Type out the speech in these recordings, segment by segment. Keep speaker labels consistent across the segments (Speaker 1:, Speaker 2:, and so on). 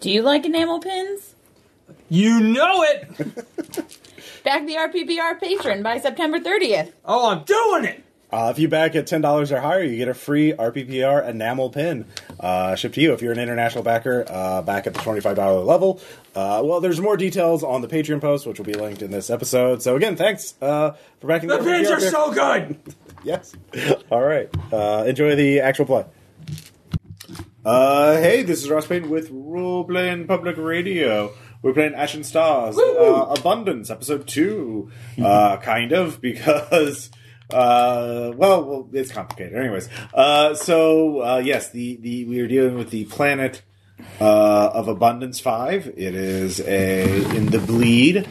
Speaker 1: Do you like enamel pins?
Speaker 2: You know it!
Speaker 1: Back the RPBR patron by September 30th.
Speaker 2: Oh, I'm doing it!
Speaker 3: Uh, if you back at ten dollars or higher, you get a free RPPR enamel pin uh, shipped to you. If you're an international backer, uh, back at the twenty-five dollar level. Uh, well, there's more details on the Patreon post, which will be linked in this episode. So again, thanks uh, for backing
Speaker 2: The pins
Speaker 3: RPPR
Speaker 2: are
Speaker 3: pick.
Speaker 2: so good!
Speaker 3: yes. All right, uh, enjoy the actual play. Uh, hey, this is Ross Payne with Role Playing Public Radio. We're playing Ashen Stars, uh, Abundance, Episode 2. Uh, kind of, because, uh, well, well, it's complicated. Anyways, uh, so, uh, yes, the, the we are dealing with the planet uh, of Abundance 5. It is a, in the bleed,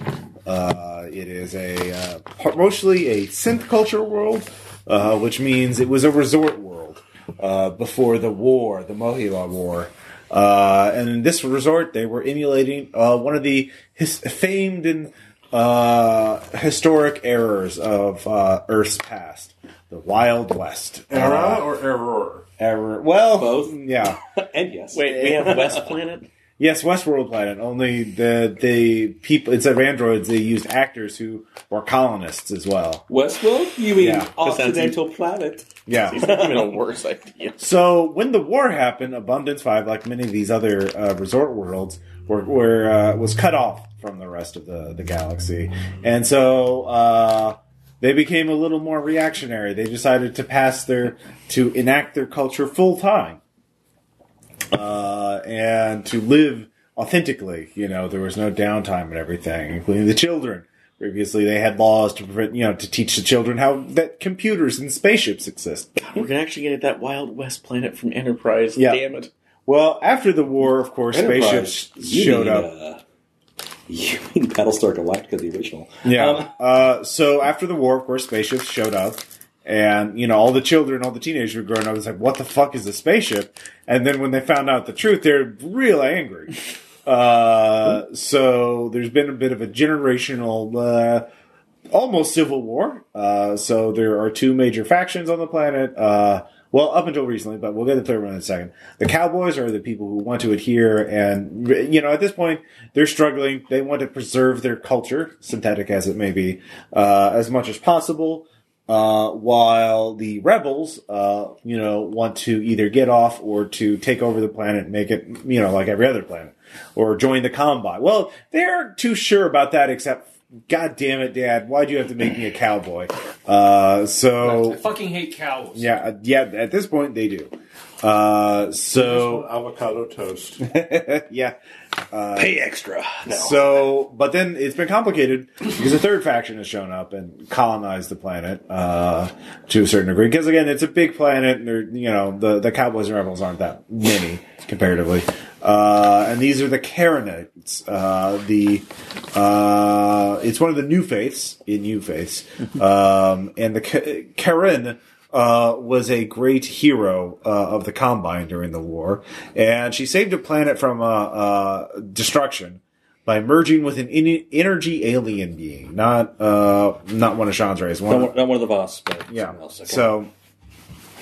Speaker 3: uh, it is a, uh, par- mostly a synth culture world, uh, which means it was a resort world uh, before the war, the Mohila War. Uh, and in this resort, they were emulating uh, one of the his- famed and uh, historic errors of uh, Earth's past, the Wild West. Uh,
Speaker 4: Era or error?
Speaker 3: error. Well,
Speaker 4: Both?
Speaker 3: Yeah.
Speaker 4: And yes.
Speaker 5: Wait, we have West Planet.
Speaker 3: Yes, Westworld planet. Only the the people instead of androids, they used actors who were colonists as well.
Speaker 4: Westworld? You mean
Speaker 3: Yeah,
Speaker 5: that sounds-
Speaker 4: Occidental Planet?
Speaker 3: Yeah.
Speaker 5: It's even a worse idea.
Speaker 3: So when the war happened, Abundance Five, like many of these other uh, resort worlds, were, were uh, was cut off from the rest of the the galaxy, and so uh, they became a little more reactionary. They decided to pass their to enact their culture full time, uh, and to live authentically. You know, there was no downtime and everything, including the children. Previously, they had laws to prevent, you know, to teach the children how that computers and spaceships exist.
Speaker 5: We're gonna actually get that Wild West Planet from Enterprise.
Speaker 3: Yeah.
Speaker 5: Damn it!
Speaker 3: Well, after the war, of course,
Speaker 4: Enterprise.
Speaker 3: spaceships
Speaker 4: You
Speaker 3: showed
Speaker 4: mean,
Speaker 3: up.
Speaker 4: Uh, you mean Battlestar Galactica, the original?
Speaker 3: yeah.
Speaker 4: Um,
Speaker 3: uh, so after the war, of course, spaceships showed up, and you know all the children, all the teenagers were growing up. It's like, what the fuck is a spaceship? And then when they found out the truth, they're real angry. Uh, so there's been a bit of a generational. Uh, almost civil war. Uh, so there are two major factions on the planet. Uh, well, up until recently, but we'll get the third one in a second. The Cowboys are the people who want to adhere, and you know, at this point, they're struggling. They want to preserve their culture, synthetic as it may be, uh, as much as possible. Uh, while the rebels, uh, you know, want to either get off or to take over the planet, and make it, you know, like every other planet, or join the combine. Well, they aren't too sure about that, except, God damn it, Dad, why'd you have to make me a cowboy? Uh,
Speaker 6: I
Speaker 3: so
Speaker 6: fucking hate cows.
Speaker 3: yeah, uh, yeah. At this point, they do. Uh, so
Speaker 4: avocado toast.
Speaker 3: yeah,
Speaker 5: Pay extra. No.
Speaker 3: So, but then it's been complicated because a third faction has shown up and colonized the planet uh, to a certain degree. Because again, it's a big planet, and they're you know the the Cowboys and Rebels aren't that many comparatively. Uh, and these are the Karenites. Uh, the uh, it's one of the new faiths in New Faiths, um, and the Ka- Karen uh, was a great hero uh, of the Combine during the war, and she saved a planet from uh, uh, destruction by merging with an in- energy alien being, not uh, not one of Sean's race. One,
Speaker 4: not, not one of the boss, but
Speaker 3: yeah.
Speaker 4: someone else. Okay.
Speaker 3: So,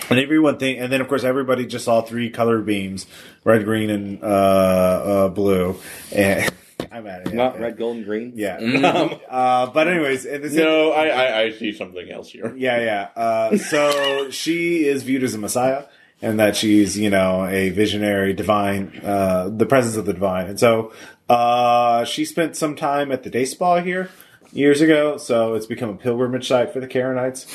Speaker 3: and everyone think, and then of course everybody just saw three color beams: red, green, and uh, uh, blue. And I'm at it.
Speaker 4: not red, Mm. gold, and green.
Speaker 3: Yeah. uh, but anyways, and this
Speaker 5: no, I, I I see something else here.
Speaker 3: yeah, yeah. Uh, so she is viewed as a messiah, and that she's you know a visionary, divine, uh, the presence of the divine. And so uh, she spent some time at the day spa here years ago. So it's become a pilgrimage site for the Karenites.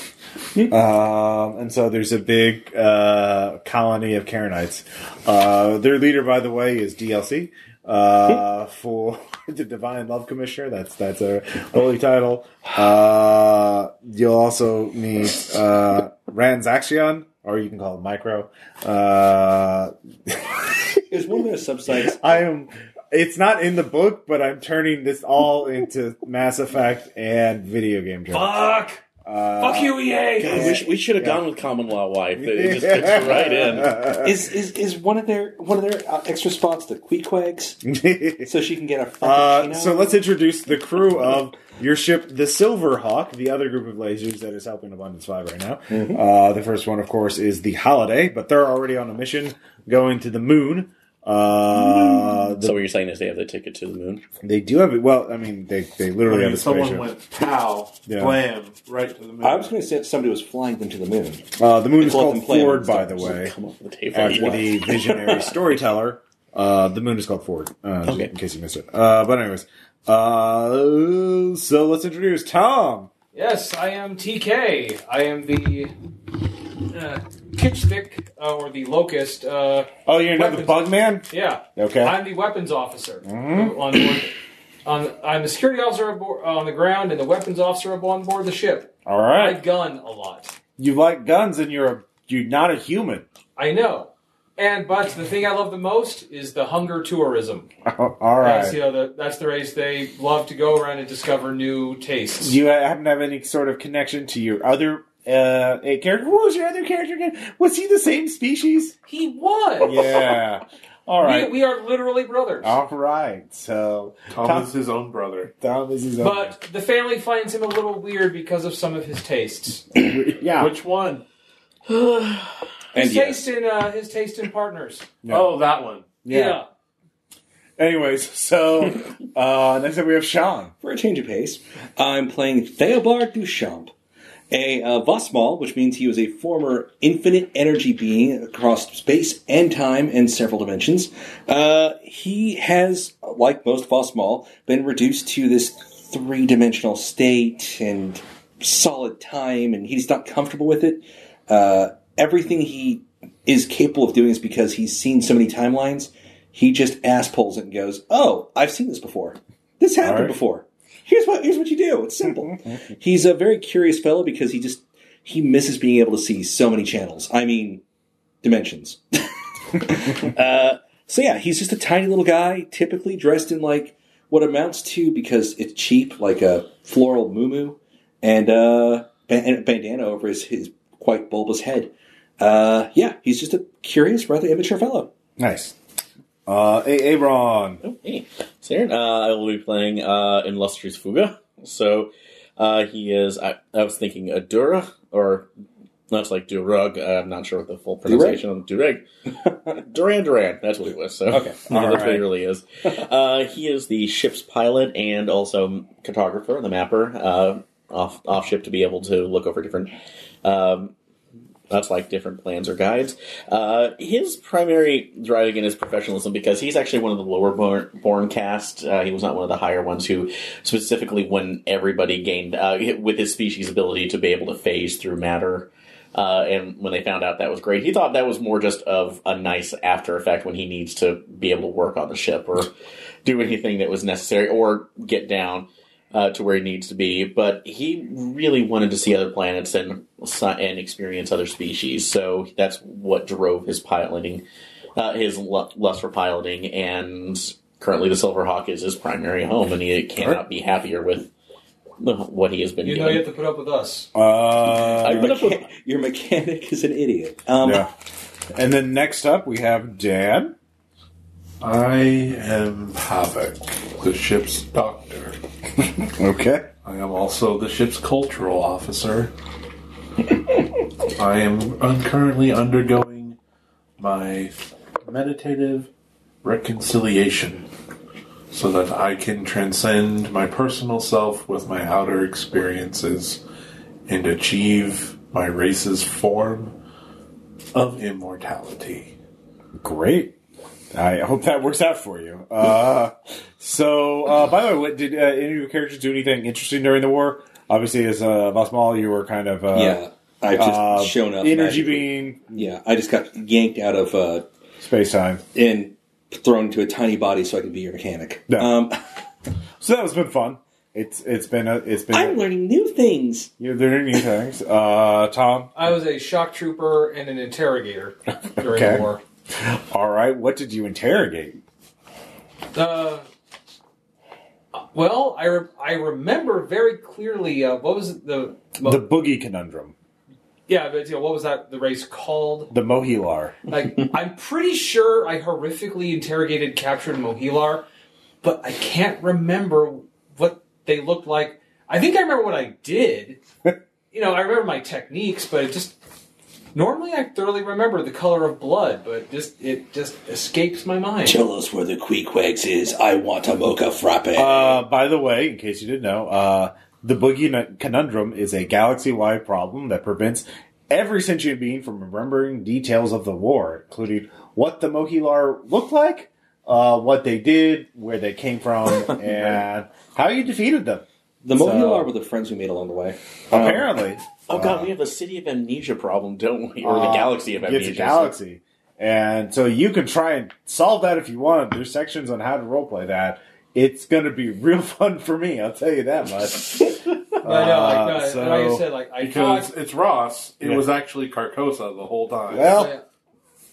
Speaker 3: Um, and so there's a big uh, colony of Karenites. Uh, their leader, by the way, is DLC uh, for the Divine Love Commissioner. That's that's a holy title. Uh, you'll also need uh, Ranzaxion, or you can call it Micro. Uh,
Speaker 4: Is one of their subsites?
Speaker 3: I am. It's not in the book, but I'm turning this all into Mass Effect and video game.
Speaker 6: Fuck!
Speaker 3: Fuck.
Speaker 6: Fuck you,
Speaker 2: E
Speaker 6: EA!
Speaker 5: God, we, sh- we should have
Speaker 3: Yeah.
Speaker 5: gone with common law wife. It just fits right in.
Speaker 4: Is, is is one of their one of their uh, extra spots the Queequegs, so she can get a
Speaker 3: Uh,
Speaker 4: frappuccino?
Speaker 3: so let's introduce the crew of your ship, the Silver Hawk, the other group of lasers that is helping Abundance 5 right now.
Speaker 7: Mm-hmm.
Speaker 3: Uh, the first one, of course, is the Holiday, but they're already on a mission going to the moon. Uh, the-
Speaker 5: So what you're saying is they have the ticket to the moon?
Speaker 3: they do have it. Well, I mean, they, they literally
Speaker 7: I
Speaker 3: have
Speaker 7: mean,
Speaker 3: a
Speaker 7: someone
Speaker 3: spaceship.
Speaker 7: went pow,
Speaker 3: Yeah.
Speaker 7: blam, right to the moon.
Speaker 4: I was going to say that somebody was flying them to the moon.
Speaker 3: Uh, the moon is
Speaker 4: Let them
Speaker 3: called
Speaker 4: play
Speaker 3: Ford,
Speaker 4: them.
Speaker 3: by the way.
Speaker 5: Come off the table.
Speaker 3: After the visionary storyteller, uh, the moon is called Ford. Uh, just
Speaker 5: Okay.
Speaker 3: In case you missed it. Uh, but anyways, uh, so let's introduce Tom.
Speaker 2: Yes, I am TK. I am the uh, kitchstick uh, or the locust. Uh,
Speaker 3: Oh, you're not the
Speaker 2: Weapons.
Speaker 3: bug man.
Speaker 2: yeah,
Speaker 3: Okay.
Speaker 2: I'm the weapons officer on board. On, I'm the security officer aboard, on the ground and the weapons officer on board the ship.
Speaker 3: All
Speaker 2: I
Speaker 3: right.
Speaker 2: gun a lot.
Speaker 3: You like guns, and you're a, you're not a human.
Speaker 2: I know. And but the thing I love the most is the hunger tourism.
Speaker 3: All
Speaker 2: That's you
Speaker 3: right.
Speaker 2: know the, that's the race they love to go around and discover new tastes.
Speaker 3: Do you happen to have any sort of connection to your other uh, a character? What was your other character again? Was he the same species?
Speaker 2: He was.
Speaker 3: Yeah. All right. Oh.
Speaker 2: We, we are literally brothers.
Speaker 3: All right. So
Speaker 7: Tom,
Speaker 3: Tom-
Speaker 7: is his own brother.
Speaker 3: Tom is his own.
Speaker 2: But the family finds him a little weird because of some of his tastes.
Speaker 3: yeah.
Speaker 7: Which one?
Speaker 5: And
Speaker 2: His
Speaker 5: yes.
Speaker 2: taste in uh, his taste in partners.
Speaker 3: Yeah.
Speaker 7: Oh, that one.
Speaker 3: yeah. Anyways, so uh, next up we have Sean.
Speaker 4: For a change of pace, I'm playing Theobard Duchamp, a uh, Vosmal, which means he was a former infinite energy being across space and time and several dimensions. Uh, he has, like most Vosmal, been reduced to this three dimensional state and solid time, and he's not comfortable with it. Uh, everything he is capable of doing is because he's seen so many timelines. He just ass pulls it and goes, "Oh, I've seen this before. This happened
Speaker 3: Alright.
Speaker 4: before. Here's what here's what you do. It's simple." he's a very curious fellow because he just he misses being able to see so many channels. I mean, dimensions. uh, so yeah, he's just a tiny little guy, typically dressed in like what amounts to because it's cheap, like a floral muumuu and uh, ban- and a bandana over his, his quite bulbous head. Uh, yeah, he's just a curious, rather immature fellow.
Speaker 3: Nice. Uh, a- Aaron.
Speaker 5: Hey, it's Aaron. Uh, I will be playing uh, Illustrious Fuga. So uh, he is, I, I was thinking a Dura, or that's like Durug. Uh, I'm not sure what the full pronunciation of Dureg. Duran Duran, that's what he was. So okay.
Speaker 3: All
Speaker 5: that's what
Speaker 3: right.
Speaker 5: he really is. Uh, he is the ship's pilot and also cartographer, the mapper, uh, off, off ship to be able to look over different. Um, that's like different plans or guides. Uh, his primary driving in his professionalism because he's actually one of the lower born, born cast. Uh, he was not one of the higher ones who specifically when everybody gained uh, with his species ability to be able to phase through matter. Uh, and when they found out that was great, he thought that was more just of a nice after effect when he needs to be able to work on the ship or do anything that was necessary or get down uh, to where he needs to be, but he really wanted to see other planets and si- and experience other species. So that's what drove his piloting, uh, his lu- lust for piloting, and currently the Silver Hawk is his primary home, and he cannot be happier with the- what he has been
Speaker 2: You know
Speaker 5: doing.
Speaker 2: you have to put up with us.
Speaker 3: Uh,
Speaker 5: I put up with-
Speaker 4: Your mechanic is an idiot. Um,
Speaker 3: yeah. And then next up we have Dan.
Speaker 7: I am Havoc, the ship's doctor.
Speaker 3: Okay.
Speaker 7: I am also the ship's cultural officer. I am un- currently undergoing my meditative reconciliation so that I can transcend my personal self with my outer experiences and achieve my race's form of immortality.
Speaker 3: Great. I hope that works out for you. Uh, so, uh, by the way, what, did uh, any of your characters do anything interesting during the war? Obviously, as uh, Vasmal, you were kind of uh,
Speaker 4: yeah. I've just
Speaker 3: uh,
Speaker 4: shown up.
Speaker 3: energy
Speaker 4: magically.
Speaker 3: being
Speaker 4: Yeah, I just got yanked out of uh,
Speaker 3: space time.
Speaker 4: and thrown into a tiny body so I could be your mechanic.
Speaker 3: Yeah.
Speaker 4: Um,
Speaker 3: So that was been fun. It's it's been a, it's been
Speaker 4: I'm learning new things.
Speaker 3: you're learning new things. Uh, Tom,
Speaker 2: I was a shock trooper and an interrogator during
Speaker 3: Okay.
Speaker 2: the war.
Speaker 3: all right, what did you interrogate?
Speaker 2: Uh, well, I re- I remember very clearly uh, what was the,
Speaker 3: the boogie conundrum,
Speaker 2: yeah, but you know, what was that the race called?
Speaker 3: the Mohilar.
Speaker 2: Like I'm pretty sure I horrifically interrogated captured Mohilar, but I can't remember what they looked like. I think I remember what I did. you know, I remember my techniques, but it just Normally, I thoroughly remember the color of blood, but just it just escapes my mind.
Speaker 4: Tell us where the Queequegs is. I want a mocha frappe.
Speaker 3: Uh, by the way, in case you didn't know, uh, the boogie Nut conundrum is a galaxy-wide problem that prevents every sentient being from remembering details of the war, including what the Mohilar looked like, uh, what they did, where they came from, and how you defeated them.
Speaker 4: the Mohilar
Speaker 3: so-
Speaker 4: were the friends we made along the way.
Speaker 3: Apparently,
Speaker 5: Oh god, we have a city of amnesia problem, don't we? Or the
Speaker 3: Uh,
Speaker 5: galaxy of amnesia.
Speaker 3: it's a galaxy, and so you can try and solve that if you want. There's sections on how to roleplay that. It's going to be real fun for me. I'll tell you that much.
Speaker 2: I know, like, no,
Speaker 3: Uh,
Speaker 2: like I
Speaker 3: so-
Speaker 2: said, like I
Speaker 7: Because
Speaker 2: fought,
Speaker 7: it's Ross. It
Speaker 3: Yeah.
Speaker 7: was actually Carcosa the whole time.
Speaker 3: Well,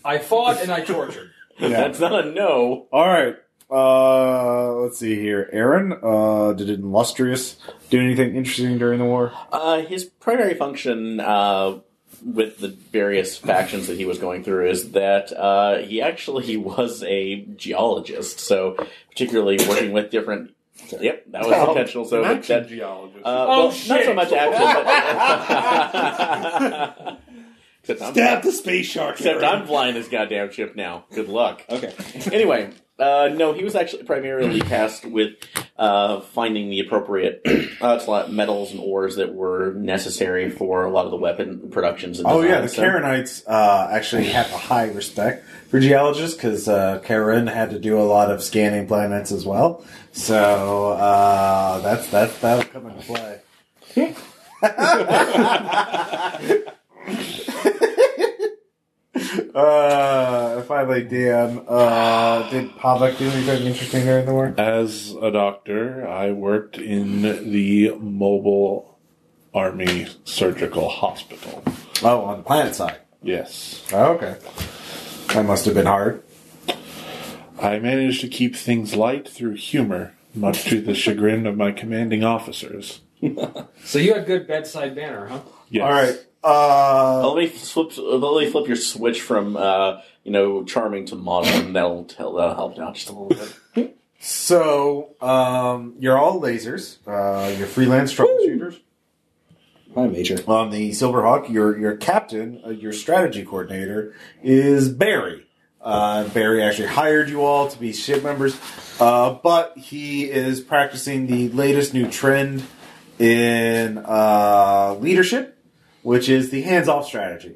Speaker 2: I fought and I tortured.
Speaker 3: yeah.
Speaker 5: That's not a no.
Speaker 3: All right. Uh, let's see here. Aaron, uh, did illustrious do anything interesting during the war?
Speaker 5: Uh, his primary function uh, with the various factions that he was going through is that uh, he actually was a geologist. So, particularly working with different. Yep, that was intentional. So,
Speaker 7: An
Speaker 5: but
Speaker 7: action
Speaker 5: that,
Speaker 7: geologist.
Speaker 5: Uh,
Speaker 2: Oh,
Speaker 5: well, not so
Speaker 2: shit.
Speaker 5: much action, but. except, I'm,
Speaker 4: Stab the space shark.
Speaker 5: except
Speaker 4: Aaron.
Speaker 5: I'm flying this goddamn ship now. Good luck.
Speaker 4: Okay.
Speaker 5: anyway, uh, no, he was actually primarily tasked with uh, finding the appropriate uh, it's a lot- metals and ores that were necessary for a lot of the weapon productions. And
Speaker 3: Oh yeah, the
Speaker 5: designs. So-
Speaker 3: Karenites uh, actually have a high respect for geologists because uh, Karen had to do a lot of scanning planets as well. So uh, that's that that'll come into play. uh, finally, Dan, uh, did Pavlik do anything interesting during the war?
Speaker 7: As a doctor, I worked in the mobile army surgical hospital.
Speaker 3: Oh, on the planet side.
Speaker 7: Yes.
Speaker 3: Oh, okay. That must have been hard.
Speaker 7: I managed to keep things light through humor, much to the chagrin of my commanding officers.
Speaker 2: So you had good bedside banner, huh?
Speaker 7: Yes.
Speaker 3: All right. Uh,
Speaker 5: Let me flip. Let me flip your switch from uh, you know charming to modern. That'll tell. That'll help out just a little bit.
Speaker 3: so um, you're all lasers. Uh, you're freelance troubleshooters.
Speaker 4: My major.
Speaker 3: On the Silverhawk, your your captain, uh, your strategy coordinator is Barry. Uh, Barry actually hired you all to be ship members, uh, but he is practicing the latest new trend in uh, leadership, which is the hands-off strategy,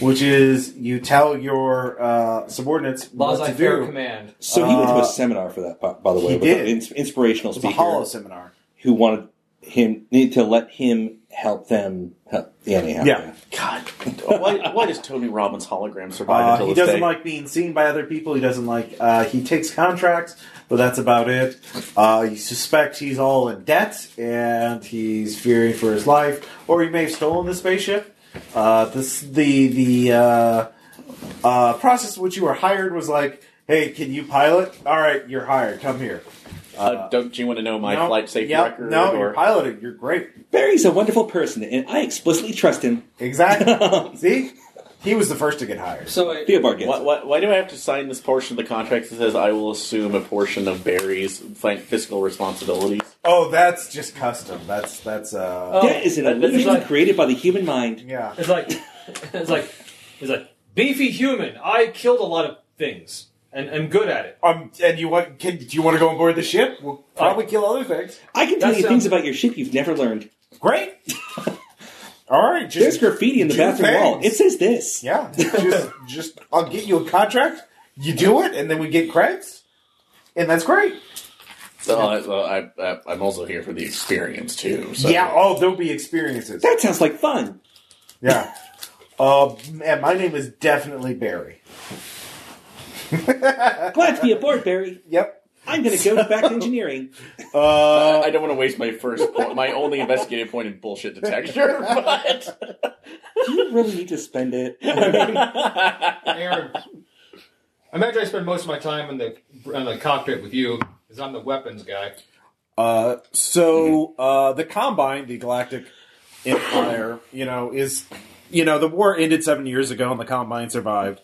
Speaker 3: which is you tell your uh, subordinates what
Speaker 2: Laissez
Speaker 3: to do.
Speaker 2: faire command.
Speaker 4: So he went to
Speaker 3: Uh,
Speaker 4: a seminar for that, by, by the way,
Speaker 3: he
Speaker 4: with an
Speaker 3: did.
Speaker 4: ins- inspirational
Speaker 3: It's a
Speaker 4: speaker
Speaker 3: hollow seminar.
Speaker 4: who wanted him need to let him help them. Help, yeah, anyhow.
Speaker 3: Yeah.
Speaker 5: God, why, why does Tony Robbins hologram survive
Speaker 3: Uh,
Speaker 5: until
Speaker 3: he
Speaker 5: this
Speaker 3: doesn't
Speaker 5: day?
Speaker 3: like being seen by other people. He doesn't like. Uh, he takes contracts, but that's about it. Uh, you suspect he's all in debt and he's fearing for his life, or he may have stolen the spaceship. Uh, this the the uh, uh, process in which you were hired was like, hey, can you pilot? All right, you're hired. Come here.
Speaker 5: uh, don't you want to know my
Speaker 3: No,
Speaker 5: flight safety
Speaker 3: yep,
Speaker 5: record?
Speaker 3: No,
Speaker 5: or,
Speaker 3: you're piloting. You're great.
Speaker 4: Barry's a wonderful person, and I explicitly trust him.
Speaker 3: Exactly. See, he was the first to get hired.
Speaker 2: So I,
Speaker 4: Theobard gets
Speaker 5: Why,
Speaker 4: it.
Speaker 5: why, why do I have to sign this portion of the contract that says I will assume a portion of Barry's fi- fiscal responsibilities?
Speaker 3: Oh, that's just custom. That's that's uh.
Speaker 4: That is an
Speaker 5: that- that's
Speaker 4: illusion
Speaker 2: like-
Speaker 4: created by the human mind.
Speaker 3: Yeah.
Speaker 2: it's like it's like it's like beefy human. I killed a lot of things and am good at it.
Speaker 3: Um, and you want? Can, do you want to go on board the ship? We'll probably kill other things.
Speaker 4: I can tell
Speaker 2: That
Speaker 4: you
Speaker 2: sounds-
Speaker 4: things about your ship you've never learned.
Speaker 3: Great. All right.
Speaker 4: There's
Speaker 3: Just,
Speaker 4: graffiti in the
Speaker 3: do
Speaker 4: bathroom wall.
Speaker 3: things.
Speaker 4: It says this.
Speaker 3: yeah. Just, just I'll get you a contract. You do it, and then we get credits, and that's great.
Speaker 5: So I, well, I, I, I'm also here for the experience too. So.
Speaker 3: Yeah. Oh, there'll be experiences.
Speaker 4: That sounds like fun.
Speaker 3: Yeah. Uh, and my name is definitely Barry. Uh,
Speaker 4: Glad to be aboard, Barry.
Speaker 3: Yep.
Speaker 4: I'm going to go back to engineering.
Speaker 3: Uh,
Speaker 5: I don't want to waste my first, point, my only investigative point in bullshit detector, but
Speaker 4: Do you really need to spend it?
Speaker 2: Aaron, imagine I spend most of my time in the in the cockpit with you because I'm the weapons guy.
Speaker 3: Uh, so uh, the Combine, the Galactic Empire, you know, is you know the war ended seven years ago, and the Combine survived.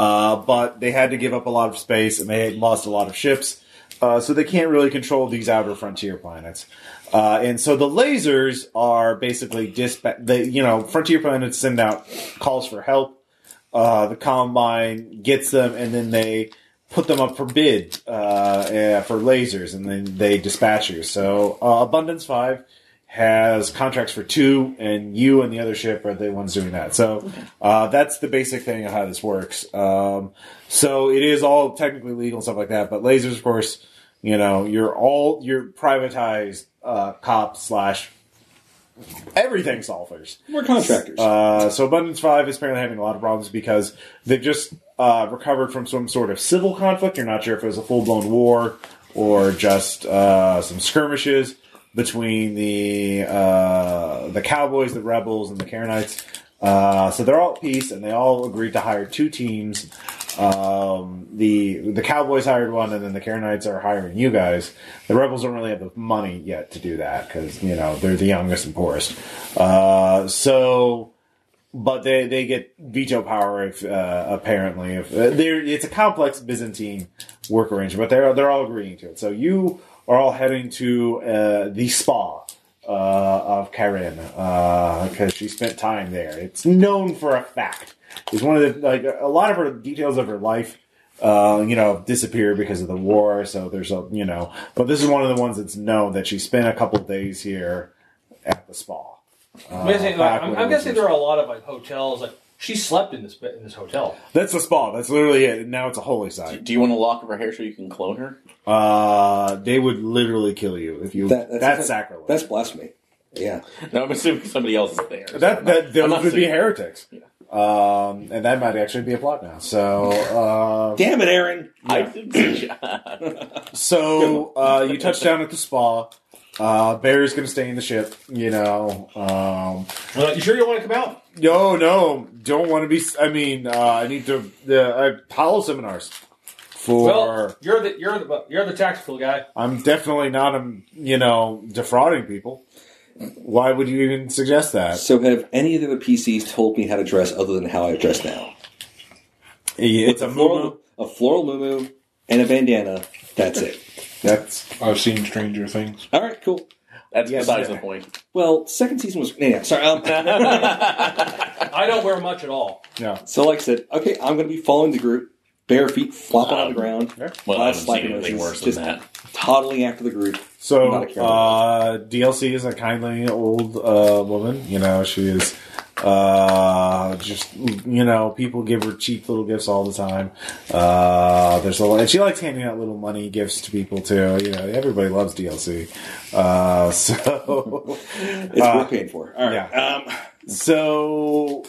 Speaker 3: Uh, but they had to give up a lot of space, and they lost a lot of ships. Uh, so they can't really control these outer frontier planets. Uh, and so the lasers are basically dispatch. They, you know, frontier planets send out calls for help. Uh, the combine gets them, and then they put them up for bid uh, yeah, for lasers, and then they dispatch you. So uh, Abundance Five has contracts for two, and you and the other ship are the ones doing that. So uh, that's the basic thing of how this works. Um, so it is all technically legal and stuff like that, but lasers, of course, you know, you're all you're privatized uh, cop slash everything solvers.
Speaker 4: We're contractors.
Speaker 3: Uh, so Abundance Five is apparently having a lot of problems because they've just uh, recovered from some sort of civil conflict. You're not sure if it was a full blown war or just uh, some skirmishes between the uh, the Cowboys, the Rebels, and the Karenites. Uh, so they're all at peace, and they all agreed to hire two teams. Um, the the Cowboys hired one, and then the Karenites are hiring you guys. The Rebels don't really have the money yet to do that because you know they're the youngest and poorest. Uh, so, but they they get veto power if uh, apparently if uh, they're it's a complex Byzantine work arrangement, but they're they're all agreeing to it. So you are all heading to uh, the spa uh, of Karen because she spent time there. It's known for a fact. It's one of the like a lot of her details of her life. Uh, you know, disappeared because of the war. So there's a, you know, but this is one of the ones that's known that she spent a couple days here at the spa.
Speaker 2: I'm guessing, like,
Speaker 3: Uh, back
Speaker 2: I'm,
Speaker 3: when
Speaker 2: I'm
Speaker 3: it was
Speaker 2: guessing
Speaker 3: just-
Speaker 2: there are a lot of like hotels. Like she slept in this in this hotel.
Speaker 3: That's the spa. That's literally it. And now it's a holy site.
Speaker 5: Do you want to lock up her hair so you can clone her?
Speaker 3: Uh, they would literally kill you if you.
Speaker 4: That-
Speaker 3: that's sacrilege.
Speaker 4: That's blasphemy. Yeah.
Speaker 5: No, I'm assuming somebody else is there.
Speaker 3: that that
Speaker 5: I'm
Speaker 3: those
Speaker 5: not
Speaker 3: would be
Speaker 5: saying-
Speaker 3: heretics. Um, and that might actually be a plot now. So, uh,
Speaker 4: Damn it, Aaron.
Speaker 5: I did good job.
Speaker 3: so uh, you touch down at the spa. Uh, Barry's gonna stay in the ship. You know. Um,
Speaker 2: you sure you don't want to come out?
Speaker 3: no, no, don't want to be. I mean, uh, I need to the uh, Apollo seminars. For
Speaker 2: Well, you're the you're the you're the tactical guy.
Speaker 3: I'm definitely not, um, you know, defrauding people. Why would you even suggest that?
Speaker 4: So have any of the other PCs told me how to dress other than how I dress now?
Speaker 3: It's a
Speaker 4: Floral, a floral mumu and a bandana. That's it.
Speaker 3: That's
Speaker 7: I've seen Stranger Things.
Speaker 4: All right, cool.
Speaker 5: That's
Speaker 3: Yes,
Speaker 5: besides
Speaker 3: yeah.
Speaker 5: the point.
Speaker 4: Well, second season was. Yeah, sorry. Um,
Speaker 2: I don't wear much at all.
Speaker 3: yeah.
Speaker 4: so, like I said, okay, I'm going to be following the group, bare feet, flopping on the
Speaker 5: Um,
Speaker 4: ground.
Speaker 3: yeah.
Speaker 5: Well, I
Speaker 4: Lots
Speaker 5: haven't
Speaker 4: of slap
Speaker 5: seen anything
Speaker 4: emotions,
Speaker 5: worse than
Speaker 4: just
Speaker 5: that.
Speaker 4: Toddling after the group.
Speaker 3: So
Speaker 4: Not a character.
Speaker 3: uh, DLC is a kindly old uh, woman. You know, she is uh, just you know people give her cheap little gifts all the time. Uh, there's a lot, and she likes handing out little money gifts to people too. You know, everybody loves DLC. Uh, so
Speaker 4: It's
Speaker 3: Uh,
Speaker 4: worth paying for. All right.
Speaker 3: Yeah. Um, So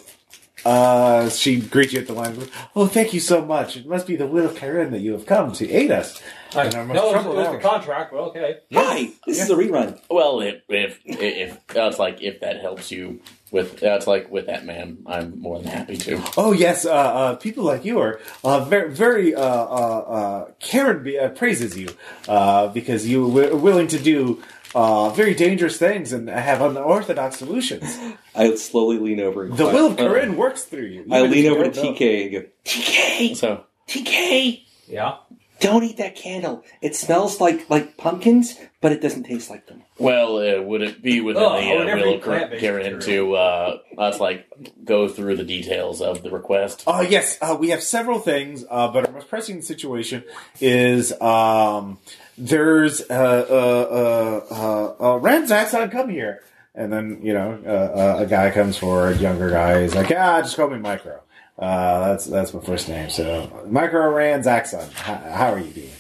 Speaker 3: uh, she greets you at the line. Oh, thank you so much. It must be the will of Karen that you have come to aid us.
Speaker 2: I,
Speaker 3: And
Speaker 2: no,
Speaker 3: our
Speaker 2: it
Speaker 3: most
Speaker 2: was, it
Speaker 3: troubled
Speaker 2: was the
Speaker 3: hours.
Speaker 2: contract, but okay.
Speaker 4: Hi, this is a rerun.
Speaker 5: Well, if if if that's like if that helps you with that's like with that man, I'm more than happy to.
Speaker 3: Oh yes, uh, uh, people like you are uh, very, very uh, uh, uh, Karen be, uh, praises you uh, because you were willing to do uh, very dangerous things and have unorthodox solutions.
Speaker 4: I slowly lean over. And
Speaker 3: The
Speaker 4: quiet-
Speaker 3: will of
Speaker 5: Uh,
Speaker 3: Karen works through you. even if
Speaker 4: I uh, lean
Speaker 3: you
Speaker 4: over to
Speaker 3: don't know.
Speaker 4: TK and go, TK,
Speaker 5: So
Speaker 4: TK,
Speaker 2: Yeah.
Speaker 4: don't eat that candle. It smells like like pumpkins, but it doesn't taste like them.
Speaker 5: Well, uh, would it be within
Speaker 2: Oh, I
Speaker 5: the
Speaker 2: would
Speaker 5: uh,
Speaker 2: never
Speaker 5: will
Speaker 2: eat plant-based
Speaker 5: Karen to uh, us like go through the details of the request?
Speaker 3: Uh, yes, uh, we have several things, uh, but our most pressing situation is um, there's uh, uh, uh, uh, uh, Ramzak's on come here. And then, you know, uh, uh, a guy comes forward, younger guy, he's like, ah, just call me Micro. Uh, that's that's my first name. So, Micro Ranzaxon, how, how are you doing?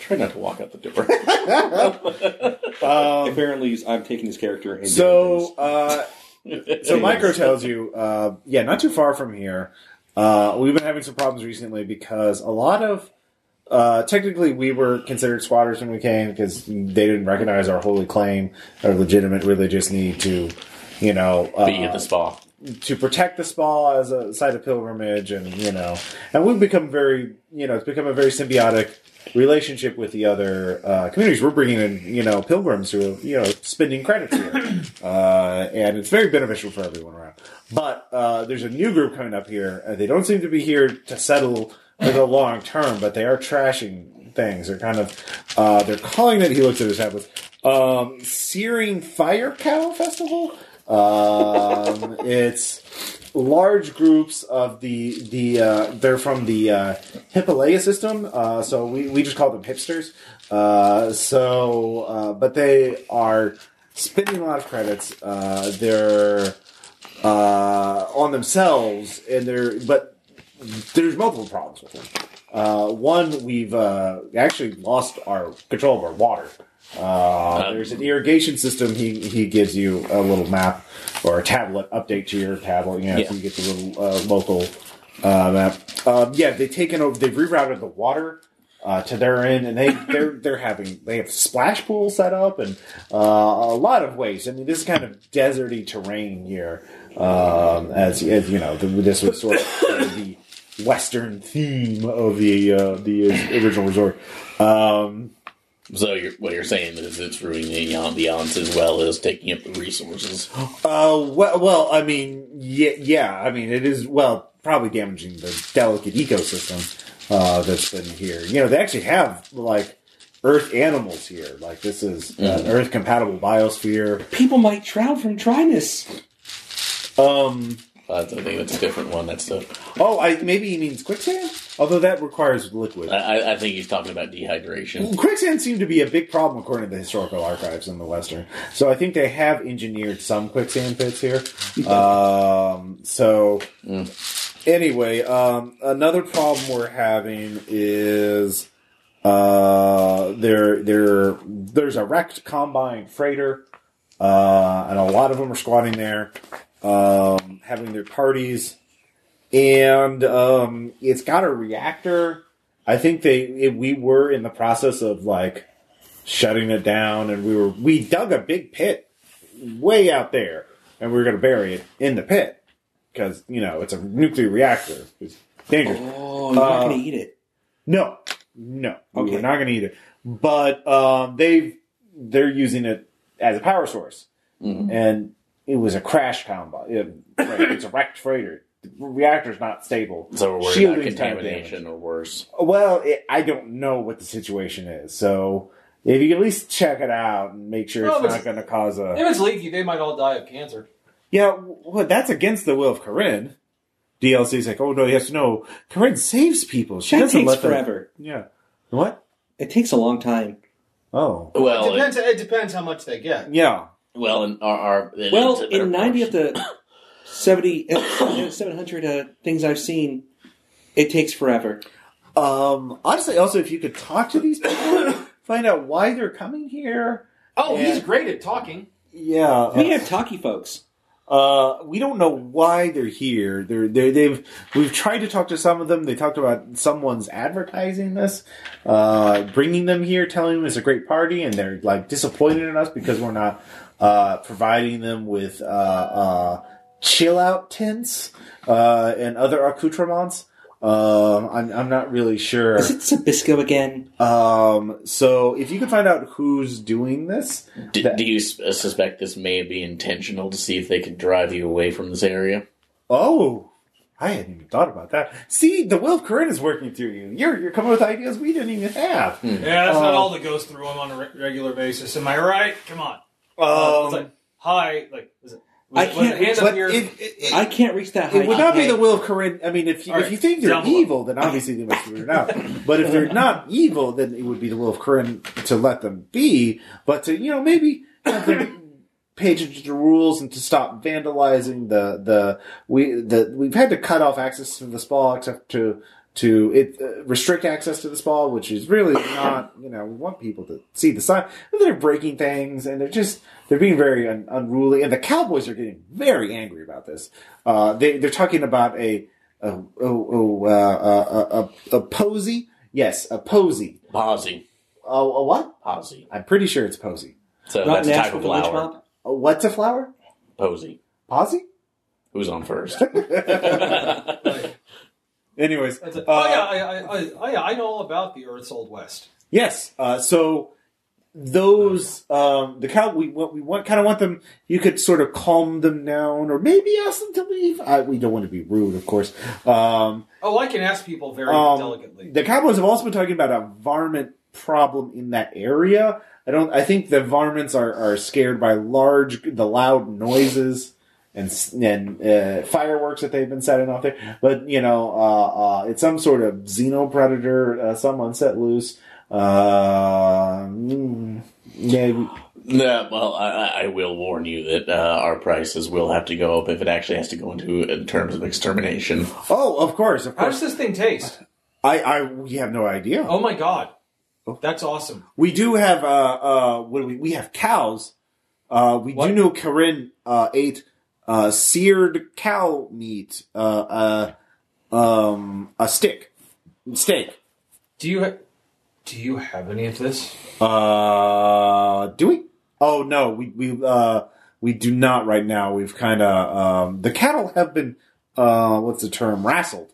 Speaker 5: Try not to walk out the door.
Speaker 4: Apparently, I'm taking this character. And doing
Speaker 3: Um, So,
Speaker 4: things.
Speaker 3: uh, so Micro tells you, uh, yeah, not too far from here. Uh, we've been having some problems recently because a lot of uh, technically we were considered squatters when we came because they didn't recognize our holy claim, our legitimate religious need to, you know, uh,
Speaker 5: Be at the spa.
Speaker 3: to protect the spa as a site of pilgrimage, and you know, and we've become very, you know, it's become a very symbiotic relationship with the other uh, communities. We're bringing in, you know, pilgrims who, are, you know, spending credits here, uh, and it's very beneficial for everyone around. But uh, there's a new group coming up here, and they don't seem to be here to settle for the long term, but they are trashing things. They're kind of uh, they're calling it. He looks at his hat with um, searing fire cow festival. Um, it's large groups of the the uh, they're from the uh, Hippalaya system, uh, so we, we just call them hipsters. Uh, so, uh, but they are spending a lot of credits. Uh, they're uh, on themselves, and they're but there's multiple problems with them. Uh, one, we've uh, actually lost our control of our water. Uh, there's an irrigation system. He he gives you a little map or a tablet update to your tablet. You know, so
Speaker 5: Yeah.
Speaker 3: you get the little uh, local uh, map. Um, yeah, they've taken over. They've rerouted the water uh, to their end, and they they're they're having they have splash pools set up and uh, a lot of ways. I mean, this is kind of deserty terrain here, um, as as you know, the, this was sort of the western theme of the uh, the original resort. Um,
Speaker 5: So you're, what you're saying is it's ruining the ambiance as well as taking up the resources.
Speaker 3: uh, well, well, I mean, yeah, yeah, I mean, it is well probably damaging the delicate ecosystem uh, that's been here. You know, they actually have like earth animals here. Like this is an earth compatible biosphere.
Speaker 4: People might drown from dryness.
Speaker 3: Um,
Speaker 5: I don't think that's a different one. That's the.
Speaker 3: oh, I maybe he means quicksand, although that requires liquid.
Speaker 5: I- I, I think he's talking about dehydration.
Speaker 3: Quicksand seemed to be a big problem according to the historical archives in the Western. So I think they have engineered some quicksand pits here. um, so anyway, um, another problem we're having is uh, there there there's a wrecked combine freighter, uh, and a lot of them are squatting there, um, having their parties, and um, it's got a reactor. I think they it, we were in the process of like shutting it down, and we were we dug a big pit way out there, and we were going to bury it in the pit because you know it's a nuclear reactor. It's dangerous.
Speaker 4: Oh, you're
Speaker 3: uh,
Speaker 4: not going to eat it.
Speaker 3: No, no,
Speaker 4: Okay.
Speaker 3: we're not going to eat it. But um, they've they're using it as a power source, and it was a crash combine. It, right, it's a wrecked freighter. The reactor's not stable.
Speaker 5: So we're worried about
Speaker 3: Shielding's not
Speaker 5: contamination or worse.
Speaker 3: damaged. Well, it, I don't know what the situation is. So if you could at least check it out and make sure
Speaker 8: Well,
Speaker 3: it's
Speaker 8: if
Speaker 3: not
Speaker 8: it's-
Speaker 3: going to cause a
Speaker 8: If it's leaky, they might all die of cancer.
Speaker 3: yeah. Well, that's against the will of Corinne. DLC's like, oh no, yes, no. Corinne saves people. She
Speaker 4: That
Speaker 3: doesn't
Speaker 4: takes
Speaker 3: let them.
Speaker 4: forever.
Speaker 3: Yeah. What?
Speaker 4: It takes a long time.
Speaker 3: Oh.
Speaker 5: Well, it,
Speaker 2: depends, it depends how much they get.
Speaker 3: Yeah.
Speaker 5: well, in our, our it
Speaker 4: well,
Speaker 5: is a better
Speaker 4: in 90 of
Speaker 5: person.
Speaker 4: the 70, uh, 700 uh, things I've seen, it takes forever.
Speaker 3: Um, honestly, also, if you could talk to these people, find out why they're coming here.
Speaker 8: Oh,
Speaker 3: Yeah.
Speaker 8: he's great at talking.
Speaker 3: Yeah,
Speaker 4: We have talkie folks.
Speaker 3: uh, we don't know why they're here. They're, they're they've we've tried to talk to some of them. They talked about someone's advertising this, uh, bringing them here, telling them it's a great party, and they're like disappointed in us because we're not uh, providing them with uh, uh, chill out tents uh, and other accoutrements. Um, I'm, I'm not really sure.
Speaker 4: Is it Sabisco again?
Speaker 3: Um, so if you could find out who's doing this,
Speaker 5: Do, do you s- uh, suspect this may be intentional to see if they can drive you away from this area?
Speaker 3: oh, I hadn't even thought about that. See, the will of Corinne is working through you. You're you're coming with ideas we didn't even have.
Speaker 2: Yeah, that's not
Speaker 3: Uh,
Speaker 2: all that goes through him on a re- regular basis. Am I right? Come on. Uh, it's
Speaker 3: Um,
Speaker 2: like, hi, like, is it,
Speaker 4: I
Speaker 2: was it, was it
Speaker 4: can't-
Speaker 2: hands up
Speaker 3: but
Speaker 8: here.
Speaker 3: it, it, it,
Speaker 4: I can't reach that high.
Speaker 3: it would not be
Speaker 4: Okay.
Speaker 3: the will of Corinne. I mean, if you,
Speaker 2: All
Speaker 3: if
Speaker 2: right,
Speaker 3: you think they're
Speaker 2: down below.
Speaker 3: evil, then obviously they must be rooted out. But if they're not evil, then it would be the will of Corinne to let them be. But to you know maybe have them page into the rules and to stop vandalizing the the we the we've had to cut off access to the spa except to to it uh, restrict access to the spa, which is really not you know we want people to see the sign. But they're breaking things and they're just they're being very un- unruly. And the Cowboys are getting very angry about this. Uh, they they're talking about a a oh, oh, uh, a, a, a posy. Yes, a posy.
Speaker 5: Posy.
Speaker 3: A, a what?
Speaker 5: Posy.
Speaker 3: I'm pretty sure it's posy.
Speaker 5: So
Speaker 4: Not
Speaker 5: that's a type
Speaker 4: Nashville
Speaker 5: of
Speaker 4: Village
Speaker 5: flower.
Speaker 4: Mob?
Speaker 3: A, what's a flower?
Speaker 5: Posy.
Speaker 3: Posy?
Speaker 5: Who's on first?
Speaker 3: Anyways.
Speaker 8: That's it.
Speaker 2: oh,
Speaker 3: uh,
Speaker 8: oh yeah, I, I, I, oh yeah, I know all about the Earth's Old West.
Speaker 3: Yes. Uh, so those um, the cow we want we want kind of want them. You could sort of calm them down, or maybe ask them to leave. I, we don't want to be rude, of course. Um,
Speaker 2: Oh, I can ask people very
Speaker 3: um,
Speaker 2: delicately.
Speaker 3: The Cowboys have also been talking about a varmint problem in that area. I don't. I think the varmints are, are scared by large, the loud noises and s- and uh, fireworks that they've been setting off there. But you know, uh, uh, it's some sort of xenopredator, uh, someone set loose. Uh, mm, yeah, we-
Speaker 5: No, well, I- I, I will warn you that uh, our prices will have to go up if it actually has to go into in terms of extermination.
Speaker 3: oh, of course, of
Speaker 2: How does
Speaker 3: course.
Speaker 2: this thing taste?
Speaker 3: I, I we have no idea.
Speaker 2: Oh my god,
Speaker 3: Oh.
Speaker 2: that's awesome.
Speaker 3: We do have uh uh what do we we have cows. Uh we do
Speaker 2: What?
Speaker 3: know Corinne uh ate uh seared cow meat uh uh um a stick. Steak.
Speaker 2: Do you ha- do you have any of this?
Speaker 3: Uh do we? Oh no, we we uh we do not right now. We've kinda um the cattle have been uh what's the term? Rassled.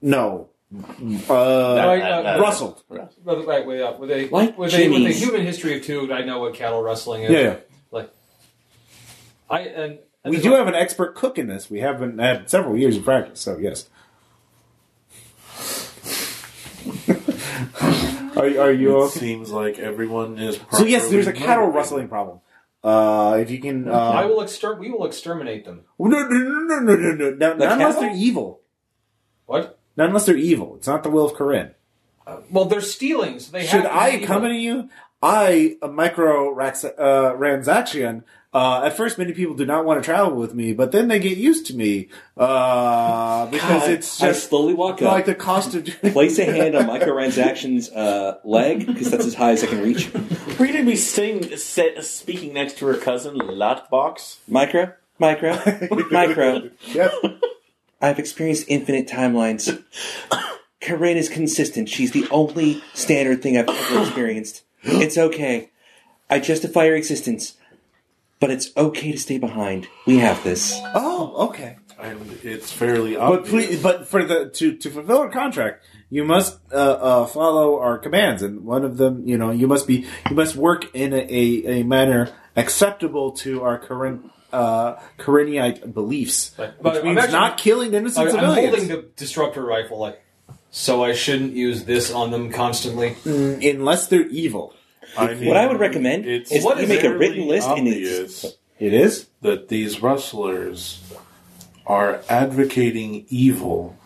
Speaker 3: No. Uh
Speaker 2: Right, uh,
Speaker 3: rustled.
Speaker 2: By the way, way up with a
Speaker 4: Like
Speaker 2: with a, with a
Speaker 4: Jimmy's.
Speaker 2: human history of two. I know what cattle rustling is.
Speaker 3: Yeah, yeah.
Speaker 2: Like I and, and
Speaker 3: We
Speaker 2: there's
Speaker 3: do
Speaker 2: a-
Speaker 3: have an expert cook in this. We have been had several years of practice, so yes. are, are you
Speaker 7: It
Speaker 3: okay?
Speaker 7: seems like everyone is.
Speaker 3: So yes, there's a
Speaker 7: properly
Speaker 3: cattle
Speaker 7: motivated.
Speaker 3: rustling problem. Uh, if you can, uh,
Speaker 2: I will exter- We will exterminate them.
Speaker 3: no, no, no, no, no, no, no, not, not unless
Speaker 4: cattle?
Speaker 3: they're evil.
Speaker 2: What?
Speaker 3: Not unless they're evil. It's not the will of Corinne.
Speaker 2: Well, they're stealing, so they have
Speaker 3: Should
Speaker 2: to
Speaker 3: I
Speaker 2: be evil.
Speaker 3: accompany you? I, a micro rax- uh, Ranzachian, uh, at first many people do not want to travel with me, but then they get used to me, uh, because
Speaker 4: God,
Speaker 3: it's
Speaker 4: I
Speaker 3: just
Speaker 4: slowly walk up,
Speaker 3: like the cost of
Speaker 4: place a hand on Micro Transaction's uh, leg because that's as high as I can reach.
Speaker 5: Rita be sitting, sit, speaking next to her cousin Latbox.
Speaker 4: Micro, micro, micro.
Speaker 3: Yep.
Speaker 4: I've experienced infinite timelines. Corinne is consistent. She's the only standard thing I've ever experienced. It's okay. I justify your existence, but it's okay to stay behind. We have this.
Speaker 3: Oh, okay.
Speaker 7: and it's fairly obvious.
Speaker 3: But please, but for the to to fulfill our contract, you must uh, uh, follow our commands, and one of them, you know, you must be you must work in a, a, a manner acceptable to our current uh, Corinneite beliefs,
Speaker 2: But-
Speaker 3: which
Speaker 2: but
Speaker 3: means
Speaker 2: I'm actually-
Speaker 3: not killing innocent
Speaker 2: I, I'm
Speaker 3: civilians.
Speaker 2: holding the disruptor rifle, like, so I shouldn't use this on them constantly.
Speaker 3: Unless they're evil,
Speaker 7: mean,
Speaker 4: What I would recommend
Speaker 7: it's
Speaker 4: is
Speaker 2: What
Speaker 4: you make a
Speaker 7: fairly
Speaker 4: written list and it's
Speaker 7: obvious
Speaker 3: it is.
Speaker 7: that these rustlers are advocating evil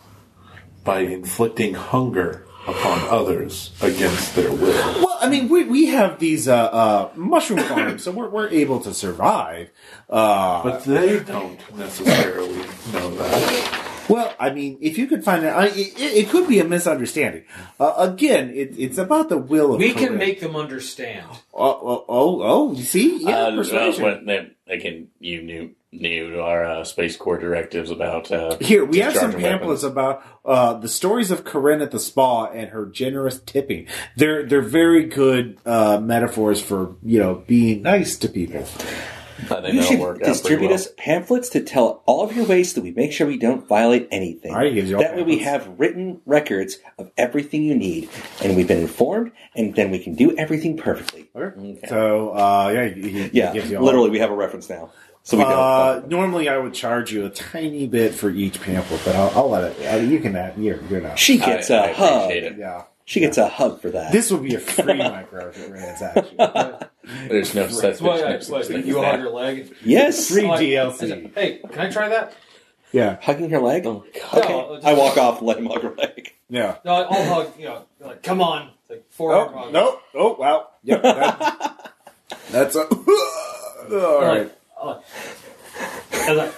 Speaker 7: by inflicting hunger upon others against their will.
Speaker 3: Well, I mean, we we have these uh, uh, mushroom farms, so we're we're able to survive. Uh,
Speaker 7: But they don't necessarily know that.
Speaker 3: Well, I mean, if you could find out, I, it, it could be a misunderstanding. Uh, again, it, it's about the will of
Speaker 2: We can
Speaker 3: Corinne.
Speaker 2: make them understand.
Speaker 3: Oh, oh, oh, oh, you see, yeah,
Speaker 5: Uh, uh,
Speaker 3: persuasion.
Speaker 5: when they, again, you knew knew our uh, space corps directives about uh,
Speaker 3: Here we have some
Speaker 5: discharging
Speaker 3: pamphlets
Speaker 5: weapons.
Speaker 3: about uh, the stories of Corinne at the spa and her generous tipping. They're they're very good uh, metaphors for you know being nice to people.
Speaker 5: Uh, they
Speaker 4: You
Speaker 5: know
Speaker 4: should
Speaker 5: worked out pretty
Speaker 4: distribute
Speaker 5: well.
Speaker 4: us pamphlets to tell all of your ways that we make sure we don't violate anything.
Speaker 3: I give you all
Speaker 4: that way we
Speaker 3: pamphlets.
Speaker 4: have written records of everything you need, and we've been informed, and then we can do everything perfectly.
Speaker 3: So uh, yeah, he, he
Speaker 4: Yeah,
Speaker 3: gives you all-
Speaker 4: literally, we have a reference now, so we don't.
Speaker 3: Uh, normally, I would charge you a tiny bit for each pamphlet, but I'll, I'll let it. I mean, you can have. You're, you're not.
Speaker 4: she gets
Speaker 5: I-
Speaker 4: a
Speaker 5: I
Speaker 4: hug.
Speaker 5: appreciate it.
Speaker 3: yeah.
Speaker 4: She gets a hug for that.
Speaker 3: This will be a free micro transaction.
Speaker 5: There's no such
Speaker 2: That's why I
Speaker 5: no such
Speaker 2: like,
Speaker 5: thing as
Speaker 2: you
Speaker 5: that.
Speaker 2: hug your leg.
Speaker 4: yes,
Speaker 3: Free
Speaker 2: Like,
Speaker 3: DLC.
Speaker 2: Hey, can I try that?
Speaker 3: Yeah,
Speaker 4: hugging her leg. okay,
Speaker 2: No, just-
Speaker 4: I walk off, let him hug her leg.
Speaker 3: yeah.
Speaker 2: No, I'll hug. You know, like come on, It's like forearm
Speaker 3: Oh,
Speaker 2: hug.
Speaker 3: no. Oh, wow. Yep. that- that's a. All
Speaker 2: Like,
Speaker 3: right.
Speaker 2: uh, and like-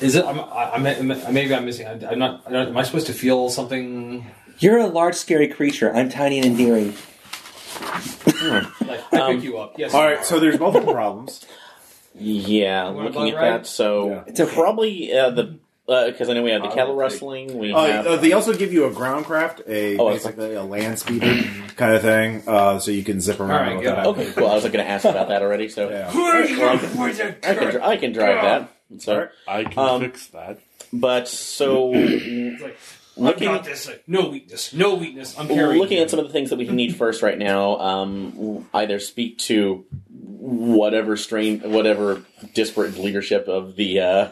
Speaker 2: is it? I'm, I, I'm, I'm- maybe I'm missing. I'm, I'm not. I don't, am I supposed to feel something?
Speaker 4: You're a large, scary creature. I'm tiny and endearing.
Speaker 2: Like I pick you up. Yes.
Speaker 3: All right. So there's multiple problems.
Speaker 5: Yeah,
Speaker 2: wanna
Speaker 5: looking
Speaker 2: bug
Speaker 5: at
Speaker 2: ride?
Speaker 5: that, so
Speaker 3: Yeah.
Speaker 4: It's okay.
Speaker 5: probably uh, the because I know we have the
Speaker 2: I
Speaker 5: cattle
Speaker 2: will take-
Speaker 5: rustling. We
Speaker 3: Uh,
Speaker 5: have
Speaker 3: uh, they also give you a ground craft, a
Speaker 5: Oh, I-
Speaker 3: basically a land speeder kind of thing, uh, so you can zip around.
Speaker 2: right,
Speaker 3: with
Speaker 2: good.
Speaker 3: that.
Speaker 5: okay, cool. I was going to ask about that already, so
Speaker 3: Yeah.
Speaker 5: I can dri- I can drive that. So,
Speaker 3: Alright.
Speaker 7: I can
Speaker 5: Um,
Speaker 7: fix that.
Speaker 5: but so
Speaker 2: It's like I've
Speaker 5: Looking-
Speaker 2: got this. No weakness. No weakness. I'm
Speaker 5: Well,
Speaker 2: carrying.
Speaker 5: looking
Speaker 2: you.
Speaker 5: at some of the things that we need first right now, um, either speak to whatever strain, whatever disparate leadership of the uh,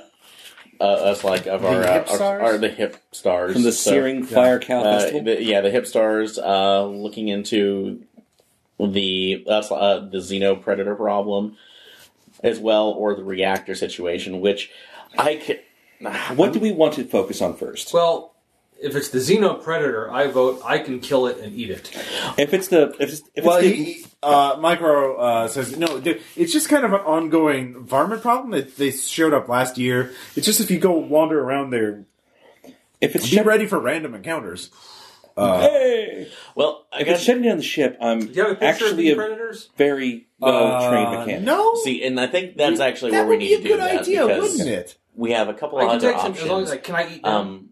Speaker 5: uh, us like of our,
Speaker 3: hip
Speaker 5: uh, our,
Speaker 3: stars?
Speaker 5: our the hip stars
Speaker 4: from the
Speaker 5: So,
Speaker 4: Searing Fire Cow
Speaker 5: uh,
Speaker 4: Festival.
Speaker 5: the- yeah, the hip stars. Uh, looking into the that's uh, the xeno predator problem as well, or the reactor situation, which I could.
Speaker 4: what do we want to focus on first?
Speaker 2: Well, if it's the Xeno Predator, I vote I can kill it and eat it.
Speaker 4: if it's the if it's, if it's
Speaker 3: Well,
Speaker 4: the,
Speaker 3: he, he- uh, Micro uh, says no. th- It's just kind of an ongoing varmint problem that they showed up last year. It's just if you go wander around there,
Speaker 4: if it's
Speaker 3: be
Speaker 4: shut,
Speaker 3: ready for random encounters.
Speaker 4: hey!
Speaker 5: Well,
Speaker 4: if
Speaker 5: I
Speaker 4: it's
Speaker 5: guess
Speaker 4: shutting down the ship, I'm
Speaker 2: Do you have a picture
Speaker 4: actually
Speaker 2: of the
Speaker 4: a
Speaker 2: Predators?
Speaker 4: very well trained
Speaker 3: Uh,
Speaker 4: mechanic.
Speaker 3: No,
Speaker 5: see, and I think that's actually
Speaker 3: that
Speaker 5: where we
Speaker 3: would
Speaker 5: need
Speaker 3: be a
Speaker 5: to do
Speaker 3: good
Speaker 5: that
Speaker 3: idea,
Speaker 5: because
Speaker 3: wouldn't it?
Speaker 5: we have a couple
Speaker 2: I can
Speaker 5: other
Speaker 2: take some as long
Speaker 5: options.
Speaker 2: as I can. I eat them.
Speaker 5: um,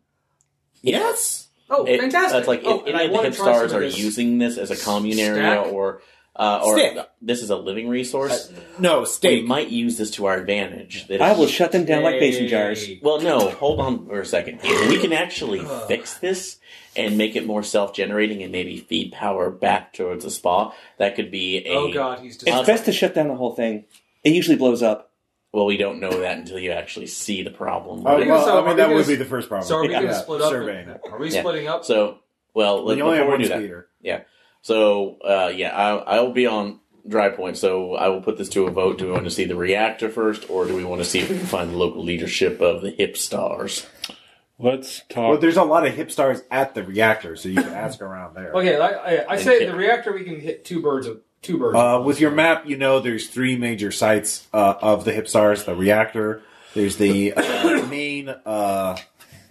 Speaker 3: Yes.
Speaker 2: oh,
Speaker 5: it-
Speaker 2: fantastic!
Speaker 5: That's like
Speaker 2: oh,
Speaker 5: if
Speaker 2: and I
Speaker 5: any of the
Speaker 2: wanna
Speaker 5: hip
Speaker 2: try some
Speaker 5: stars
Speaker 2: of
Speaker 5: are
Speaker 2: this.
Speaker 5: using this as a commune area
Speaker 2: stack?
Speaker 5: or uh, or
Speaker 3: Stick.
Speaker 5: this is a living resource,
Speaker 3: No
Speaker 5: we
Speaker 3: steak.
Speaker 5: might use this to our advantage. That
Speaker 4: I
Speaker 5: if-
Speaker 4: will shut them down like basin jars.
Speaker 2: Hey.
Speaker 5: Well, no, hold on for a second. If we can actually fix this and make it more self-generating and maybe feed power back towards the spa, that could be a.
Speaker 2: Oh God, he's
Speaker 4: It's
Speaker 2: just.
Speaker 4: best to shut down the whole thing. It usually blows up.
Speaker 5: Well, we don't know that until you actually see the problem.
Speaker 3: Oh,
Speaker 2: we
Speaker 3: well,
Speaker 2: gonna-
Speaker 3: I
Speaker 2: are uh, we
Speaker 3: mean, that
Speaker 2: gonna-
Speaker 3: would be the first problem.
Speaker 2: So are we going to
Speaker 3: Yeah,
Speaker 2: split up?
Speaker 3: Surveying.
Speaker 2: Are we
Speaker 5: Yeah.
Speaker 2: splitting up?
Speaker 5: So, well, let,
Speaker 3: You only have
Speaker 5: before
Speaker 3: one
Speaker 5: we do that,
Speaker 3: speeder.
Speaker 5: Yeah. So uh, yeah, I I will be on dry point. So I will put this to a vote. Do we want to see the reactor first, or do we want to see if we can find the local leadership of the hip stars?
Speaker 7: Let's
Speaker 3: Well,
Speaker 7: talk.
Speaker 3: there's a lot of hip stars at the reactor, so you can ask around there.
Speaker 2: okay, I, I, I say the reactor. We can hit two birds. Of, two birds.
Speaker 3: Uh, with your map, you know there's three major sites uh, of the hip stars: the reactor, there's the uh, main uh,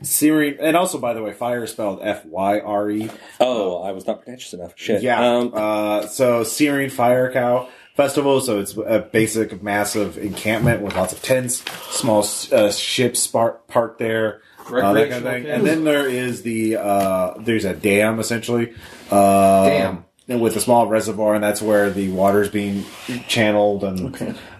Speaker 3: Syrian, and also, by the way, fire is spelled F Y R E.
Speaker 4: Oh, I was not pretentious enough. Shit.
Speaker 3: Yeah.
Speaker 4: Um,
Speaker 3: uh, so Syrian Fire Cow Festival. So it's a basic, massive encampment with lots of tents, small uh, ships par- parked there. Uh, that kind of
Speaker 2: Recreational
Speaker 3: thing.
Speaker 2: camp.
Speaker 3: And then there is the uh, there's a dam essentially. Uh,
Speaker 2: Dam.
Speaker 3: with a small reservoir, and that's where the water's being channeled, and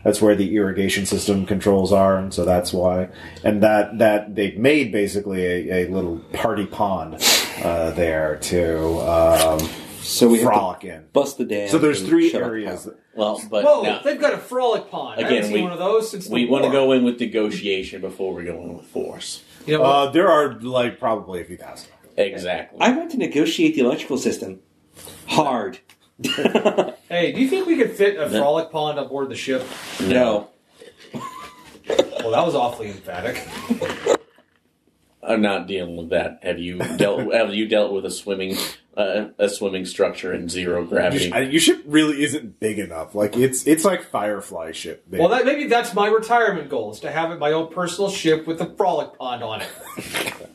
Speaker 3: that's where the irrigation system controls are, and so that's why. And that that they've made basically a, a little party pond uh, there to um,
Speaker 4: so we have
Speaker 3: frolic
Speaker 4: to
Speaker 3: in.
Speaker 4: bust the dam.
Speaker 3: So there's
Speaker 4: and
Speaker 3: three
Speaker 4: shut off
Speaker 3: areas.
Speaker 4: power.
Speaker 5: Well, but
Speaker 2: Whoa,
Speaker 5: now,
Speaker 2: they've got a frolic pond. I
Speaker 5: Again,
Speaker 2: haven't seen
Speaker 5: we-
Speaker 2: one of those since the
Speaker 5: we want to
Speaker 2: war.
Speaker 5: go in with negotiation before we go in with force.
Speaker 2: You know,
Speaker 3: Uh, there are like probably a few thousand.
Speaker 5: Exactly.
Speaker 4: I want to negotiate the electrical system hard.
Speaker 2: hey, do you think we could fit a frolic pond aboard the ship?
Speaker 4: No.
Speaker 2: Well, that was awfully emphatic.
Speaker 5: I'm not dealing with that. Have you dealt? have you dealt with a swimming uh, a swimming structure in zero
Speaker 3: You
Speaker 5: gravity?
Speaker 3: sh- uh, Your ship really isn't big enough. Like it's it's like Firefly ship. big.
Speaker 2: Well, that maybe that's my retirement goal is to have it my own personal ship with a frolic pond on it.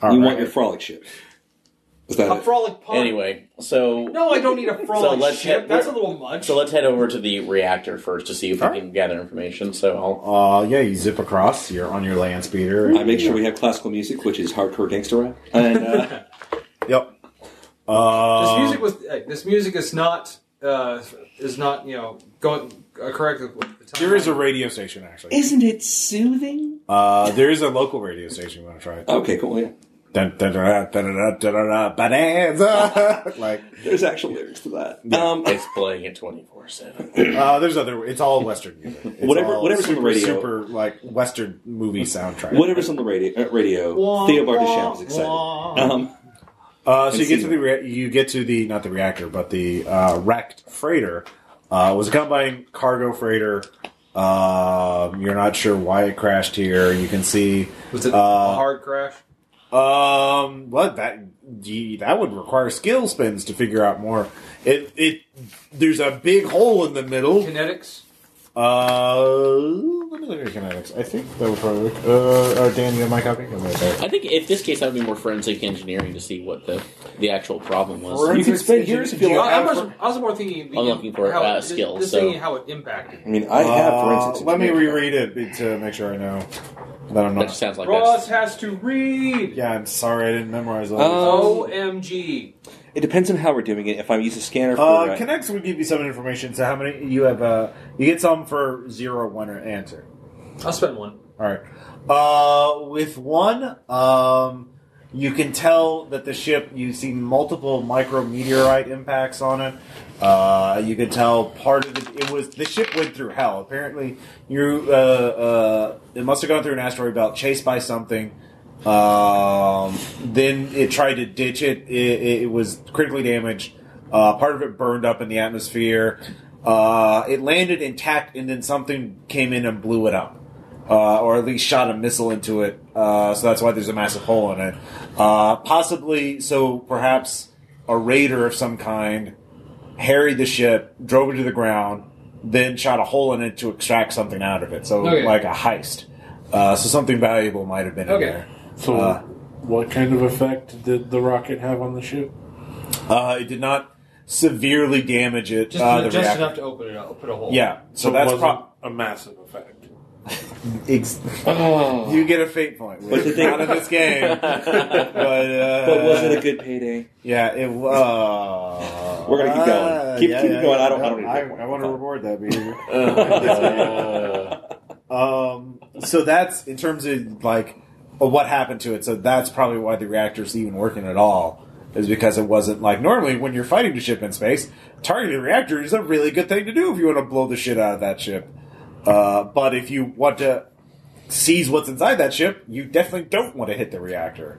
Speaker 3: All
Speaker 4: you
Speaker 3: right.
Speaker 4: want your frolic ship. Is that
Speaker 2: A
Speaker 4: it?
Speaker 2: frolic pond.
Speaker 5: Anyway, so
Speaker 2: No, I don't need a frolic
Speaker 5: let's
Speaker 2: ship.
Speaker 5: hit-
Speaker 2: that's a little much.
Speaker 5: so let's head over to the reactor first to see if we
Speaker 3: Alright.
Speaker 5: can gather information. So I'll
Speaker 3: Uh, yeah, you zip across. You're on your land speeder.
Speaker 4: I make sure we have classical music, which is hardcore gangster rap. And uh,
Speaker 3: Yep.
Speaker 2: this
Speaker 5: um,
Speaker 3: Uh,
Speaker 2: music was hey, this music is not uh, is not you know going uh, correct. with the time.
Speaker 3: there is a radio station actually.
Speaker 4: isn't it soothing?
Speaker 3: Uh, there is a local radio station. You want to try it?
Speaker 4: Okay, cool. Yeah,
Speaker 3: Dun, dun, dun, dun, dun, dun, dun, dun, dun, bonanza. like
Speaker 4: there's actual lyrics to that. Um,
Speaker 5: it's playing it twenty four seven.
Speaker 3: uh, there's other. It's all Western music. It's
Speaker 4: Whatever-
Speaker 3: all
Speaker 4: whatever's on
Speaker 3: super,
Speaker 4: the radio.
Speaker 3: Super like Western movie soundtrack.
Speaker 4: whatever's on the radio, uh, radio
Speaker 2: Wah,
Speaker 4: Theobard
Speaker 2: wah,
Speaker 4: Deschamps is excited.
Speaker 2: wah.
Speaker 5: Uh-huh.
Speaker 4: Um,
Speaker 3: Uh, so you get
Speaker 4: see
Speaker 3: to the rea- you get to the not the reactor but the uh, wrecked freighter uh, it was a combined cargo freighter. Um, you're not sure why it crashed here. You can see
Speaker 2: was it
Speaker 5: Uh,
Speaker 2: a hard crash?
Speaker 3: um, what that gee, that would require skill spins to figure out more. It it there's a big hole in the middle.
Speaker 2: Kinetics.
Speaker 3: Uh, let me look at your kinetics. I think that would probably work. Uh, uh, Dan, you have my copy. I'm right there.
Speaker 5: I think in this case that would be more forensic engineering to see what the the actual problem was.
Speaker 3: Forensic-
Speaker 4: you can spend years if you
Speaker 2: Well, I,
Speaker 4: like.
Speaker 2: was, I was more thinking. the-
Speaker 5: I'm looking for,
Speaker 2: how
Speaker 5: uh,
Speaker 2: it-
Speaker 5: skill,
Speaker 2: Just
Speaker 5: so-
Speaker 2: thinking how it impacted.
Speaker 4: I mean, I have
Speaker 3: Uh,
Speaker 4: forensics.
Speaker 3: let me
Speaker 4: engineering.
Speaker 3: reread it to make sure I know that I'm
Speaker 5: That
Speaker 3: not
Speaker 5: just sounds like
Speaker 2: Ross
Speaker 5: that's
Speaker 2: has to read.
Speaker 3: Yeah, I'm sorry I didn't memorize all
Speaker 5: Oh,
Speaker 4: Uh,
Speaker 2: OMG.
Speaker 4: It depends on how we're doing it. If I'm using scanner for
Speaker 3: Uh,
Speaker 4: uh,
Speaker 3: Connects would give you some information. So how many you have? Uh, you get some for zero, one, or answer.
Speaker 2: I'll spend one.
Speaker 3: All right. Uh, with one, um, You can tell that the ship, you've seen multiple micrometeorite impacts on it. Uh, you can tell part of it, it was, the ship went through hell. Apparently, you, uh, uh, it must have gone through an asteroid belt, chased by something. Um, then it tried to ditch it. It, it was critically damaged. Uh, part of it burned up in the atmosphere. Uh, it landed intact, and then something came in and blew it up, uh, or at least shot a missile into it. Uh, so that's why there's a massive hole in it. Uh, possibly, so perhaps a raider of some kind harried the ship, drove it to the ground, then shot a hole in it to extract something out of it. So
Speaker 2: Okay.
Speaker 3: like a heist. Uh, so something valuable might have been in
Speaker 2: Okay.
Speaker 3: there.
Speaker 7: So,
Speaker 3: Uh.
Speaker 7: what kind of effect did the rocket have on the ship?
Speaker 3: Uh, it did not severely damage it.
Speaker 2: Just,
Speaker 3: uh, the
Speaker 2: just
Speaker 3: reactor.
Speaker 2: enough to open it up, put a hole.
Speaker 3: Yeah, so,
Speaker 7: it
Speaker 3: that's
Speaker 7: wasn't
Speaker 3: pro-
Speaker 7: a massive effect.
Speaker 3: ex-
Speaker 4: Oh.
Speaker 3: you get a fate point. We're
Speaker 4: But the thing-
Speaker 3: out of this game. but, uh,
Speaker 4: But was it a good payday?
Speaker 3: Yeah, it uh, was.
Speaker 4: We're gonna keep going. Keep- keep going. I don't- I don't need a
Speaker 3: I,
Speaker 4: fate point.
Speaker 3: I want to
Speaker 4: Fine.
Speaker 3: reward that behavior.
Speaker 5: Uh,
Speaker 3: Um, so that's in terms of like of what happened to it. So that's probably why the reactor's even working at all is because it wasn't like normally when you're fighting the ship in space, targeting the reactor is a really good thing to do if you want to blow the shit out of that ship. Uh, but if you want to seize what's inside that ship, you definitely don't want to hit the reactor.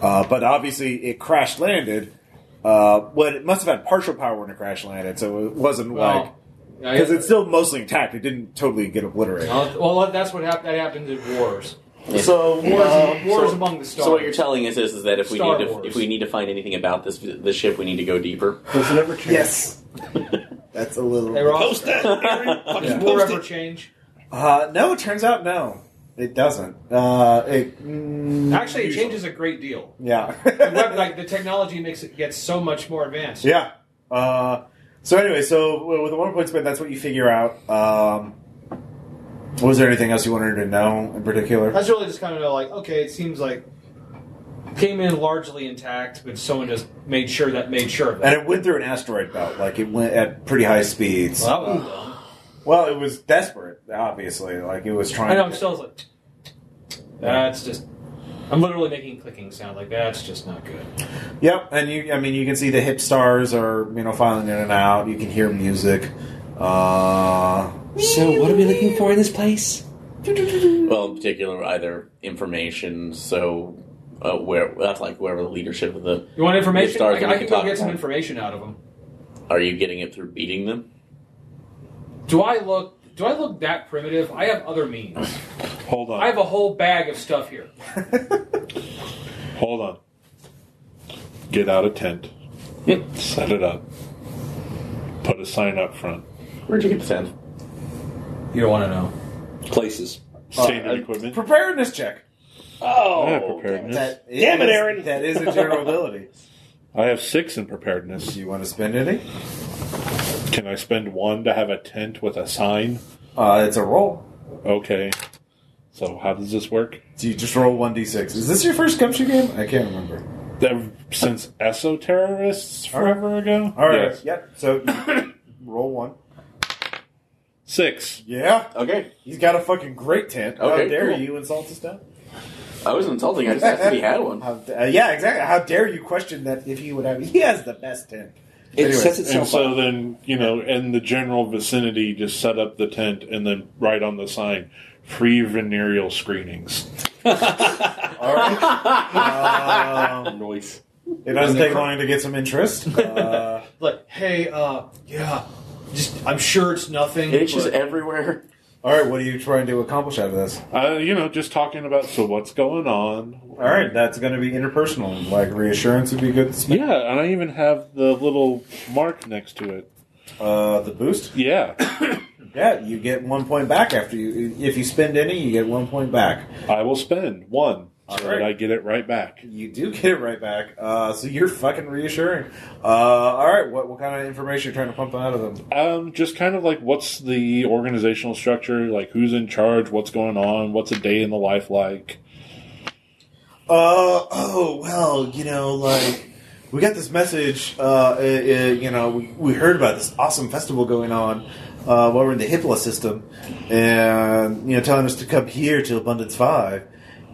Speaker 3: Uh, but obviously, it crash landed. Uh, but it must have had partial power when it crash landed, so it wasn't like
Speaker 2: Well, I-
Speaker 3: because it's still mostly intact. It didn't totally get obliterated.
Speaker 2: Well, well, that's what hap- that happens in wars.
Speaker 5: so
Speaker 2: Wars,
Speaker 5: uh,
Speaker 2: wars
Speaker 5: so-
Speaker 2: among the stars.
Speaker 5: So what you're telling us is, is that if we
Speaker 2: Star
Speaker 5: need to,
Speaker 2: Wars.
Speaker 5: if we need to find anything about this the ship, we need to go deeper.
Speaker 7: Does it ever change?
Speaker 3: Yes. That's a little.
Speaker 2: They were all-
Speaker 4: Post that, Aaron. Fucking
Speaker 2: Does war
Speaker 4: post
Speaker 2: ever
Speaker 4: it.
Speaker 2: change?
Speaker 3: Uh, no, it turns out no, it doesn't. Uh, it, mm,
Speaker 2: Actually, it changes a great deal. The
Speaker 3: Yeah.
Speaker 2: web, like the technology makes it gets so much more advanced.
Speaker 3: yeah. Uh, so anyway, so w- with the one point spin, that's what you figure out. Um, was there anything else you wanted to know in particular?
Speaker 2: That's really just kind of like okay, it seems like came in largely intact, but someone just made sure that made sure of
Speaker 3: And
Speaker 2: that.
Speaker 3: it went through an asteroid belt, like it went at pretty high speeds.
Speaker 2: Well, that was dumb.
Speaker 3: Well, it was desperate, obviously. Like it was trying.
Speaker 2: I know. I'm
Speaker 3: to-
Speaker 2: still like, that's just. I'm literally making clicking sound like that's just not good.
Speaker 3: Yep, and you. I mean, you can see the hip stars are you know filing in and out. You can hear music. Uh,
Speaker 4: So, what are we looking for in this place?
Speaker 5: Well, in particular, either information. So uh, where that's like wherever the leadership of the
Speaker 2: You want information?
Speaker 5: Stars
Speaker 2: I,
Speaker 5: that
Speaker 2: I
Speaker 5: we
Speaker 2: can
Speaker 5: can
Speaker 2: go
Speaker 5: talk
Speaker 2: get some
Speaker 5: about.
Speaker 2: information out of them.
Speaker 5: are you getting it through beating them?
Speaker 2: Do I look? Do I look that primitive? I have other means.
Speaker 7: Hold on.
Speaker 2: I have a whole bag of stuff here.
Speaker 7: Hold on. Get out a tent. Set it up. Put a sign up front.
Speaker 5: Where'd you get the ten?
Speaker 2: You don't want to know.
Speaker 4: Places.
Speaker 7: Standard equipment.
Speaker 3: Uh, preparedness check.
Speaker 7: I have
Speaker 4: Oh,
Speaker 7: preparedness.
Speaker 3: is,
Speaker 4: Damn it, Aaron.
Speaker 3: That is a general ability.
Speaker 7: I have six in preparedness.
Speaker 3: Do you want to spend any?
Speaker 7: Can I spend one to have a tent with a sign?
Speaker 3: Uh, it's a roll.
Speaker 7: Okay. So how does this work?
Speaker 3: So you just roll one d six. Is this your first gumshoe game? I can't remember.
Speaker 7: Ever Since ESO terrorists forever ago.
Speaker 3: All right.
Speaker 7: Yes.
Speaker 3: Yep. So you roll one.
Speaker 7: Six.
Speaker 3: Yeah.
Speaker 5: Okay,
Speaker 3: He's got a fucking great tent. How
Speaker 5: Okay,
Speaker 3: dare
Speaker 5: cool.
Speaker 3: you insult his tent?
Speaker 5: I wasn't insulting. I just asked if he had one.
Speaker 3: How d- uh, yeah, exactly. How dare you question that if he would have? He has the best tent.
Speaker 4: It
Speaker 3: Anyway,
Speaker 4: sets
Speaker 7: And
Speaker 4: itself
Speaker 7: so
Speaker 4: up.
Speaker 7: then, you know, in the general vicinity, just set up the tent and then write on the sign, free venereal screenings.
Speaker 3: All right. um,
Speaker 4: Noise.
Speaker 3: It doesn't take long to get some interest. Uh,
Speaker 2: Like, hey, uh, yeah, just I'm sure it's nothing.
Speaker 5: It's just
Speaker 2: but-
Speaker 5: everywhere.
Speaker 3: all right, what are you trying to accomplish out of this?
Speaker 7: Uh, you know, just talking about, so what's going on?
Speaker 3: All right, that's going to be interpersonal. Like reassurance would be good. to spend.
Speaker 7: Yeah, and I even have the little mark next to it.
Speaker 3: Uh, the boost.
Speaker 7: Yeah.
Speaker 3: Yeah, you get one point back after you. If you spend any, you get one point back.
Speaker 7: I will spend one so
Speaker 3: All right.
Speaker 7: that I get it right back.
Speaker 3: You do get it right back. Uh, so you're fucking reassuring. Uh, all right, what what kind of information are you trying to pump out of them?
Speaker 7: Um, just kind of like what's the organizational structure, like who's in charge, what's going on, what's a day in the life like.
Speaker 3: Uh, oh, well, you know, like, we got this message, uh, uh, uh, you know, we, we heard about this awesome festival going on uh, while we're in the HIPLA system, and, you know, telling us to come here to Abundance 5.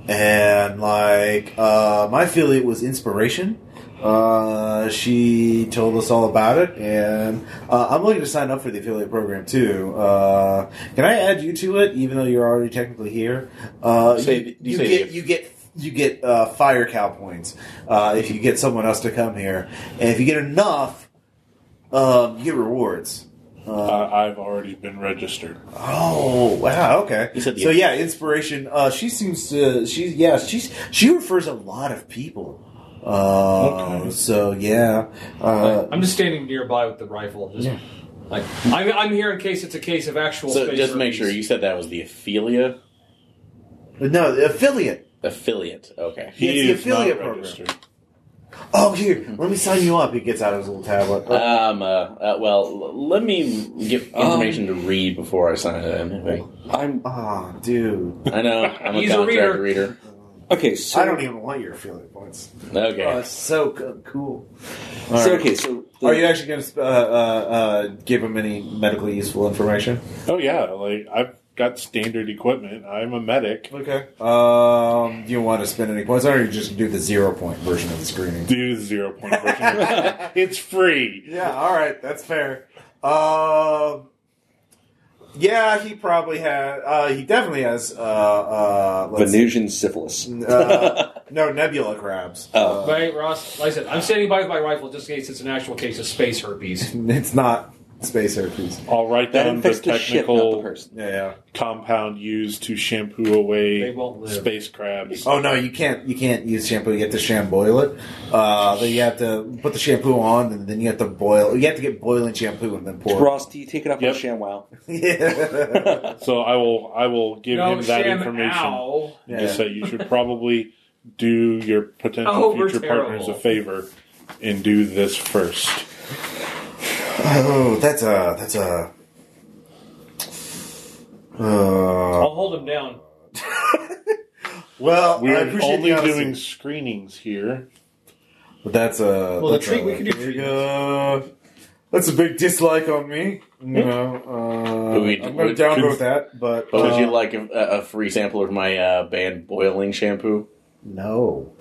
Speaker 3: and like uh, my affiliate was Inspiration. Uh, she told us all about it, and uh, I'm looking to sign up for the affiliate program too. Uh, can I add you to it, even though you're already technically here? Uh,
Speaker 5: Say-
Speaker 3: you,
Speaker 5: you
Speaker 3: you
Speaker 5: say
Speaker 3: get
Speaker 5: the-
Speaker 3: you get you get uh, fire cow points uh, if you get someone else to come here, and if you get enough, um, you get rewards.
Speaker 7: Uh, I've already been registered.
Speaker 3: Oh wow! Okay.
Speaker 5: You said the-
Speaker 3: so yeah, inspiration. Uh, she seems to. She's yeah. She's she refers a lot of people. Uh,
Speaker 7: Okay.
Speaker 3: So yeah. Uh,
Speaker 2: I'm just standing nearby with the rifle. Just like I'm, I'm here in case it's a case of actual.
Speaker 5: So
Speaker 2: space
Speaker 5: just make
Speaker 2: herpes.
Speaker 5: sure you said that was the Ophelia
Speaker 3: but no, the affiliate.
Speaker 5: affiliate. Okay.
Speaker 3: He It's the affiliate program. Oh here, let me sign you up. He gets out his little tablet.
Speaker 5: Um. Uh, uh, well, l- let me get information to read before I sign it. Anyway,
Speaker 4: I'm
Speaker 3: Ah, dude.
Speaker 5: I know I'm a
Speaker 2: He's a
Speaker 5: contract
Speaker 2: reader.
Speaker 5: reader.
Speaker 4: okay. So
Speaker 3: I don't even want your affiliate points.
Speaker 5: Okay.
Speaker 3: Oh, it's so co- cool.
Speaker 4: so,
Speaker 3: All right.
Speaker 4: okay. So the-
Speaker 3: Are you actually going to uh, uh, uh, give him any medically useful information?
Speaker 7: Oh yeah, like I've got standard equipment. I'm a medic.
Speaker 3: Okay. Um, do you want to spend any points, or you just do the zero point version of the screening?
Speaker 7: Do the zero point version. it's free.
Speaker 3: Yeah, all right, that's fair. Um, yeah, he probably had. Uh, he definitely has. Uh, uh, let's-
Speaker 4: Venusian syphilis.
Speaker 3: uh, no, nebula crabs.
Speaker 4: Oh.
Speaker 3: Uh,
Speaker 2: Right, Ross. Like I said, I'm standing by with my rifle just in case it's an actual case of space herpes.
Speaker 3: it's not space herpes.
Speaker 7: I'll write
Speaker 4: That
Speaker 7: down the
Speaker 4: infects the ship, not the
Speaker 7: technical
Speaker 4: person.
Speaker 3: Yeah, yeah.
Speaker 7: compound used to shampoo
Speaker 2: They
Speaker 7: away
Speaker 2: won't live.
Speaker 7: space crabs.
Speaker 3: Oh no, you can't. You can't use shampoo. You have to shamboil it. Uh, then you have to put the shampoo on, and then you have to boil. You have to get boiling shampoo and then pour.
Speaker 4: Ross, do you take it off
Speaker 7: Yep.
Speaker 4: on ShamWow?
Speaker 3: it. yeah.
Speaker 7: So I will I will give
Speaker 2: no,
Speaker 7: him that
Speaker 2: Sam,
Speaker 7: information.
Speaker 2: ow.
Speaker 7: Just that you should probably do your potential
Speaker 2: Oh, we're
Speaker 7: future partners
Speaker 2: terrible.
Speaker 7: a favor and do this first.
Speaker 3: Oh, that's a that's a. Uh,
Speaker 2: I'll hold him down.
Speaker 3: well, I
Speaker 7: We're
Speaker 3: appreciate
Speaker 7: only
Speaker 3: the honesty.
Speaker 7: doing screenings here.
Speaker 3: But that's a well.
Speaker 9: the
Speaker 3: That's
Speaker 9: treat-
Speaker 3: a,
Speaker 9: we could do
Speaker 3: big, uh, that's a big dislike on me. You know, uh,
Speaker 5: We-
Speaker 3: I'm going
Speaker 5: we-
Speaker 3: to downvote
Speaker 7: cons-
Speaker 3: that. But
Speaker 5: But would
Speaker 3: uh,
Speaker 5: you like a, a free sample of my uh, band boiling shampoo?
Speaker 3: No.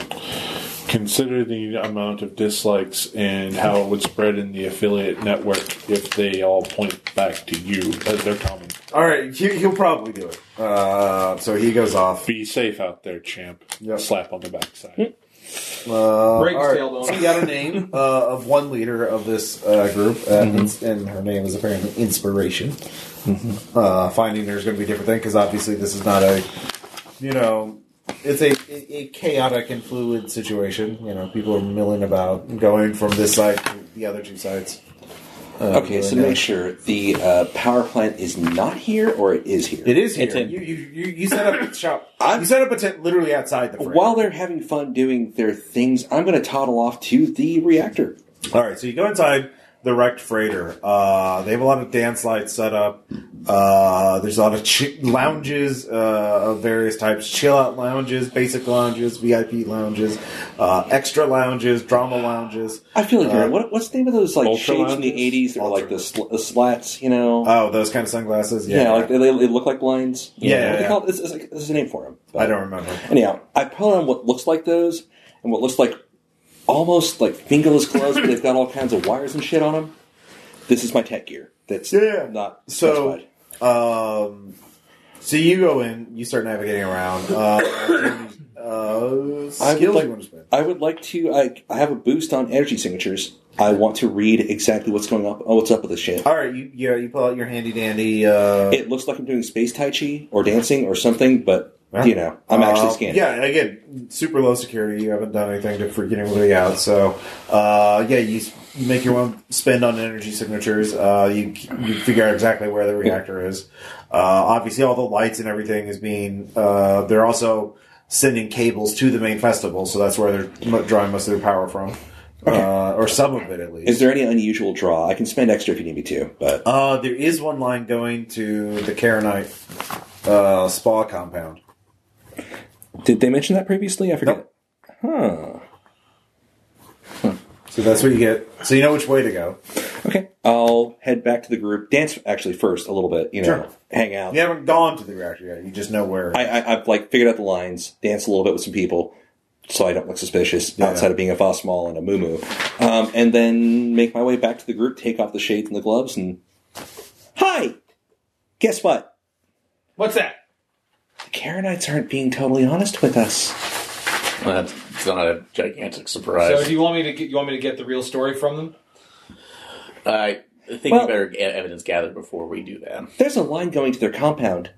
Speaker 7: Consider the amount of dislikes and how it would spread in the affiliate network if they all point back to you as their comment.
Speaker 3: All right, he, he'll probably do it. Uh, so he goes off.
Speaker 7: Be safe out there, champ.
Speaker 3: Yep.
Speaker 7: Slap on the backside.
Speaker 3: Uh,
Speaker 2: Break his
Speaker 3: all right.
Speaker 2: tailbone.
Speaker 3: So you got a name uh, of one leader of this uh, group, uh, ins- and her name is apparently Inspiration. Uh, finding there's going to be different thing because obviously this is not a, you know, it's a, a- a chaotic and fluid situation. You know, people are milling about, going from this side to the other two sides. Uh,
Speaker 4: okay, so
Speaker 3: doing
Speaker 4: make
Speaker 3: that.
Speaker 4: sure the uh, power plant is not here or it is here.
Speaker 3: It is here.
Speaker 5: It's in-
Speaker 3: you, you, you, you set up shop.
Speaker 4: I'm-
Speaker 3: you set up a tent literally outside the frame.
Speaker 4: While they're having fun doing their things, I'm going to toddle off to the reactor.
Speaker 3: All right, so you go inside the wrecked freighter. Uh, they have a lot of dance lights set up. Uh, there's a lot of chi- lounges uh, of various types: chill out lounges, basic lounges, VIP lounges, uh, extra lounges, drama lounges.
Speaker 4: I feel like you're
Speaker 3: Uh,
Speaker 4: what, what's the name of those like
Speaker 7: Ultra
Speaker 4: shades in the
Speaker 7: lenses?
Speaker 4: '80s that were like the, sl- the slats, you know?
Speaker 3: Oh, those kind of sunglasses.
Speaker 4: yeah,
Speaker 3: Yeah,
Speaker 4: like they, they look like blinds. You
Speaker 3: Yeah,
Speaker 4: know,
Speaker 3: yeah,
Speaker 4: what they
Speaker 3: yeah.
Speaker 4: call it? It's, it's like, there's a name for them.
Speaker 3: I don't remember.
Speaker 4: Anyhow, I put on what looks like those and what looks like almost like fingerless gloves, but they've got all kinds of wires and shit on them. This is my tech gear. That's
Speaker 3: Yeah.
Speaker 4: not
Speaker 3: So,
Speaker 4: specified.
Speaker 3: um, so you go in, you start navigating around. Uh, uh,
Speaker 4: I would
Speaker 3: skills
Speaker 4: like-
Speaker 3: you want to spend?
Speaker 4: I would like to. I, I have a boost on energy signatures. I want to read exactly what's going up. Oh, what's up with this shit?
Speaker 3: All right, you yeah, you pull out your handy dandy. Uh,
Speaker 4: It looks like I'm doing space tai chi or dancing or something, but
Speaker 3: Yeah.
Speaker 4: you know, I'm actually
Speaker 3: Uh,
Speaker 4: scanning.
Speaker 3: Yeah, and again, super low security. You haven't done anything to freak anybody out. So, uh, yeah, you s- you make your own spend on energy signatures. Uh, you, you figure out exactly where the reactor is. Uh, obviously, all the lights and everything is being. Uh, they're also sending cables to the main festival, so that's where they're mo- drawing most of their power from, uh, or some of it at least.
Speaker 4: Is there any unusual draw? I can spend extra if you need me to, but
Speaker 3: Uh, there is one line going to the Karanite uh, spa compound.
Speaker 4: did they mention that previously? I forget.
Speaker 3: Nope.
Speaker 4: Huh.
Speaker 3: So that's what you get. So you know which way to go.
Speaker 4: Okay, I'll head back to the group. Dance actually first a little bit. You know,
Speaker 3: Sure.
Speaker 4: hang out.
Speaker 3: You haven't gone to the reactor yet. You just know where.
Speaker 4: I, I, I've like figured out the lines, dance a little bit with some people, so I don't look suspicious outside of being a Vosmol and a Moo um, and then make my way back to the group, take off the shades and the gloves, and hi, guess what?
Speaker 9: What's that?
Speaker 4: The Karenites aren't being totally honest with us.
Speaker 5: That's it's not a gigantic
Speaker 2: So
Speaker 5: surprise.
Speaker 2: do you want me to get you want me to get the real story from them?
Speaker 5: I think
Speaker 4: Well-
Speaker 5: we better get evidence gathered before we do that.
Speaker 4: There's a line going to their compound.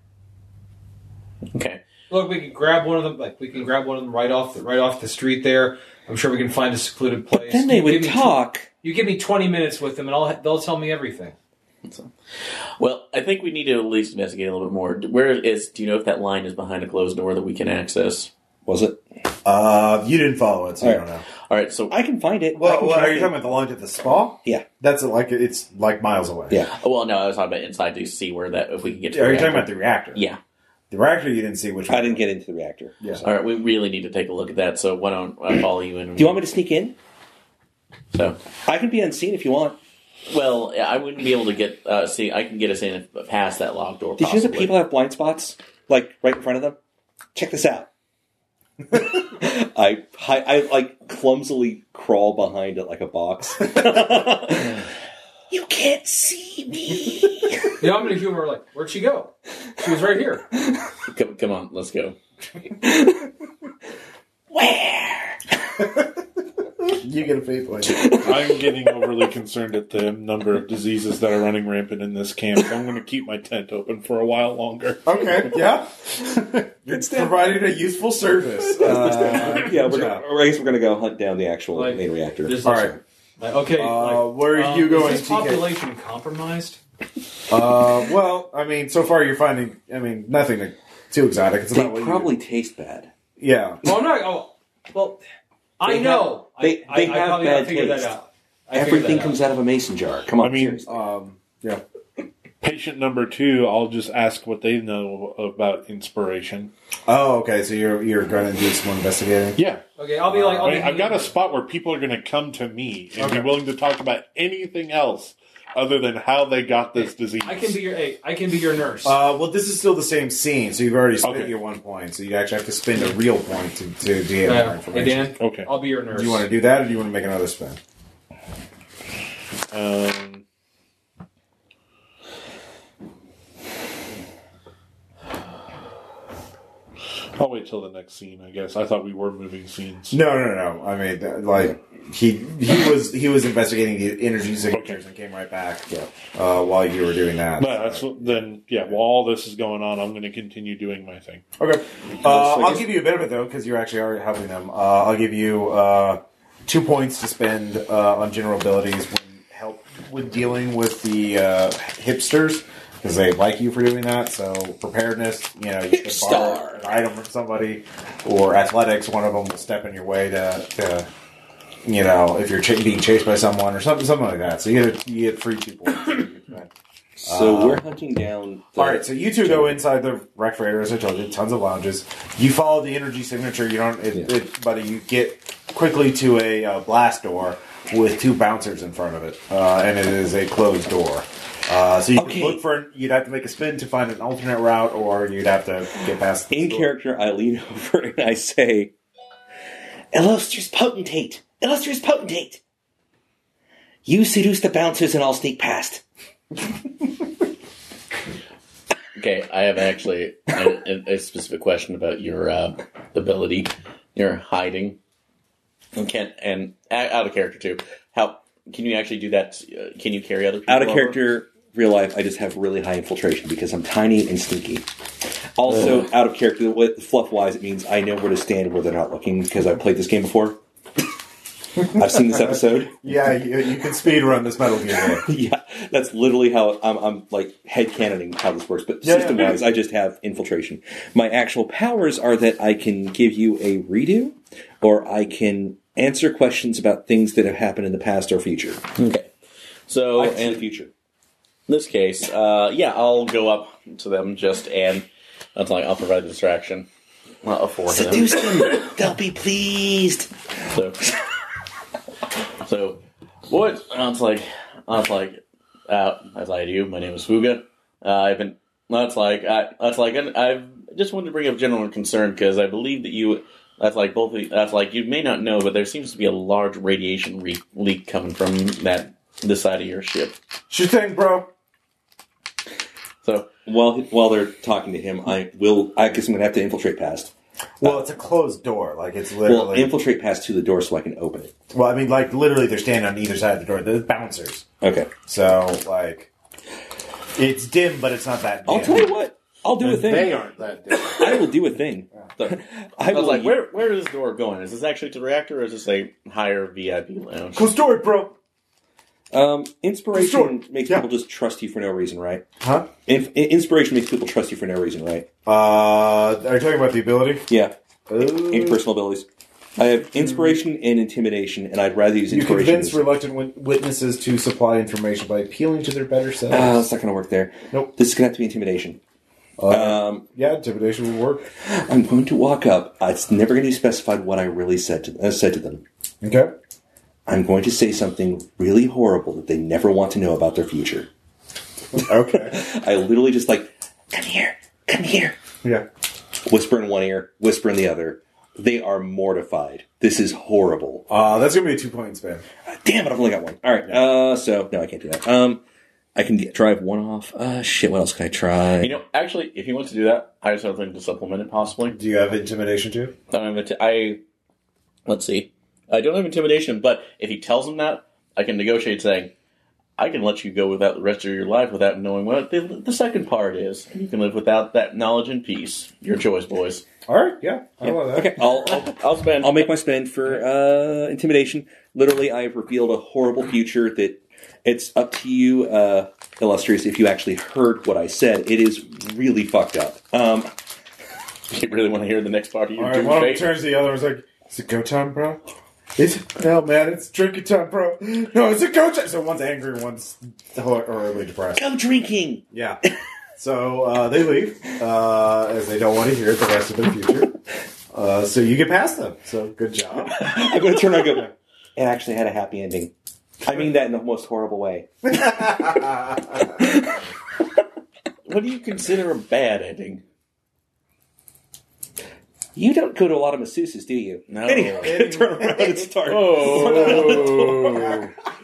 Speaker 5: Okay.
Speaker 2: Look, we can grab one of them. Like we can grab one of them right off the right off the street there. I'm sure we can find a secluded place.
Speaker 4: Then they
Speaker 2: You
Speaker 4: would
Speaker 2: give me tw-
Speaker 4: talk.
Speaker 2: you give me 20 minutes with them, and I'll they'll tell me everything.
Speaker 5: Well, I think we need to at least investigate a little bit more. Where is? Do you know if that line is behind a closed door that we can access?
Speaker 4: Was it?
Speaker 3: Uh, you didn't follow it, so you don't know.
Speaker 5: All right. So,
Speaker 4: I can find it. I
Speaker 3: Well,
Speaker 4: can
Speaker 3: well,
Speaker 4: try
Speaker 3: are you
Speaker 4: it.
Speaker 3: talking about the launch at the spa?
Speaker 4: Yeah.
Speaker 3: That's like it's like miles away.
Speaker 4: Yeah.
Speaker 5: well, no, I was talking about inside to see where that if we can get. To
Speaker 3: Are
Speaker 5: the
Speaker 3: you talking
Speaker 5: reactor.
Speaker 3: about the reactor?
Speaker 5: Yeah.
Speaker 3: The reactor you didn't see which
Speaker 4: I didn't get into the reactor.
Speaker 3: Yeah.
Speaker 5: All right. We really need to take a look at that. So why don't I follow you in?
Speaker 4: Do you want me to sneak in?
Speaker 5: So,
Speaker 4: I can be unseen if you want.
Speaker 5: well, I wouldn't be able to get. Uh, see, I can get us in if, past that locked door.
Speaker 4: Did you know that
Speaker 5: possibly.
Speaker 4: people have blind spots, like right in front of them? Check this out. I, I I like clumsily crawl behind it like a box. you can't see me.
Speaker 2: You know, I'm going to humor her, like, where'd she go? She was right here.
Speaker 5: Come, come on, let's go.
Speaker 4: Where?
Speaker 3: You get a fate point.
Speaker 7: I'm getting overly concerned at the number of diseases that are running rampant in this camp. I'm going to keep my tent open for a while longer.
Speaker 3: okay. Yeah. You're providing a useful service. Uh,
Speaker 4: Yeah,
Speaker 3: good
Speaker 4: we're gonna,
Speaker 3: job.
Speaker 4: I guess we're gonna go hunt down the actual
Speaker 2: Like,
Speaker 4: main reactor.
Speaker 2: This is-
Speaker 3: All right.
Speaker 2: Like, okay.
Speaker 3: Uh,
Speaker 2: like,
Speaker 3: where are
Speaker 2: um,
Speaker 3: you going,
Speaker 2: Is this
Speaker 3: TK?
Speaker 2: population compromised?
Speaker 3: Uh, well, I mean, so far you're finding, I mean, nothing too exotic. It's
Speaker 4: they
Speaker 3: not what
Speaker 4: probably taste bad.
Speaker 3: You, yeah.
Speaker 2: Well, I'm not. Oh, well, I
Speaker 4: They
Speaker 2: know.
Speaker 4: have- they-
Speaker 2: I,
Speaker 4: they
Speaker 2: I, I
Speaker 4: have
Speaker 2: probably
Speaker 4: bad
Speaker 2: gotta figure
Speaker 4: taste.
Speaker 2: that out. I figured
Speaker 4: Everything
Speaker 2: that
Speaker 4: comes out of a mason jar. Come on,
Speaker 7: I mean,
Speaker 4: seriously.
Speaker 3: Um, yeah.
Speaker 7: Patient number two, I'll just ask what they know about inspiration.
Speaker 3: Oh, okay. So you're you're going to do some more investigating.
Speaker 7: Yeah.
Speaker 2: Okay, I'll be like, I'll
Speaker 7: I
Speaker 2: be
Speaker 7: mean, I've got a
Speaker 2: hanging-
Speaker 7: spot where people are going to come to me and
Speaker 3: Okay.
Speaker 7: be willing to talk about anything else other than how they got this disease.
Speaker 2: I can be your. Hey, I can be your nurse.
Speaker 3: Uh, well, this is still the same scene, so you've already spent
Speaker 7: Okay.
Speaker 3: your one point, so you actually have to spend a real point to, to get
Speaker 2: Yeah.
Speaker 3: more
Speaker 2: Hey
Speaker 3: information.
Speaker 2: Dan,
Speaker 7: Okay.
Speaker 2: I'll be your nurse.
Speaker 3: Do you want to do that, or do you want to make another spin?
Speaker 7: Um, I'll wait till the next scene, I guess. I thought we were moving scenes.
Speaker 3: No, no, no. no. I mean, th- like he he was he was investigating the energy signatures and came right back.
Speaker 4: Yeah.
Speaker 3: Uh, while you were doing that.
Speaker 7: No, that's what, then, yeah, while all this is going on, I'm going to continue doing my thing.
Speaker 3: Okay. Uh, I'll give you a bit of it though, because you're actually already helping them. Uh, I'll give you uh, two points to spend uh, on general abilities when help when dealing with the uh, hipsters, because they like you for doing that. So preparedness, you know, you can borrow an item from somebody, or athletics. One of them will step in your way to. to you know, if you're ch- being chased by someone or something, something like that. So you get you get free two points.
Speaker 4: so we're hunting down. The,
Speaker 3: All right, so you two go inside the refrigerator, as I told you, tons of lounges. You follow the energy signature. You don't, it,
Speaker 4: Yeah.
Speaker 3: it, buddy. You get quickly to a uh, blast door with two bouncers in front of it, uh, and it is a closed door. Uh, so you
Speaker 4: Okay.
Speaker 3: could look for. You'd have to make a spin to find an alternate route, or you'd have to get past. the
Speaker 4: In
Speaker 3: door.
Speaker 4: character, I lean over and I say, Illustrious potentate! Illustrious potentate! You seduce the bouncers and I'll sneak past.
Speaker 5: Okay, I have actually a, a- a specific question about your uh, ability, your hiding, and can and a- out of character too. How can you actually do that? Uh, can you carry other people
Speaker 4: Out of
Speaker 5: over?
Speaker 4: character, real life, I just have really high infiltration because I'm tiny and sneaky. Also, out of character, fluff wise, it means I know where to stand where they're not looking because I've played this game before. I've seen this episode.
Speaker 3: Yeah, you, you can speed run this Metal Gear. game.
Speaker 4: Yeah, that's literally how I'm, I'm like headcanoning how this works. But
Speaker 3: Yeah, yeah.
Speaker 4: system wise, I just have infiltration. My actual powers are that I can give you a redo, or I can answer questions about things that have happened in the past or future.
Speaker 5: Okay, so
Speaker 4: I can see
Speaker 5: and
Speaker 4: the future.
Speaker 5: In this case, uh, yeah, I'll go up to them just and that's like I'll provide the distraction uh, for him.
Speaker 4: Seduce them; they'll be pleased.
Speaker 5: So, so what? And it's like I was like, uh, as I do, my name is Fuga. Uh, I've been. That's like I. That's like I. I've just wanted to bring up general concern because I believe that you. That's like both. Of you, that's like you may not know, but there seems to be a large radiation re- leak coming from that the side of your ship.
Speaker 3: Sure thing, bro.
Speaker 5: So
Speaker 4: While while they're talking to him, I will. I guess I'm gonna have to infiltrate past.
Speaker 3: Well, it's a closed door. Like it's
Speaker 4: Uh, Well,
Speaker 3: literally. Well,
Speaker 4: infiltrate past to the door so I can open it.
Speaker 3: I mean, like literally, they're standing on either side of the door. They're bouncers.
Speaker 4: Okay.
Speaker 3: So like, it's dim, but it's not that. Dim.
Speaker 4: I'll tell you what. I'll do a thing.
Speaker 7: They aren't that dead.
Speaker 4: I will do a thing. I
Speaker 5: I was
Speaker 4: will
Speaker 5: like,
Speaker 4: u-
Speaker 5: where where is this door going? Is this actually to the reactor, or is this a higher VIP lounge?
Speaker 3: Closed door, bro.
Speaker 4: Um, inspiration
Speaker 3: Sure.
Speaker 4: makes
Speaker 3: Yeah.
Speaker 4: people just trust you for no reason, right?
Speaker 3: Huh?
Speaker 4: Inf- in- inspiration makes people trust you for no reason, right?
Speaker 3: Uh, are you talking about the ability?
Speaker 4: Yeah.
Speaker 3: Uh,
Speaker 4: Interpersonal abilities. I have inspiration and intimidation, and I'd rather use
Speaker 3: you
Speaker 4: inspiration.
Speaker 3: convince
Speaker 4: than-
Speaker 3: reluctant wit- witnesses to supply information by appealing to their better
Speaker 4: Ah,
Speaker 3: selves.
Speaker 4: it's not going to work there.
Speaker 3: Nope.
Speaker 4: This is going to have to be intimidation. um,
Speaker 3: yeah, intimidation will work.
Speaker 4: I'm going to walk up. It's never going to be specified what I really said to uh, said to them.
Speaker 3: Okay.
Speaker 4: I'm going to say something really horrible that they never want to know about their future.
Speaker 3: Okay.
Speaker 4: I literally just like, come here, come here.
Speaker 3: yeah.
Speaker 4: Whisper in one ear, whisper in the other. They are mortified. This is horrible.
Speaker 3: Uh, that's gonna be a two point span.
Speaker 4: Damn it, I've only got one. All right. Uh, so no, I can't do that. Um, I can d- drive one off. Uh, shit. What else can I try?
Speaker 5: You know, actually, if you want to do that, I just have something to supplement it, possibly.
Speaker 3: Do you have intimidation too?
Speaker 5: I'm inti- I let's see. I don't have intimidation, but if he tells him that, I can negotiate saying, "I can let you go without the rest of your life without knowing what the, the second part is. You can live without that knowledge in peace. Your choice, boys."
Speaker 3: All right. Yeah. I love that.
Speaker 4: okay. I'll, I'll
Speaker 5: I'll spend.
Speaker 4: I'll make my spend for uh, intimidation. Literally, I have revealed a horrible future that it's up to you, uh, illustrious, if you actually heard what I said. It is really fucked up. Um,
Speaker 5: You really want to hear the next part of your
Speaker 3: All right. One of them
Speaker 5: doomsday?
Speaker 3: turns to the other. one's like, "Is it go time, bro? It's no, man. It's drinking time, bro. No, it's a go time." So one's angry, one's horribly depressed.
Speaker 4: Go drinking!
Speaker 3: Yeah. So uh, they leave uh, as they don't want to hear the rest of their future. Uh, so you get past them. So good job.
Speaker 4: I'm going to turn around and go, it actually had a happy ending. I mean that in the most horrible way.
Speaker 5: What do you consider a bad ending?
Speaker 4: You don't go to a lot of masseuses, do you?
Speaker 5: No.
Speaker 4: Anyway, turn around and start.
Speaker 5: Oh,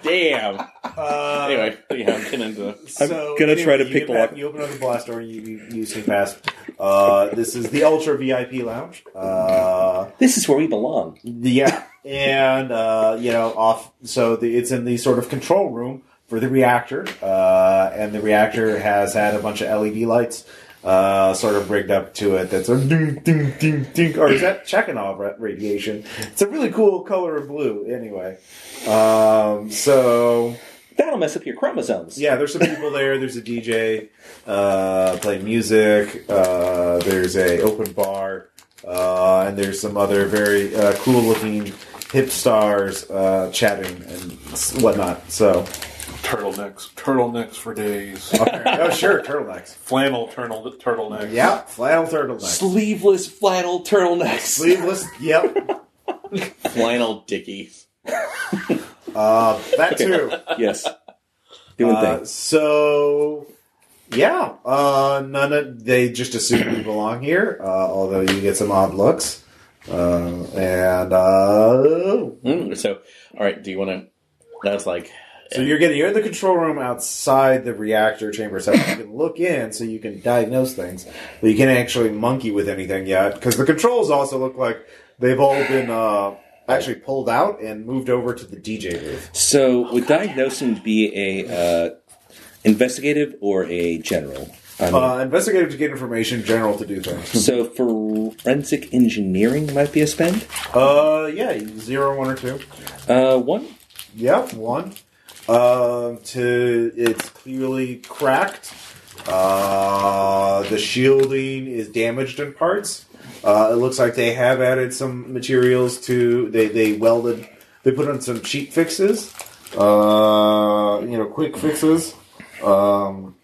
Speaker 5: damn. anyway, yeah, I'm getting into
Speaker 3: uh, So,
Speaker 4: gonna try to
Speaker 3: you
Speaker 4: pick
Speaker 3: get back-
Speaker 4: lock-
Speaker 3: You open up the blast door. You you, you sneak past. Uh, this is the ultra VIP lounge. Uh,
Speaker 4: This is where we belong.
Speaker 3: Yeah, and uh, you know, off. So the, it's in the sort of control room for the reactor, uh, and the reactor has had a bunch of LED lights uh, sort of rigged up to it. That's a ding, ding, ding, ding. Or is that Chekhov ra- radiation? It's a really cool color of blue. Anyway, um, so
Speaker 4: That'll mess up your chromosomes.
Speaker 3: yeah, there's some people there. There's a DJ uh, playing music. Uh, there's a open bar, uh, and there's some other very uh, cool looking hip stars uh, chatting and s- whatnot. So,
Speaker 7: turtlenecks, turtlenecks for days.
Speaker 3: oh sure, turtlenecks.
Speaker 7: Flannel turtle turtlenecks.
Speaker 3: Yeah, flannel turtlenecks.
Speaker 4: Sleeveless flannel turtlenecks.
Speaker 3: Sleeveless. Yep.
Speaker 5: flannel dickie.
Speaker 3: Uh, that too.
Speaker 4: yes. Doing
Speaker 3: Uh,
Speaker 4: things.
Speaker 3: so yeah, uh, none of they just assume you belong here. Uh, although you get some odd looks, uh, and uh,
Speaker 5: Mm, so, all right, do you want to? That's like,
Speaker 3: so you're getting you're in the control room outside the reactor chamber, so you can look in, so you can diagnose things, but you can't actually monkey with anything yet because the controls also look like they've all been uh, actually pulled out and moved over to the DJ booth.
Speaker 4: So would diagnosing be a uh, investigative or a general? I mean,
Speaker 3: Uh, investigative to get information, general to do things.
Speaker 4: so forensic engineering might be a spend.
Speaker 3: Uh, yeah, zero, one, or two.
Speaker 4: Uh, one.
Speaker 3: Yep, one. Um, to it's clearly cracked. Uh, the shielding is damaged in parts. Uh, it looks like they have added some materials to they they welded. They put on some cheap fixes. Uh, you know, quick fixes. Um,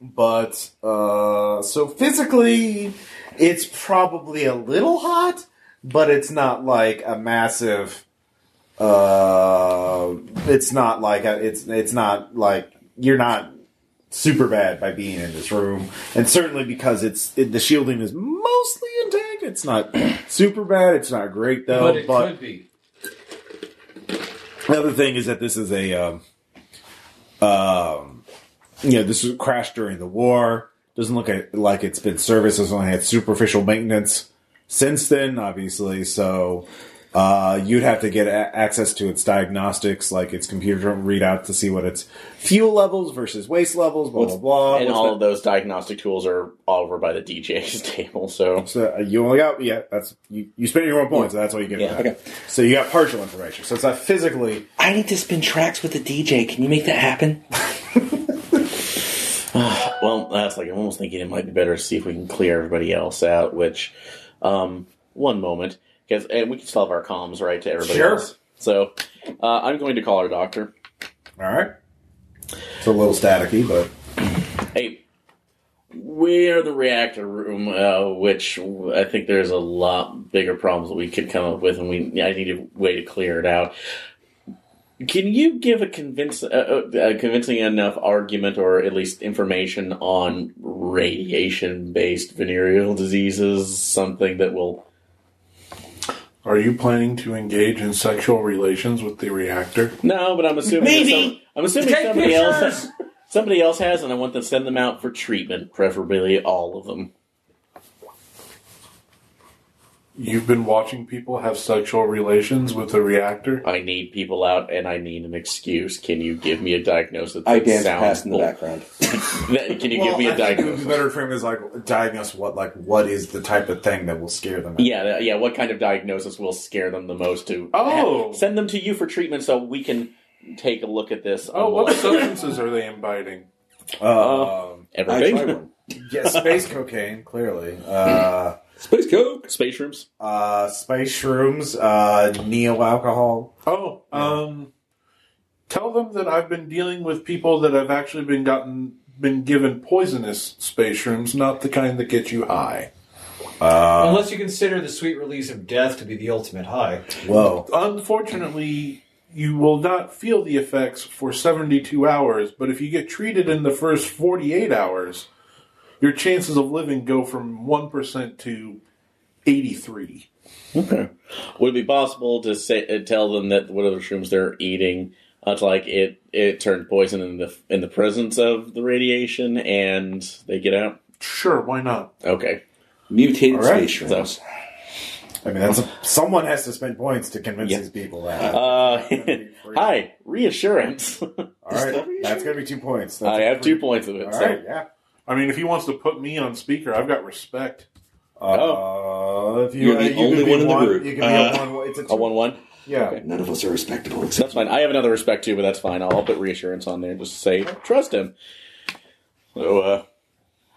Speaker 3: but uh, so physically, it's probably a little hot, but it's not like a massive uh, it's not like a, it's it's not like you're not super bad by being in this room, and certainly because it's it, the shielding is mostly intact. It's not super bad. It's not great though.
Speaker 2: but it could be.
Speaker 3: The other thing is that this is a, um, um, you know, this was crashed during the war. Doesn't look at, like it's been serviced. It's only had superficial maintenance since then, obviously. So uh, you'd have to get a- access to its diagnostics, like its computer readout, to see what its fuel levels versus waste levels, blah blah blah.
Speaker 5: and
Speaker 3: What's
Speaker 5: all
Speaker 3: the-
Speaker 5: of those diagnostic tools are all over by the DJ's table. So
Speaker 3: so uh, you only got yeah. That's you. You spend your own points. So that's what you get.
Speaker 5: Yeah,
Speaker 3: back.
Speaker 4: okay.
Speaker 3: So you got partial information. So it's not physically
Speaker 4: I need to spin tracks with the DJ. Can you make that happen?
Speaker 5: well, that's like I'm almost thinking it might be better to see if we can clear everybody else out. Which, um, one moment, because and we can still have our comms right to everybody
Speaker 2: Sure.
Speaker 5: else. So uh, I'm going to call our doctor.
Speaker 3: all right. It's a little staticky, but.
Speaker 5: Hey, we're the reactor room, uh, which I think there's a lot bigger problems that we could come up with, and we I need a way to clear it out. Can you give a convince uh, uh, a convincing enough argument, or at least information on radiation-based venereal diseases, something that will?
Speaker 7: Are you planning to engage in sexual relations with the reactor?
Speaker 5: No, but I'm assuming that
Speaker 4: Maybe.
Speaker 5: some- I'm assuming
Speaker 2: Take
Speaker 5: somebody else
Speaker 2: pictures!
Speaker 5: somebody else has, and I want to send them out for treatment, preferably all of them.
Speaker 7: You've been watching people have sexual relations with the reactor?
Speaker 5: I need people out and I need an excuse. Can you give me a diagnosis?
Speaker 4: I
Speaker 5: that
Speaker 4: dance
Speaker 5: sounds
Speaker 4: past in the
Speaker 5: bull-
Speaker 4: background.
Speaker 5: That- Can you give me
Speaker 3: a
Speaker 5: a
Speaker 3: It would be
Speaker 5: diagnosis?
Speaker 3: better for him is like diagnose what like what is the type of thing that will scare them.
Speaker 5: Yeah, that- yeah. What kind of diagnosis will scare them the most? To
Speaker 7: Oh.
Speaker 5: ha- send them to you for treatment, so we can take a look at this.
Speaker 7: Oh,
Speaker 5: on
Speaker 7: what
Speaker 5: what-
Speaker 7: substances are they imbiting?
Speaker 3: Um,
Speaker 4: I
Speaker 5: everything?
Speaker 4: try one.
Speaker 3: yeah, space cocaine clearly. Uh,
Speaker 4: Space Coke.
Speaker 5: Space rooms.
Speaker 3: uh, space shrooms. Uh, neo alcohol.
Speaker 7: Oh, um, tell them that I've been dealing with people that have actually been gotten been given poisonous space rooms, not the kind that get you high.
Speaker 2: Uh,
Speaker 9: Unless you consider the sweet release of death to be the ultimate high.
Speaker 3: Whoa.
Speaker 7: Unfortunately, you will not feel the effects for 72 hours, but if you get treated in the first 48 hours, your chances of living go from 1% to 83.
Speaker 5: Would it be possible to say uh, tell them that whatever shrooms they're eating, uh, it's like it it turned poison in the in the presence of the radiation, and they get out?
Speaker 7: Sure, why not?
Speaker 5: Okay,
Speaker 4: Mutated
Speaker 3: All right.
Speaker 4: space
Speaker 5: so.
Speaker 4: rooms.
Speaker 3: I mean, that's a, someone has to spend points to convince these people that.
Speaker 5: Uh,
Speaker 3: That'd be great.
Speaker 5: hi, reassurance.
Speaker 3: All right, that's gonna be two points. That's
Speaker 5: I
Speaker 3: a
Speaker 5: have
Speaker 3: free-
Speaker 5: two points of it.
Speaker 3: All
Speaker 5: so.
Speaker 3: right, yeah.
Speaker 7: I mean, if he wants to put me on speaker, I've got respect.
Speaker 3: Uh, if you,
Speaker 4: You're
Speaker 3: uh,
Speaker 4: the
Speaker 3: you could
Speaker 4: only
Speaker 3: be
Speaker 4: one in the group.
Speaker 3: You can be a one. It's a two.
Speaker 5: A one one.
Speaker 3: Yeah.
Speaker 4: None of us are respectable except
Speaker 5: That's fine. I have another respect too, but that's fine. I'll put reassurance on there just to say trust him. So, uh,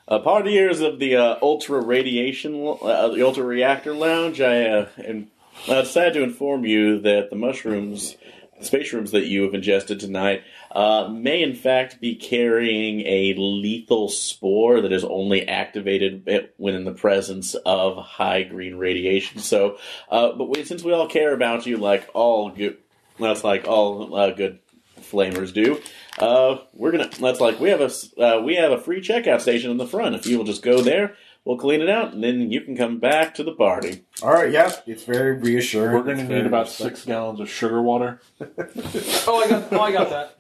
Speaker 5: uh, partiers of the uh, ultra radiation, uh, the ultra reactor lounge, I uh, am uh, sad to inform you that the mushrooms, space rooms that you have ingested tonight, uh, may in fact be carrying a lethal spore that is only activated when in the presence of high green radiation. So, uh, but we, since we all care about you, like all good, that's like all uh, good flamers do. Uh, we're gonna. That's like we have a s- uh, we have a free checkout station in the front. If you will just go there, we'll clean it out, and then you can come back to the party.
Speaker 3: All right. Yeah. It's very reassuring.
Speaker 7: We're going
Speaker 3: It's
Speaker 7: to
Speaker 3: very
Speaker 7: need about
Speaker 3: respectful.
Speaker 7: six gallons of sugar water.
Speaker 2: Oh, I got. Oh, I got that.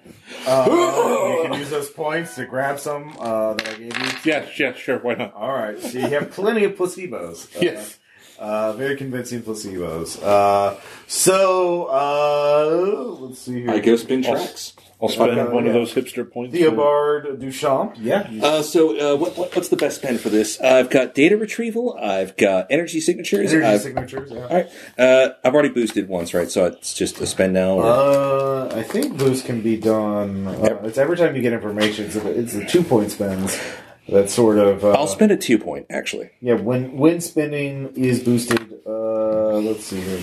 Speaker 3: Uh, you can use those points to grab some uh, that I gave you.
Speaker 7: Yes, yes, sure, why not?
Speaker 3: All right, so you have plenty of placebos. Uh,
Speaker 7: Yes.
Speaker 3: uh, very convincing placebos. Uh, so uh, let's see here.
Speaker 4: I go spin tracks.
Speaker 7: I'll spend
Speaker 3: Okay,
Speaker 7: one
Speaker 3: yeah.
Speaker 7: of those hipster points. for-
Speaker 3: Theobard Duchamp. Yeah. you-
Speaker 4: Uh, so, uh, what, what, what's the best pen for this? I've got data retrieval. I've got energy signatures.
Speaker 3: energy
Speaker 4: I've,
Speaker 3: signatures. Yeah.
Speaker 4: all right. Uh, I've already boosted once, right? So it's just a spend now. Or,
Speaker 3: Uh, I think boost can be done. Uh, it's every time you get information. It's a, it's a two point spends. That sort of. Uh,
Speaker 4: I'll spend a two point actually.
Speaker 3: Yeah, when when spending is boosted, uh, let's see here.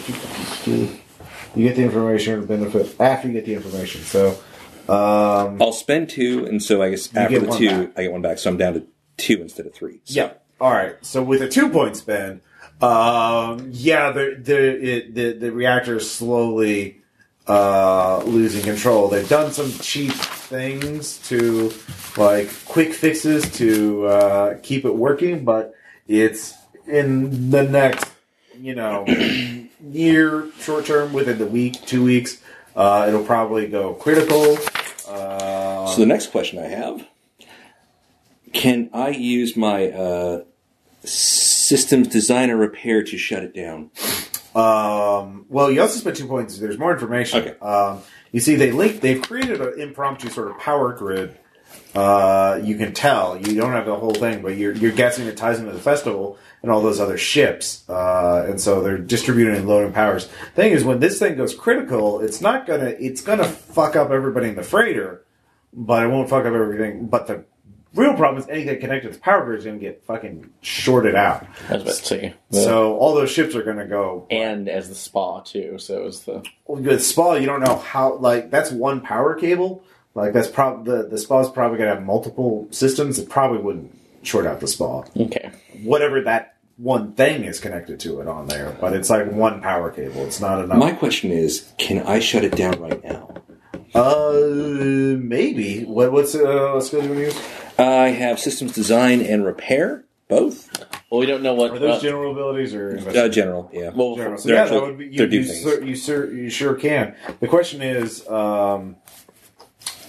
Speaker 3: You get the information or benefit after you get the information. So, um,
Speaker 4: I'll spend two, and so I guess after
Speaker 3: get
Speaker 4: the
Speaker 3: one
Speaker 4: two,
Speaker 3: back.
Speaker 4: I get one back. So I'm down to two instead of three. So.
Speaker 3: Yeah. All right. So with a two point spend, um, yeah, the the, it, the the reactor is slowly uh, losing control. They've done some cheap things to, like, quick fixes to uh, keep it working, but it's in the next, you know, year, short term, within the week, two weeks, uh, it'll probably go critical. Uh,
Speaker 4: So the next question I have: Can I use my uh, systems designer repair to shut it down?
Speaker 3: Um, well, you also spent two points. There's more information.
Speaker 4: Okay.
Speaker 3: Um, you see, they link. They've created an impromptu sort of power grid. Uh, you can tell you don't have the whole thing, but you're you're guessing it ties into the festival and all those other ships. Uh, and so they're distributing and loading powers. Thing is, when this thing goes critical, it's not gonna it's gonna fuck up everybody in the freighter, but it won't fuck up everything. But the real problem is anything connected to the power grid is gonna get fucking shorted out.
Speaker 5: I was about to say.
Speaker 3: So all those ships are gonna go
Speaker 5: and as the spa too, so it's the
Speaker 3: with spa you don't know how like that's one power cable like that's probably the, the spa's probably going to have multiple systems it probably wouldn't short out the spa
Speaker 5: okay.
Speaker 3: whatever that one thing is connected to it on there but it's like one power cable it's not enough
Speaker 4: My question is: Can I shut it down right now?
Speaker 3: uh maybe what what's uh what skill do you want to use
Speaker 4: I have systems design and repair both.
Speaker 5: Well, we don't know what.
Speaker 3: are those
Speaker 5: uh,
Speaker 3: general abilities or
Speaker 4: Uh, general, yeah.
Speaker 5: well,
Speaker 3: General. So
Speaker 4: They're
Speaker 3: yeah,
Speaker 4: actually-
Speaker 3: that would be, you,
Speaker 4: they're do
Speaker 3: you,
Speaker 4: things.
Speaker 3: cer- you, cer- you sure can. The question is, um,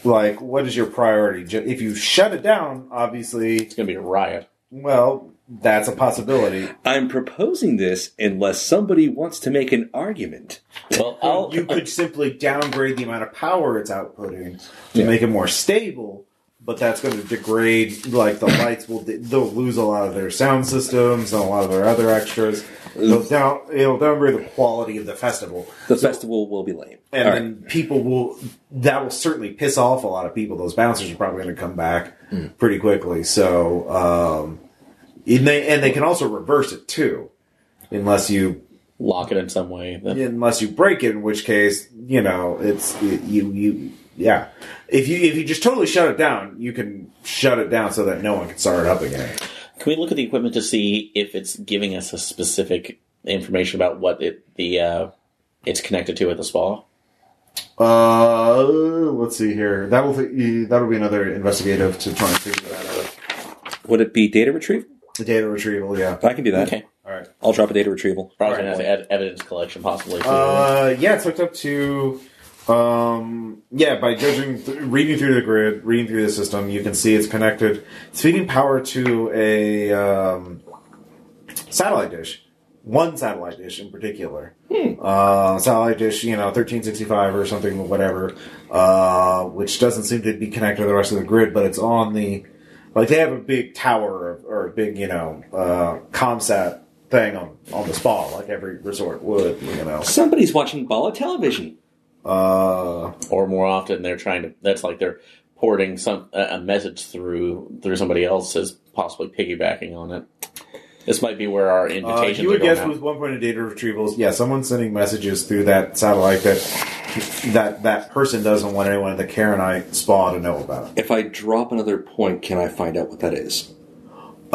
Speaker 3: like, what is your priority? Ju- If you shut it down, obviously,
Speaker 5: it's going to be a riot.
Speaker 3: Well, that's a possibility.
Speaker 4: I'm proposing this unless somebody wants to make an argument.
Speaker 5: Well, I'll,
Speaker 3: you could simply downgrade the amount of power it's outputting to make it more stable, but that's going to degrade. Like the lights will, they'll lose a lot of their sound systems and a lot of their other extras. They'll down, it'll downgrade the quality of the festival,
Speaker 4: The festival will be lame.
Speaker 3: and
Speaker 4: All right.
Speaker 3: then people will. That will certainly piss off a lot of people. Those bouncers are probably going to come back
Speaker 4: Hmm.
Speaker 3: pretty quickly. So, um, and they and they can also reverse it too, unless you
Speaker 5: lock it in some way. Then.
Speaker 3: unless you break it, in which case you know it's you you yeah. If you if you just totally shut it down, you can shut it down so that no one can start it up again.
Speaker 5: Can we look at the equipment to see if it's giving us a specific information about what it the uh, it's connected to at the spa?
Speaker 3: Uh, let's see here. That will th- that'll be another investigative to try and figure that out.
Speaker 4: Would it be data retrieval?
Speaker 3: The data retrieval, yeah.
Speaker 4: I can do that.
Speaker 5: Okay,
Speaker 3: All right.
Speaker 4: I'll drop a data retrieval.
Speaker 5: probably gonna have to add, add it into collection possibly. Too.
Speaker 3: Uh, yeah, it's hooked up to. Um, yeah, by judging, th- reading through the grid, reading through the system, you can see it's connected. It's feeding power to a um, satellite dish, one satellite dish in particular. Uh, satellite dish, you know, thirteen sixty five or something, whatever, uh, which doesn't seem to be connected to the rest of the grid, but it's on the like they have a big tower of, or a big you know uh, comsat thing on on the spa, like every resort would, you know.
Speaker 4: Somebody's watching Bala television.
Speaker 3: Uh,
Speaker 5: or more often they're trying to. That's like they're porting some a a message through through somebody else as possibly piggybacking on it. This might be where our
Speaker 3: Uh,
Speaker 5: invitations
Speaker 3: you
Speaker 5: are
Speaker 3: would
Speaker 5: going
Speaker 3: guess
Speaker 5: out.
Speaker 3: with one point of data retrievals, yeah, someone's sending messages through that satellite that that that person doesn't want anyone at the Karenite spa to know about.
Speaker 4: If I drop another point, can I find out what that is?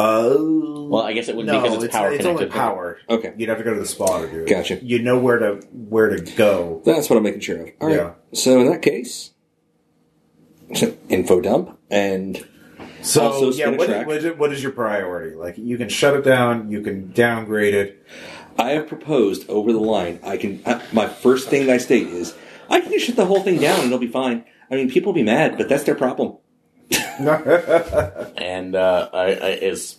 Speaker 3: Oh,
Speaker 5: well, I guess it wouldn't because it's, power
Speaker 3: it's only
Speaker 5: connected.
Speaker 3: power.
Speaker 4: Okay.
Speaker 3: you'd have to go to the spa to do it.
Speaker 4: Gotcha.
Speaker 3: You know where to where to go.
Speaker 4: That's what I'm making sure of. All right.
Speaker 3: Yeah.
Speaker 4: So in that case, info dump and
Speaker 3: So
Speaker 5: Oh,
Speaker 4: Also
Speaker 3: yeah,
Speaker 4: spin a
Speaker 3: what is,
Speaker 4: track.
Speaker 3: what, is, what is your priority? Like you can shut it down, you can downgrade it.
Speaker 4: I have proposed over the line. I can. I, my first thing I state is I can just shut the whole thing down and it'll be fine. I mean, people will be mad, but that's their problem.
Speaker 5: And uh, I, I, as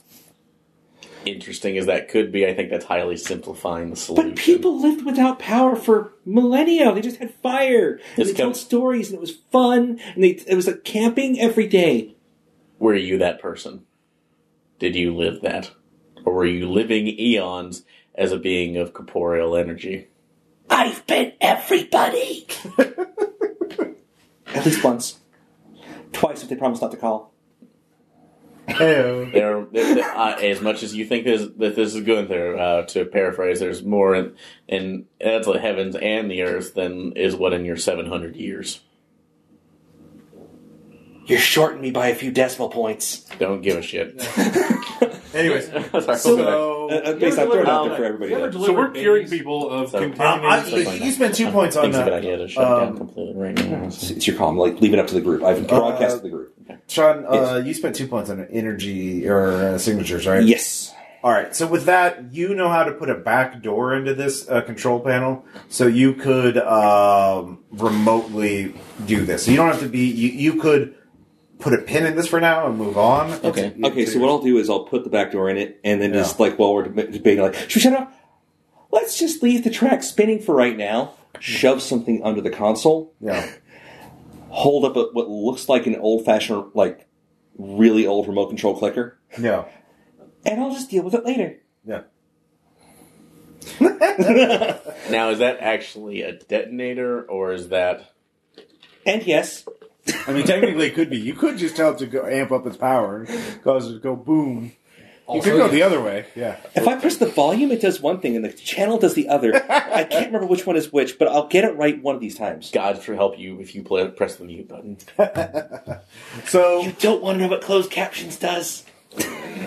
Speaker 5: interesting as that could be, I think that's highly simplifying the solution.
Speaker 4: But people lived without power for millennia. They just had fire. And
Speaker 5: It's
Speaker 4: they told
Speaker 5: got-
Speaker 4: stories, and it was fun. And they, it was like camping every day.
Speaker 5: were you that person? Did you live that? Or were you living eons as a being of corporeal energy?
Speaker 4: I've been everybody. At least once, twice if they promised not to call.
Speaker 3: Heyo.
Speaker 5: There, there- there- uh, as much as you think this, that this is good, there uh, to paraphrase, there's more in, in that's the heavens and the earth than is what in your 700 years.
Speaker 4: You're shorting me by a few decimal points.
Speaker 5: Don't give a shit.
Speaker 3: Anyways,
Speaker 5: Sorry.
Speaker 3: so
Speaker 4: uh, uh, based on third out there for everybody.
Speaker 9: You ever
Speaker 4: there.
Speaker 7: So we're
Speaker 9: delivered
Speaker 7: curing
Speaker 9: babies?
Speaker 7: people of
Speaker 5: So-
Speaker 7: contaminated
Speaker 10: Um, I-
Speaker 7: substances.
Speaker 5: like
Speaker 10: you
Speaker 5: that.
Speaker 10: spent two points
Speaker 5: I
Speaker 10: on
Speaker 3: uh,
Speaker 5: think it's a good
Speaker 10: that.
Speaker 5: idea to shut it down
Speaker 10: Um,
Speaker 5: completely right now.
Speaker 4: It's, it's your call. Like leave it up to the group. I've broadcast to the group.
Speaker 3: Sean, uh, you spent two points on energy or uh, signatures, right?
Speaker 4: Yes.
Speaker 3: All right. So with that, you know how to put a back door into this uh, control panel, so you could um, remotely do this. So you don't have to be. You, you could put a pin in this for now and move on.
Speaker 5: Okay.
Speaker 4: Okay. So what I'll do is I'll put the back door in it, and then just like while we're deb- debating, like should we shut up? Let's just leave the track spinning for right now. Shove something under the console.
Speaker 3: Yeah.
Speaker 4: Hold up a, what looks like an old-fashioned, like really old remote control clicker,
Speaker 3: Yeah.
Speaker 4: and I'll just deal with it later.
Speaker 3: Yeah.
Speaker 5: Now, is that actually a detonator or is that.
Speaker 4: And yes,
Speaker 3: I mean, technically, it could be. You could just tell it to go amp up its power and cause it to go boom. You could go the other way. Yeah.
Speaker 4: If I press the volume, it does one thing, and the channel does the other. I can't remember which one is which, but I'll get it right one of these times.
Speaker 5: God for help you if you play, press the mute button?
Speaker 3: So
Speaker 4: You don't want to know what closed captions does.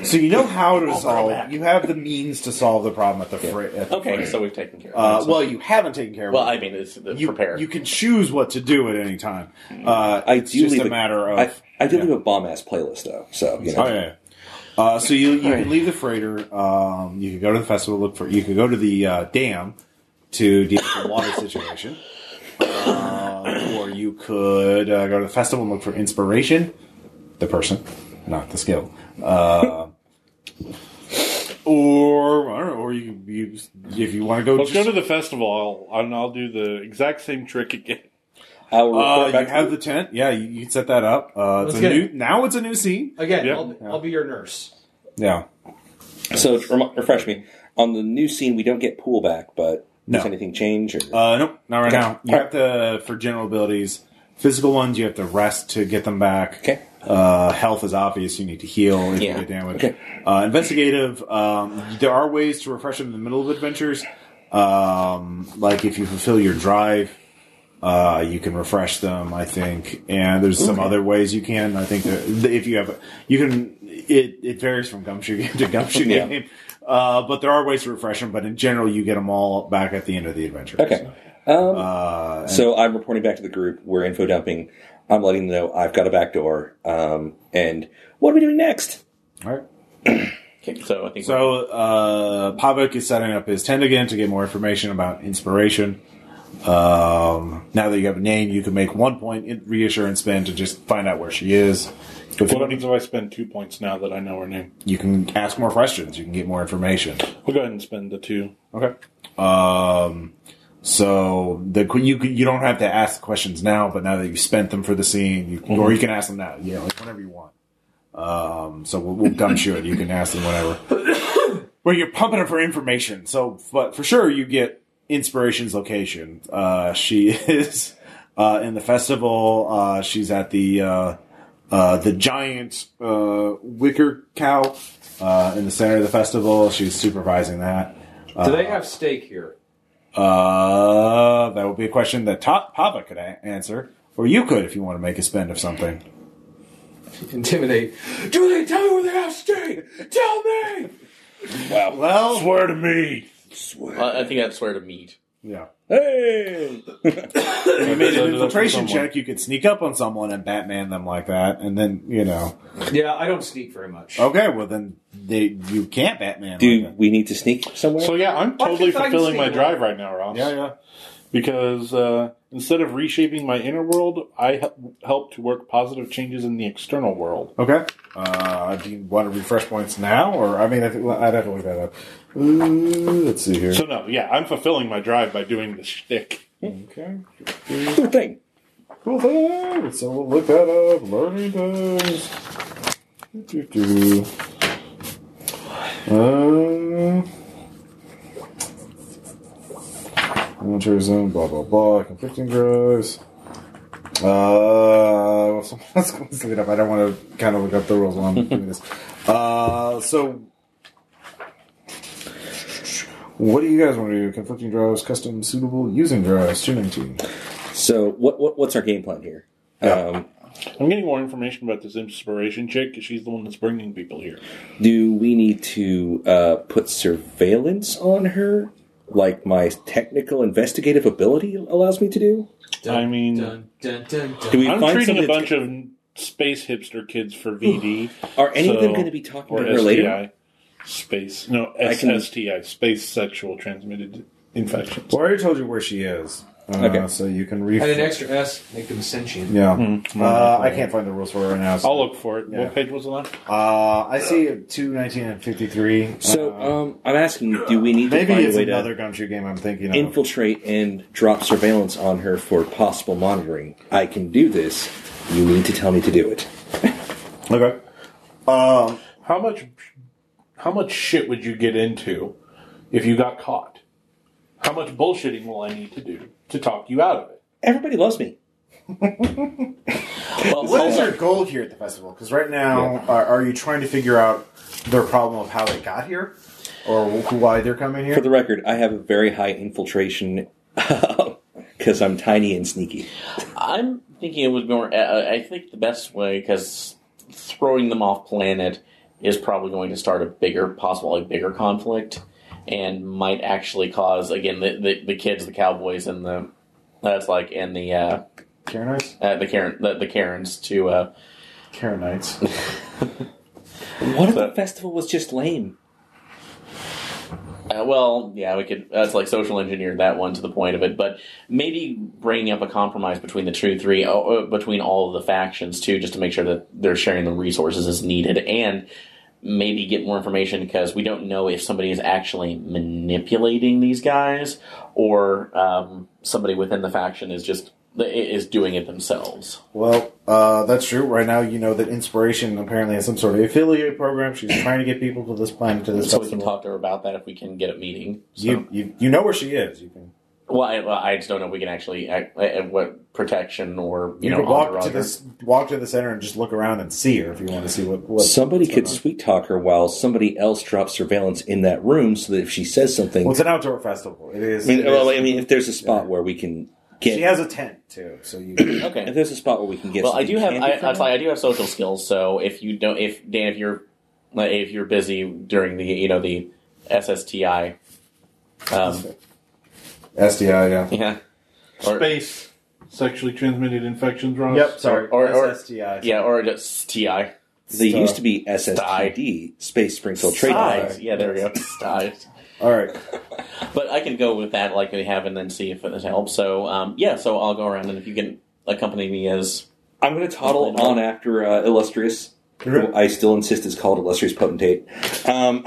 Speaker 3: So you know how to solve. You have the means to solve the problem at the fr- at the
Speaker 5: Okay,
Speaker 3: frame.
Speaker 5: so we've taken care of
Speaker 3: Uh,
Speaker 5: it.
Speaker 3: well, you haven't taken care of.
Speaker 5: well,
Speaker 3: it.
Speaker 5: I mean, it's the
Speaker 3: you,
Speaker 5: prepare.
Speaker 3: You can choose what to do at any time. Uh,
Speaker 4: I
Speaker 3: it's
Speaker 4: do
Speaker 3: just
Speaker 4: leave
Speaker 3: a matter of.
Speaker 4: I, I do leave a bomb ass playlist though, so you know.
Speaker 3: Oh, yeah. Uh, so you you can leave the freighter. Um, you can go to the festival. Look for. You can go to the uh, dam to deal with the water situation, um, or you could uh, go to the festival and look for inspiration, the person, not the skill. Uh, or I don't know. Or you, you if you want to go,
Speaker 7: Let's go
Speaker 3: just-
Speaker 7: to the festival, I'll, and I'll do the exact same trick again.
Speaker 4: I will
Speaker 3: uh,
Speaker 4: report
Speaker 3: you
Speaker 4: back.
Speaker 3: have the tent. Yeah, you, you can set that up. Uh, it's
Speaker 9: Let's
Speaker 3: a
Speaker 9: get
Speaker 3: new,
Speaker 9: it.
Speaker 3: now it's a new scene.
Speaker 9: Again,
Speaker 7: Yeah.
Speaker 9: I'll, I'll be your nurse.
Speaker 3: Yeah.
Speaker 4: so to rem- refresh me on the new scene. We don't get pool back, but
Speaker 3: No.
Speaker 4: does anything change? Or
Speaker 3: Uh, nope, not right
Speaker 4: Okay.
Speaker 3: now. You have to for general abilities, physical ones. You have to rest to get them back.
Speaker 4: Okay.
Speaker 3: Uh, health is obvious. You need to heal if
Speaker 5: Yeah.
Speaker 3: you get damage.
Speaker 4: Okay.
Speaker 3: Uh, investigative. Um, there are ways to refresh them in the middle of adventures. Um, like if you fulfill your drive, uh, you can refresh them. I think, and there's some other ways you can. I think that if you have, you can. It it varies from gumshoe game to gumshoe
Speaker 4: Yeah.
Speaker 3: game. Uh, but there are ways to refresh them, but in general, you get them all back at the end of the adventure.
Speaker 4: okay.
Speaker 3: So.
Speaker 4: Um,
Speaker 3: Uh,
Speaker 4: So I'm reporting back to the group. We're info dumping. I'm letting them know I've got a back door. Um, and what are we doing next?
Speaker 3: all right.
Speaker 5: okay, so I think
Speaker 3: So uh, Pavlik is setting up his tent again to get more information about inspiration. Um, now that you have a name, you can make one point in reassurance spin to just find out where she is. If
Speaker 7: What
Speaker 3: you,
Speaker 7: happens if I spend two points now that I know her name?
Speaker 3: you can ask more questions. You can get more information.
Speaker 7: I'll go ahead and spend the two.
Speaker 3: Okay. Um, so the you can- you don't have to ask the questions now, but now that you spent them for the scene, you can, or you can ask them now. Yeah, like whenever you want. Um, so we'll, we'll gumshoe it. You can ask them whatever. Well, you're pumping them for information. So, but for sure, you get Inspiration's location. Uh, she is uh, in the festival. Uh, she's at the uh, uh, the giant uh, wicker cow uh, in the center of the festival. She's supervising that.
Speaker 9: Uh,
Speaker 2: Do they have steak here?
Speaker 3: Uh, that would be a question that Ta- Pava could a- answer, or you could if you want to make a spend of something.
Speaker 2: Intimidate. Do they tell you where they have steak? Tell me!
Speaker 3: Well,
Speaker 7: Swear to me.
Speaker 5: I I think that's where to meet.
Speaker 3: yeah.
Speaker 4: Hey!
Speaker 3: If you made
Speaker 7: So
Speaker 3: an
Speaker 7: to look for
Speaker 3: infiltration
Speaker 7: someone.
Speaker 3: check, you could sneak up on someone and Batman them like that, and then you know.
Speaker 2: Yeah, I don't sneak very much.
Speaker 9: Oh.
Speaker 3: Okay, well then they you can't Batman.
Speaker 4: Do
Speaker 3: like
Speaker 4: we need to sneak somewhere?
Speaker 7: So yeah, I'm
Speaker 2: Why
Speaker 7: totally
Speaker 2: can't I
Speaker 7: fulfilling my
Speaker 2: see
Speaker 7: drive right now, Ross.
Speaker 3: that. Yeah, yeah.
Speaker 7: Because uh, instead of reshaping my inner world, I hel- help to work positive changes in the external world.
Speaker 3: Okay. Uh, do you want to refresh points now, or I mean, I think, well, I'd have to look that up. Ooh, let's see here.
Speaker 7: So no, yeah, I'm fulfilling my drive by doing this shtick.
Speaker 3: Okay.
Speaker 4: Cool thing.
Speaker 3: Cool thing. So we'll look that up. Learning does. Do, do, do. Um. Military zone, blah blah blah. Conflicting drives. Uh, well, so let's let's look it up. I don't want to kind of look up the rules while I'm doing this. Uh, so what do you guys want to do? Conflicting drives, custom suitable, using drives, tuning team.
Speaker 4: So what, what what's our game plan here? Um,
Speaker 7: I
Speaker 11: I'm getting more information about this inspiration chick. 'cause She's the one that's bringing people here.
Speaker 4: Do we need to uh, put surveillance on her, like my technical investigative ability allows me to do?
Speaker 11: I mean,
Speaker 9: Dun, dun, dun, dun.
Speaker 4: Do we
Speaker 11: I'm
Speaker 4: find
Speaker 11: treating
Speaker 4: something
Speaker 11: a
Speaker 4: that's-
Speaker 11: bunch of space hipster kids for VD.
Speaker 4: Are any of them
Speaker 11: so-
Speaker 4: going to be talking
Speaker 11: or
Speaker 4: to her later?
Speaker 11: STI. Space. No,
Speaker 4: I can-
Speaker 11: SSTI. Space sexual transmitted infections.
Speaker 3: Well, I already told you where she is. Uh,
Speaker 4: Okay.
Speaker 3: So you can read.
Speaker 2: Add an extra S, make them sentient.
Speaker 3: Yeah. Uh, I can't find the rules for it right now. so-
Speaker 5: Oh.
Speaker 11: I'll look for it.
Speaker 3: Yeah.
Speaker 11: What page was it on?
Speaker 3: Uh, I see two nineteen and fifty three.
Speaker 4: So um, I'm asking, do we need to
Speaker 3: maybe
Speaker 4: find a
Speaker 3: it's
Speaker 4: way
Speaker 3: another
Speaker 4: to
Speaker 3: gumshoe game. I'm thinking of.
Speaker 4: infiltrate and drop surveillance on her for possible monitoring? I can do this. You need to tell me to do it.
Speaker 3: okay. Um,
Speaker 11: How much? How much shit would you get into if you got caught? How much bullshitting will I need to do to talk you out of it?
Speaker 4: Everybody loves me.
Speaker 3: Well, what is our goal here at the festival? Because right now, are, are you trying to figure out their problem of how they got here, or wh- why they're coming here?
Speaker 4: For the record, I have a very high infiltration because I'm tiny and sneaky.
Speaker 5: I'm thinking it would be more. Uh, I think the best way because throwing them off planet is probably going to start a bigger, possible a bigger conflict, and might actually cause again the the, the kids, the cowboys, and the that's like and the uh,
Speaker 3: Karenites,
Speaker 5: uh, the Karen the, the Karens to uh,
Speaker 3: Karenites.
Speaker 4: What if the festival was just lame?
Speaker 5: uh, well yeah we could that's like social engineer that one to the point of it, but maybe bringing up a compromise between the two three uh, uh, between all of the factions too, just to make sure that they're sharing the resources as needed and maybe get more information because we don't know if somebody is actually manipulating these guys or um, somebody within the faction is just is doing it themselves.
Speaker 3: well, uh, that's true. Right now, you know that Inspiration apparently has some sort of affiliate program. She's trying to get people to this planet to this
Speaker 5: So we can
Speaker 3: festival.
Speaker 5: talk to her about that if we can get a meeting. So-
Speaker 3: You, you you know where she is. You can
Speaker 5: well, I, well, I just don't know if we can actually act, uh, uh, what protection or you,
Speaker 3: you,
Speaker 5: know
Speaker 3: can walk to
Speaker 5: entourage her.
Speaker 3: this walk to the center and just look around and see her if you want to see what. what
Speaker 4: Somebody
Speaker 3: what's
Speaker 4: could
Speaker 3: going on.
Speaker 4: sweet talk her while somebody else drops surveillance in that room so that if she says something.
Speaker 3: Well, it's an outdoor festival. It is.
Speaker 4: I mean,
Speaker 3: it is-
Speaker 4: well, I mean, if there's a spot where we can get.
Speaker 3: she has a tent too, so you.
Speaker 5: Okay.
Speaker 4: if there's a spot where we can get.
Speaker 5: well, I
Speaker 4: something
Speaker 5: do have.
Speaker 4: candy
Speaker 5: I,
Speaker 4: from
Speaker 5: I,
Speaker 4: her-
Speaker 5: I do have social skills. So if you don't, if Dan, if you're, like, if you're busy during the, you know, the SSTI, um,
Speaker 3: SDI, yeah.
Speaker 5: yeah, Or-
Speaker 11: Space sexually transmitted infections, Ross.
Speaker 3: Yep, sorry.
Speaker 5: Or- or-
Speaker 3: SSTI.
Speaker 5: yeah, or just TI,
Speaker 4: They
Speaker 3: Stuff.
Speaker 4: used to be SSTD, Space Sprinkle Trade.
Speaker 5: TIs. Yeah, there we go. TIs.
Speaker 3: All right.
Speaker 5: But I can go with that, like we have, and then see if it helps. So, um, yeah. So I'll go around, and if you can accompany me as
Speaker 4: I'm going to toddle on after uh, Illustrious. Who I still insist is called Illustrious Potentate. Um,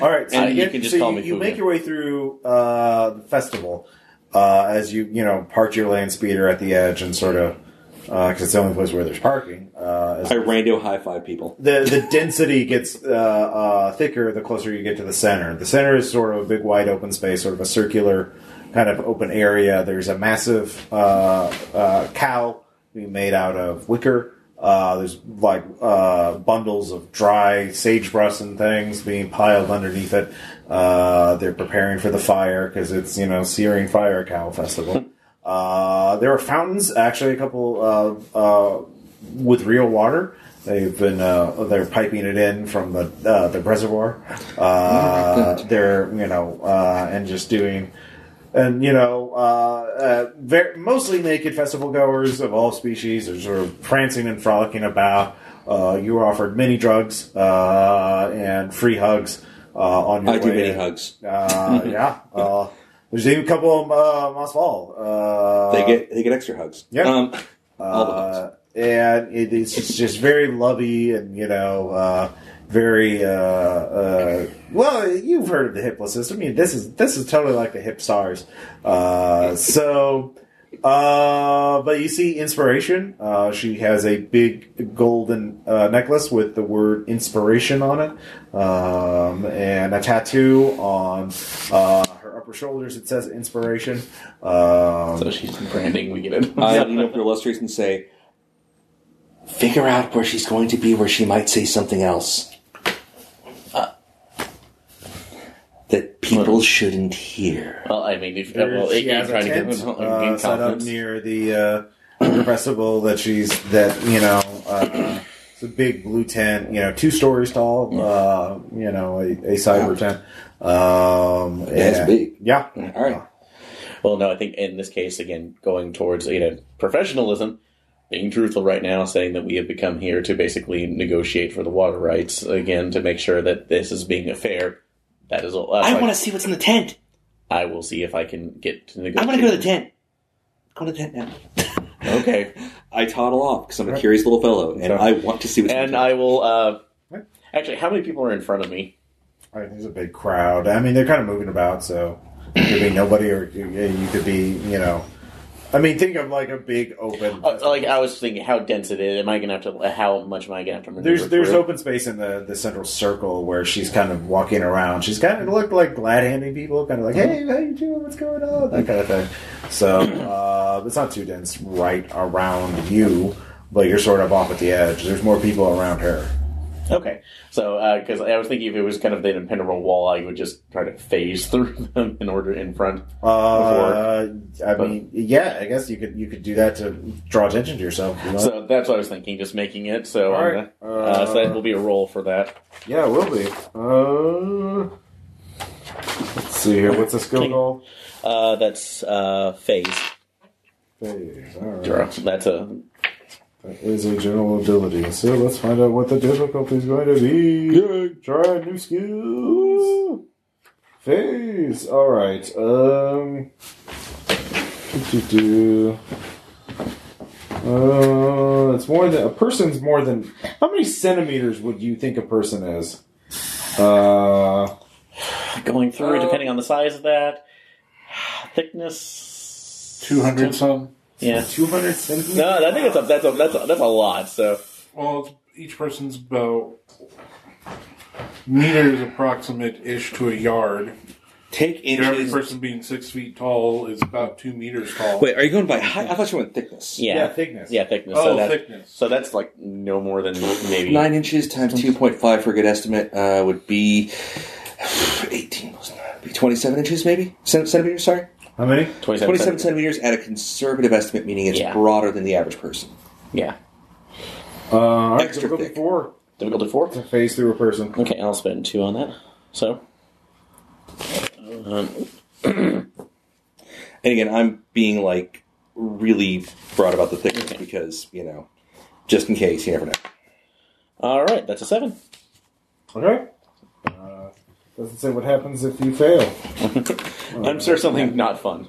Speaker 3: All right. So
Speaker 5: Uh,
Speaker 3: you,
Speaker 5: you
Speaker 3: get-
Speaker 5: can just
Speaker 3: so
Speaker 5: call
Speaker 3: you,
Speaker 5: me
Speaker 3: you
Speaker 5: Fuga.
Speaker 3: make your way through uh, the festival uh, as you you know park your land speeder at the edge and sort of because it's the only place where there's parking. Uh, as
Speaker 4: I rando high five people.
Speaker 3: the the density gets uh, uh, thicker the closer you get to the center. The center is sort of a big wide open space, sort of a circular kind of open area. There's a massive uh, uh, cow being made out of wicker. Uh, there's like uh, bundles of dry sagebrush and things being piled underneath it. Uh, they're preparing for the fire because it's you know searing fire cow festival. Uh, there are fountains, actually, a couple uh, uh, with real water. They've been uh, they're piping it in from the uh, the reservoir. Uh, they're you know uh, and just doing and you know uh, uh, ver- mostly naked festival goers of all species are sort of prancing and frolicking about. Uh, you are offered many drugs uh, and free hugs uh, on your
Speaker 4: I do
Speaker 3: way
Speaker 4: many
Speaker 3: in.
Speaker 4: hugs.
Speaker 3: Uh, yeah. Uh, there's even a couple of uh, Moss Fall. Uh,
Speaker 4: They get they get extra hugs.
Speaker 3: yeah.
Speaker 4: Um, all the hugs.
Speaker 3: uh, and it is just, just very lovey and you know uh, very uh, uh, well. You've heard of the hip system. I mean, this is this is totally like the hip stars. Uh, so. Uh, but you see inspiration. Uh, she has a big golden uh, necklace with the word inspiration on it, um, and a tattoo on uh, her upper shoulders. It says inspiration. Um,
Speaker 5: so she's branding. We get it.
Speaker 4: I lean over to Illustrious and say, "Figure out where she's going to be, where she might say something else Uh, that people shouldn't hear."
Speaker 5: well, I mean, if,
Speaker 3: There
Speaker 5: well,
Speaker 3: she
Speaker 5: you
Speaker 3: has
Speaker 5: try
Speaker 3: a
Speaker 5: to get
Speaker 3: tent
Speaker 5: in
Speaker 3: uh, set up
Speaker 5: confidence.
Speaker 3: near the uh, irrepressible that she's that you know uh, it's a big blue tent, you know, two stories tall, uh, you know, a, a cyber tent. Um,
Speaker 4: Yeah, it's
Speaker 3: and-
Speaker 4: big.
Speaker 3: Yeah,
Speaker 4: All right.
Speaker 5: Well, no, I think in this case, again, going towards you know professionalism, being truthful right now, saying that we have become here to basically negotiate for the water rights again to make sure that this is being fair. That is all. uh,
Speaker 4: I want to see what's in the tent.
Speaker 5: I will see if I can get to negotiate.
Speaker 4: I want to go to the tent. Go to the tent now.
Speaker 5: Okay,
Speaker 4: I toddle off because I'm a curious little fellow, and I want to see what's in
Speaker 5: and
Speaker 4: the tent.
Speaker 5: I will. uh Actually, how many people are in front of me?
Speaker 3: I mean, there's a big crowd. I mean, they're kind of moving about, so you could be nobody, or you you could be, you know. I mean, think of like a big open.
Speaker 5: Uh, Like I was thinking, how dense it is. Am I going to have to? How much am I going to have to? maneuver
Speaker 3: There's there's
Speaker 5: through?
Speaker 3: open space in the, the central circle where she's kind of walking around. She's kind of looked like glad handing people, kind of like, hey, how you doing? What's going on? That kind of thing. So uh, it's not too dense right around you, but you're sort of off at the edge. There's more people around her.
Speaker 5: Okay, so because I was thinking if it was kind of an impenetrable wall, I would just try to phase through them in order in front.
Speaker 3: Uh, I mean, yeah, I guess you could you could do that to draw attention to yourself. You know?
Speaker 5: So that's what I was thinking, just making it. So,
Speaker 3: All
Speaker 5: I'm
Speaker 3: right.
Speaker 5: gonna- uh, so that will be a roll for that.
Speaker 3: Yeah, it will be. Uh, let's see here. What's the skill
Speaker 5: Clean.
Speaker 3: goal?
Speaker 5: Uh, that's uh, phase.
Speaker 3: Phase. All right.
Speaker 5: That's a
Speaker 3: That is a general ability. So let's find out what the difficulty is going to be. Try new skills. Phase. All right. Um. Do, do, do. Uh, it's more than a person's more than how many centimeters would you think a person is? Uh.
Speaker 5: going through
Speaker 2: Uh,
Speaker 5: depending on the size of that thickness.
Speaker 11: Two hundred some.
Speaker 5: Yeah.
Speaker 3: 200 centimeters?
Speaker 5: No, I think that's a that's a that's a, that's a lot. So
Speaker 11: Well, each person's about meters approximate ish to a yard.
Speaker 4: Take
Speaker 11: Every
Speaker 4: inches.
Speaker 11: person being six feet tall is about two meters tall.
Speaker 4: Wait, are you going by height? I thought you went thickness.
Speaker 5: yeah,
Speaker 3: Yeah, thickness.
Speaker 5: Yeah, thickness. so
Speaker 11: oh,
Speaker 5: that,
Speaker 11: thickness.
Speaker 5: So that's like no more than maybe
Speaker 4: Nine inches times two point five for a good estimate uh, would be eighteen plus nine, would be twenty-seven inches, maybe Cent- centimeters. Sorry,
Speaker 3: How many?
Speaker 5: twenty-seven.
Speaker 4: twenty-seven centimeters at a conservative estimate, meaning it's
Speaker 5: Yeah.
Speaker 4: broader than the average person.
Speaker 5: Yeah,
Speaker 3: Uh, all right,
Speaker 4: Extra
Speaker 3: difficulty
Speaker 4: thick.
Speaker 3: four
Speaker 5: difficulty four.
Speaker 3: to phase through a person.
Speaker 5: Okay, I'll spend two on that. So
Speaker 4: And again, I'm being like really broad about the thickness because you know, just in case, you never know.
Speaker 5: all right, that's a seven.
Speaker 3: Okay. Uh, doesn't say what happens if you fail.
Speaker 5: I'm sure something not fun.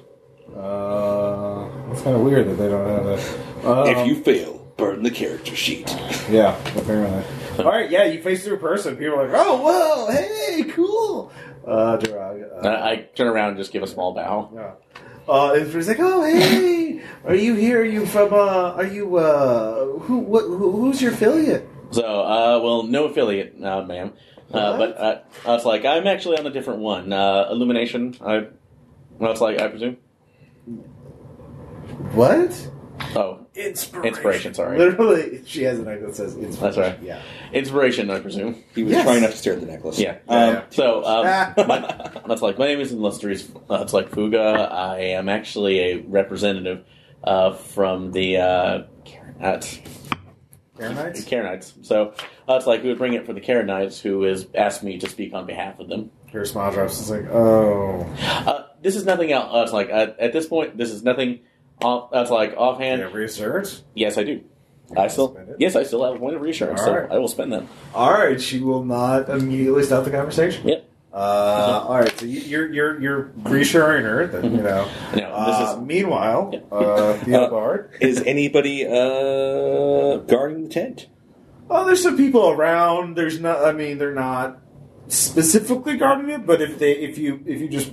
Speaker 3: Uh, it's kind of weird that they don't have that. Uh,
Speaker 4: if you fail, burn the character sheet.
Speaker 3: yeah, apparently. All right, yeah, you face through a person. People are like, oh, whoa, hey, cool. Uh, Durag,
Speaker 5: I,
Speaker 3: uh,
Speaker 5: I turn around and just give a small bow.
Speaker 3: yeah. Uh, and it's like, oh, hey, are you here? Are you from? Uh, are you? Uh, who? What? Who, who's your affiliate?
Speaker 5: So, uh, well, no affiliate, uh, ma'am. Uh, but uh, I was like, I'm actually on a different one. Uh, Illumination. I. I was like, I presume.
Speaker 3: What?
Speaker 5: Oh,
Speaker 11: Inspiration.
Speaker 5: inspiration. Sorry,
Speaker 3: Literally, she has an icon that says it's.
Speaker 5: That's right.
Speaker 3: Yeah.
Speaker 5: inspiration. I presume.
Speaker 4: He was
Speaker 3: Yes.
Speaker 4: trying not to stare at the necklace.
Speaker 5: Yeah.
Speaker 4: Um,
Speaker 3: Yeah.
Speaker 5: So,
Speaker 3: Ah.
Speaker 5: um, my, that's like, my name is Illustrious, uh, it's like Fuga. I am actually a representative uh, from the uh, Karenites.
Speaker 3: Airnights?
Speaker 5: Karenites. So, uh, it's like we would bring it for the Karenites, who has asked me to speak on behalf of them.
Speaker 3: Her smile drops. It's like, oh.
Speaker 5: Uh, this is nothing else. Uh, it's like, uh, at this point, this is nothing. Off, that's like offhand.
Speaker 3: Every assert?
Speaker 5: Yes, I do. I still,
Speaker 3: spend it?
Speaker 5: yes, I still have a point of reassurance, so
Speaker 3: Alright.
Speaker 5: I will spend that.
Speaker 3: All right, she will not immediately stop the conversation.
Speaker 5: Yep.
Speaker 3: Uh, all right, so you- you're you're you're reassuring her that you know.
Speaker 5: No,
Speaker 3: Uh,
Speaker 5: this is
Speaker 3: meanwhile,
Speaker 5: Yeah.
Speaker 3: uh, Theo
Speaker 4: Uh,
Speaker 3: Bard.
Speaker 4: Um, Is anybody uh, guarding the tent?
Speaker 3: Oh, there's some people around. There's not. I mean, they're not specifically guarding it, but if they if you if you just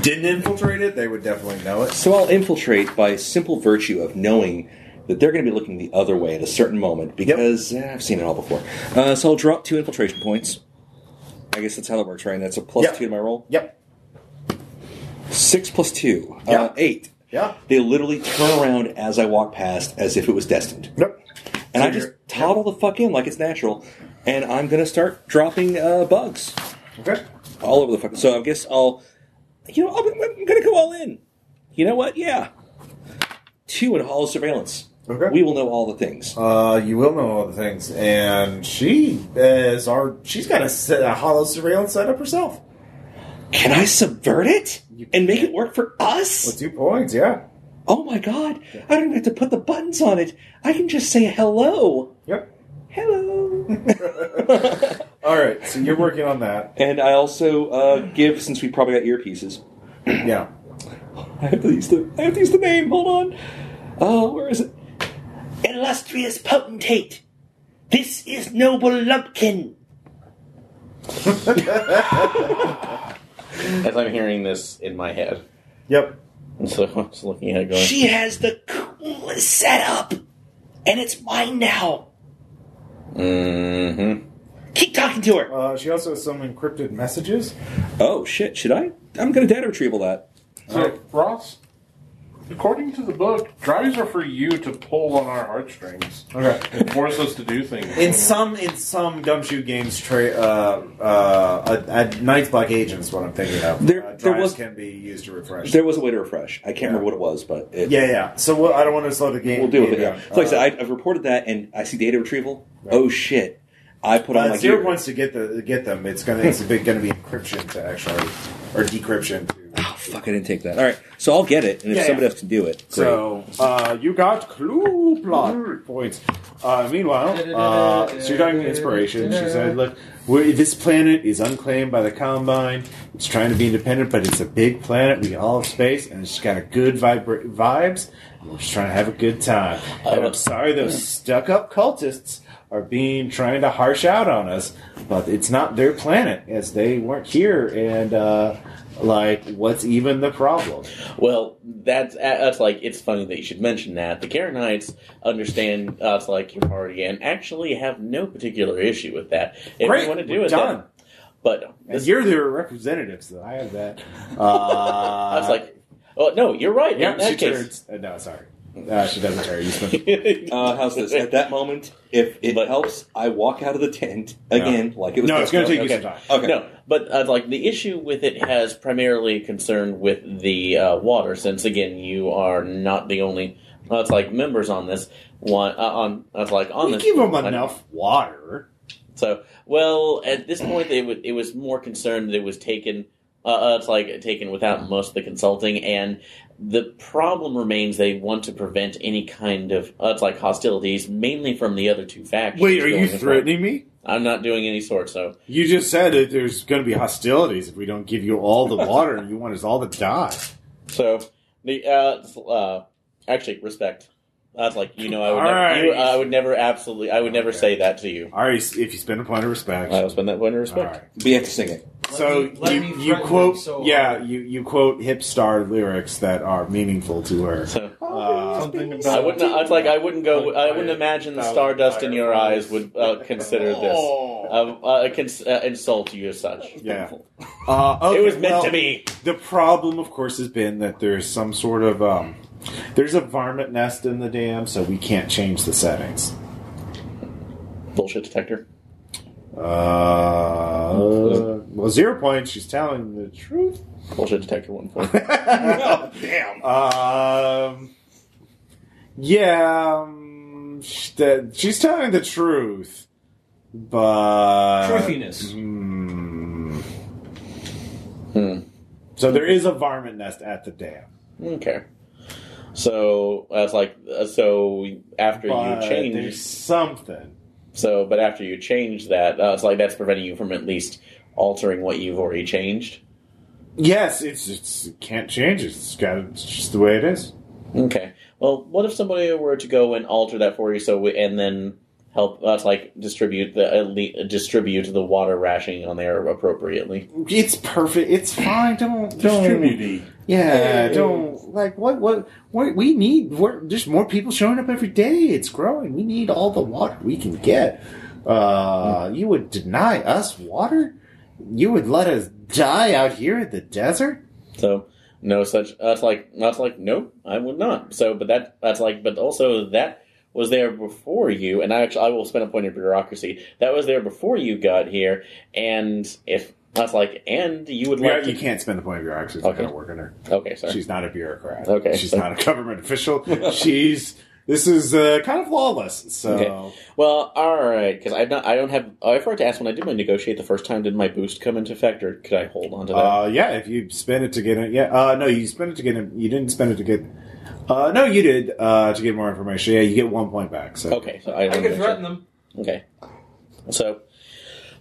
Speaker 3: didn't infiltrate it, they would definitely know it.
Speaker 4: So I'll infiltrate by simple virtue of knowing that they're going to be looking the other way at a certain moment because eh, I've seen it all before. Uh, so I'll drop two infiltration points. I guess that's how that works, right? And that's a plus
Speaker 3: Yep.
Speaker 4: two to my roll.
Speaker 3: Yep.
Speaker 4: Six plus two, uh,
Speaker 3: Yeah.
Speaker 4: eight.
Speaker 3: Yeah.
Speaker 4: They literally turn around as I walk past, as if it was destined,
Speaker 3: Yep.
Speaker 4: and I
Speaker 3: So
Speaker 4: just
Speaker 3: you're-
Speaker 4: toddle the fuck in like it's natural. And I'm going to start dropping uh, bugs
Speaker 3: Okay.
Speaker 4: all over the fucking. So I guess I'll, you know, I'm, I'm going to go all in. You know what? Yeah. two in Hollow Surveillance.
Speaker 12: Okay.
Speaker 4: We will know all the things.
Speaker 12: Uh, you will know all the things, and she is our. She's got a, set, a hollow surveillance set up herself.
Speaker 4: Can I subvert it and make it work for us?
Speaker 12: With two points, yeah.
Speaker 4: Oh my god! I don't even have to put the buttons on it. I can just say hello.
Speaker 12: Yep.
Speaker 4: Hello.
Speaker 12: All right, so you're working on that.
Speaker 4: and I also uh, give, since we probably got earpieces.
Speaker 12: Yeah.
Speaker 4: I have to use the I have to use the name. Hold on. Oh, where is it? Illustrious potentate. This is noble Lumpkin.
Speaker 5: As I'm hearing this in my head,
Speaker 12: Yep.
Speaker 5: and so I'm just looking at it going.
Speaker 4: She has the coolest setup, and it's mine now.
Speaker 5: Mm-hmm.
Speaker 4: Keep talking to her.
Speaker 12: Uh, she also has some encrypted messages.
Speaker 4: Oh shit! Should I? I'm gonna data retrieval that.
Speaker 11: So, Ross, according to the book, drives are for you to pull on our heartstrings
Speaker 12: Okay.
Speaker 11: and force us to do things.
Speaker 12: In some in some gumshoe games, tra- uh, uh, a, a knight's black agent is what I'm thinking of.
Speaker 4: There-
Speaker 12: uh,
Speaker 4: there
Speaker 12: drives
Speaker 4: was-
Speaker 12: can be used to refresh.
Speaker 4: There was a way to refresh. I can't remember what it was, but it,
Speaker 12: yeah, yeah. So what, I don't want to slow the game.
Speaker 4: we'll deal with it.
Speaker 12: game
Speaker 4: Yeah.
Speaker 12: down.
Speaker 4: So like I
Speaker 12: Uh,
Speaker 4: said, I, I've reported that, and I see data retrieval. Oh shit! I put on
Speaker 12: uh,
Speaker 4: my
Speaker 12: zero
Speaker 4: gear.
Speaker 12: points to get the to get them. It's gonna it's a big, gonna be encryption to actually or decryption. To,
Speaker 4: Oh, fuck! I didn't take that. All right, so I'll get it, and if
Speaker 12: Yeah,
Speaker 4: somebody
Speaker 12: yeah.
Speaker 4: else can do it, great.
Speaker 3: So uh, you got clue plot points. Uh, meanwhile, uh, so you're talking inspiration. She said, "Look, we this planet is unclaimed by the Combine. It's trying to be independent, but it's a big planet. We all have space, and it's got a good vibra- vibes. And we're just trying to have a good time. And I'm sorry those stuck-up cultists are being trying to harsh out on us, but it's not their planet, as they weren't here. And uh, like, what's even the problem?"
Speaker 5: Well, that's that's like it's funny that you should mention that. The Karen Knights understand uh, it's like your party and actually have no particular issue with that. If
Speaker 12: Great,
Speaker 5: you want to
Speaker 12: we're
Speaker 5: do it,
Speaker 12: done.
Speaker 5: then- but
Speaker 3: And
Speaker 5: this,
Speaker 3: you're their representatives, though. I have that. Uh,
Speaker 5: I was like, oh no, you're right.
Speaker 3: yeah,
Speaker 5: in
Speaker 3: she
Speaker 5: that case,
Speaker 3: turns. uh, no, sorry. Uh, she doesn't turn. You spend-
Speaker 4: Uh, how's this? At that moment, if it helps, I walk out of the tent again, like it was.
Speaker 3: no, it's going to take you
Speaker 5: okay.
Speaker 3: some time.
Speaker 4: Okay.
Speaker 5: No, but uh, like the issue with it has primarily concerned with the uh, water, since again you are not the only. Uh, it's like members on this one uh, on. It's like on
Speaker 3: We
Speaker 5: this.
Speaker 3: give them
Speaker 5: like,
Speaker 3: enough water.
Speaker 5: So, well, at this point, it, w- it was more concerned that it was taken. Uh, uh, it's like taken
Speaker 3: Mm-hmm.
Speaker 5: without most of the consulting, and the problem remains they want to prevent any kind of uh, it's like hostilities, mainly from the other two factions.
Speaker 3: Wait, are
Speaker 5: going
Speaker 3: you
Speaker 5: as well.
Speaker 3: threatening me?
Speaker 5: I'm not doing any sort. So,
Speaker 3: You just said that there's going to be hostilities if we don't give you all the water and you want us all to die.
Speaker 5: so the uh, uh actually respect. That's like you know I would
Speaker 3: All
Speaker 5: never, you,
Speaker 3: right.
Speaker 5: I would never absolutely I would never say that to you.
Speaker 3: All right, if you spend a point of respect.
Speaker 5: I would spend that point of
Speaker 3: All
Speaker 5: respect.
Speaker 3: right.
Speaker 4: We have to sing it.
Speaker 3: So
Speaker 2: me- let
Speaker 3: you,
Speaker 2: me
Speaker 3: you
Speaker 2: threaten
Speaker 3: quote,
Speaker 2: them so hard.
Speaker 3: yeah, you, you quote hip star lyrics that are meaningful to her.
Speaker 5: So.
Speaker 3: Uh,
Speaker 11: something about
Speaker 5: I wouldn't. It's like I wouldn't go. I wouldn't
Speaker 11: Fire-
Speaker 5: imagine the
Speaker 11: fire-
Speaker 5: stardust in your
Speaker 11: fireflies.
Speaker 5: eyes would uh, consider this uh, uh, cons- uh, insult you as such.
Speaker 3: yeah. Uh, okay,
Speaker 5: It was meant
Speaker 3: well,
Speaker 5: to be.
Speaker 3: The problem, of course, has been that there's some sort of um, there's a varmint nest in the dam, so we can't change the settings.
Speaker 5: Bullshit detector.
Speaker 3: Uh, well, zero points. She's telling the truth.
Speaker 5: Bullshit detector one point.
Speaker 3: Damn. Um, yeah, um, sh- that- she's telling the truth, but
Speaker 2: Truthiness.
Speaker 3: Hmm.
Speaker 5: Hmm.
Speaker 3: So there is a varmint nest at the dam.
Speaker 5: okay. So that's like uh, so after
Speaker 3: But
Speaker 5: you
Speaker 3: there's
Speaker 5: change.
Speaker 3: something.
Speaker 5: So, but after you change that, uh, it's like that's preventing you from at least altering what you've already changed.
Speaker 3: Yes, it's it's it can't change it. It's got it's just the way it is.
Speaker 5: Okay. Well, what if somebody were to go and alter that for you? So we, and then help us like distribute the elite, distribute the water rationing on there appropriately.
Speaker 3: It's perfect. It's fine. Don't don't.
Speaker 11: distributing.
Speaker 3: Yeah, don't like what what what we need. We're, there's more people showing up every day. It's growing. We need all the water we can get. Uh, you would deny us water? You would let us die out here in the desert?
Speaker 5: So no such that's like that's like no, I would not. So but that that's like but also that was there before you and I actually I will spend a point in bureaucracy. That was there before you got here and if That's like, and you would
Speaker 3: Yeah,
Speaker 5: like to.
Speaker 3: you can't spend the point of your actions. Okay.
Speaker 5: Okay.
Speaker 3: I don't work on her.
Speaker 5: Okay, sorry.
Speaker 3: She's not a bureaucrat.
Speaker 5: Okay.
Speaker 3: She's not a government official. She's this is uh, kind of lawless. So
Speaker 5: Okay. Well, all right, because I don't, I don't have. oh, I forgot to ask when I did my negotiate the first time. Did my boost come into effect, or could I hold on to that?
Speaker 3: uh, yeah, if you spend it to get it, yeah, uh, no, you spend it to get it. You didn't spend it to get. Uh, no, you did uh, to get more information. Yeah, you get one point back. So
Speaker 5: okay, so I,
Speaker 2: I could threaten them.
Speaker 5: Okay, so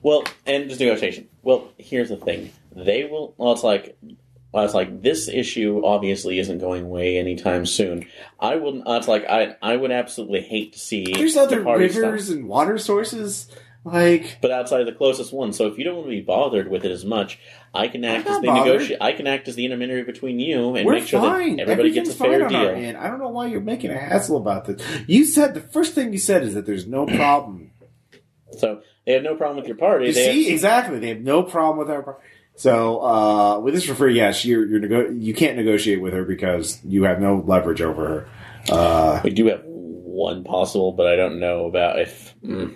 Speaker 5: well, and just negotiation. Well, here's the thing. They will. Well, it's like. Well, it's like this issue obviously isn't going away anytime soon. I would. Uh, it's like I. I would absolutely hate to see.
Speaker 3: there's
Speaker 5: the
Speaker 3: other
Speaker 5: party stop.
Speaker 3: rivers and water sources. Like
Speaker 5: but outside of the closest one. So if you don't want to be bothered with it as much, I can act
Speaker 3: I'm
Speaker 5: as the
Speaker 3: not bothered.
Speaker 5: negotiate. I can act as the intermediary between you and
Speaker 3: we're
Speaker 5: make sure
Speaker 3: fine.
Speaker 5: that everybody gets
Speaker 3: Everything's
Speaker 5: a fair
Speaker 3: fine on our
Speaker 5: deal.
Speaker 3: end. I don't know why you're making a hassle about this. You said the first thing you said is that there's no problem.
Speaker 5: So they have no problem with your party.
Speaker 3: You
Speaker 5: they
Speaker 3: see, exactly. They have no problem with our. pro- So uh, with this for free, yes, you're, you're nego- you can't negotiate with her because you have no leverage over her. Uh,
Speaker 5: we do have one possible, but I don't know about if mm,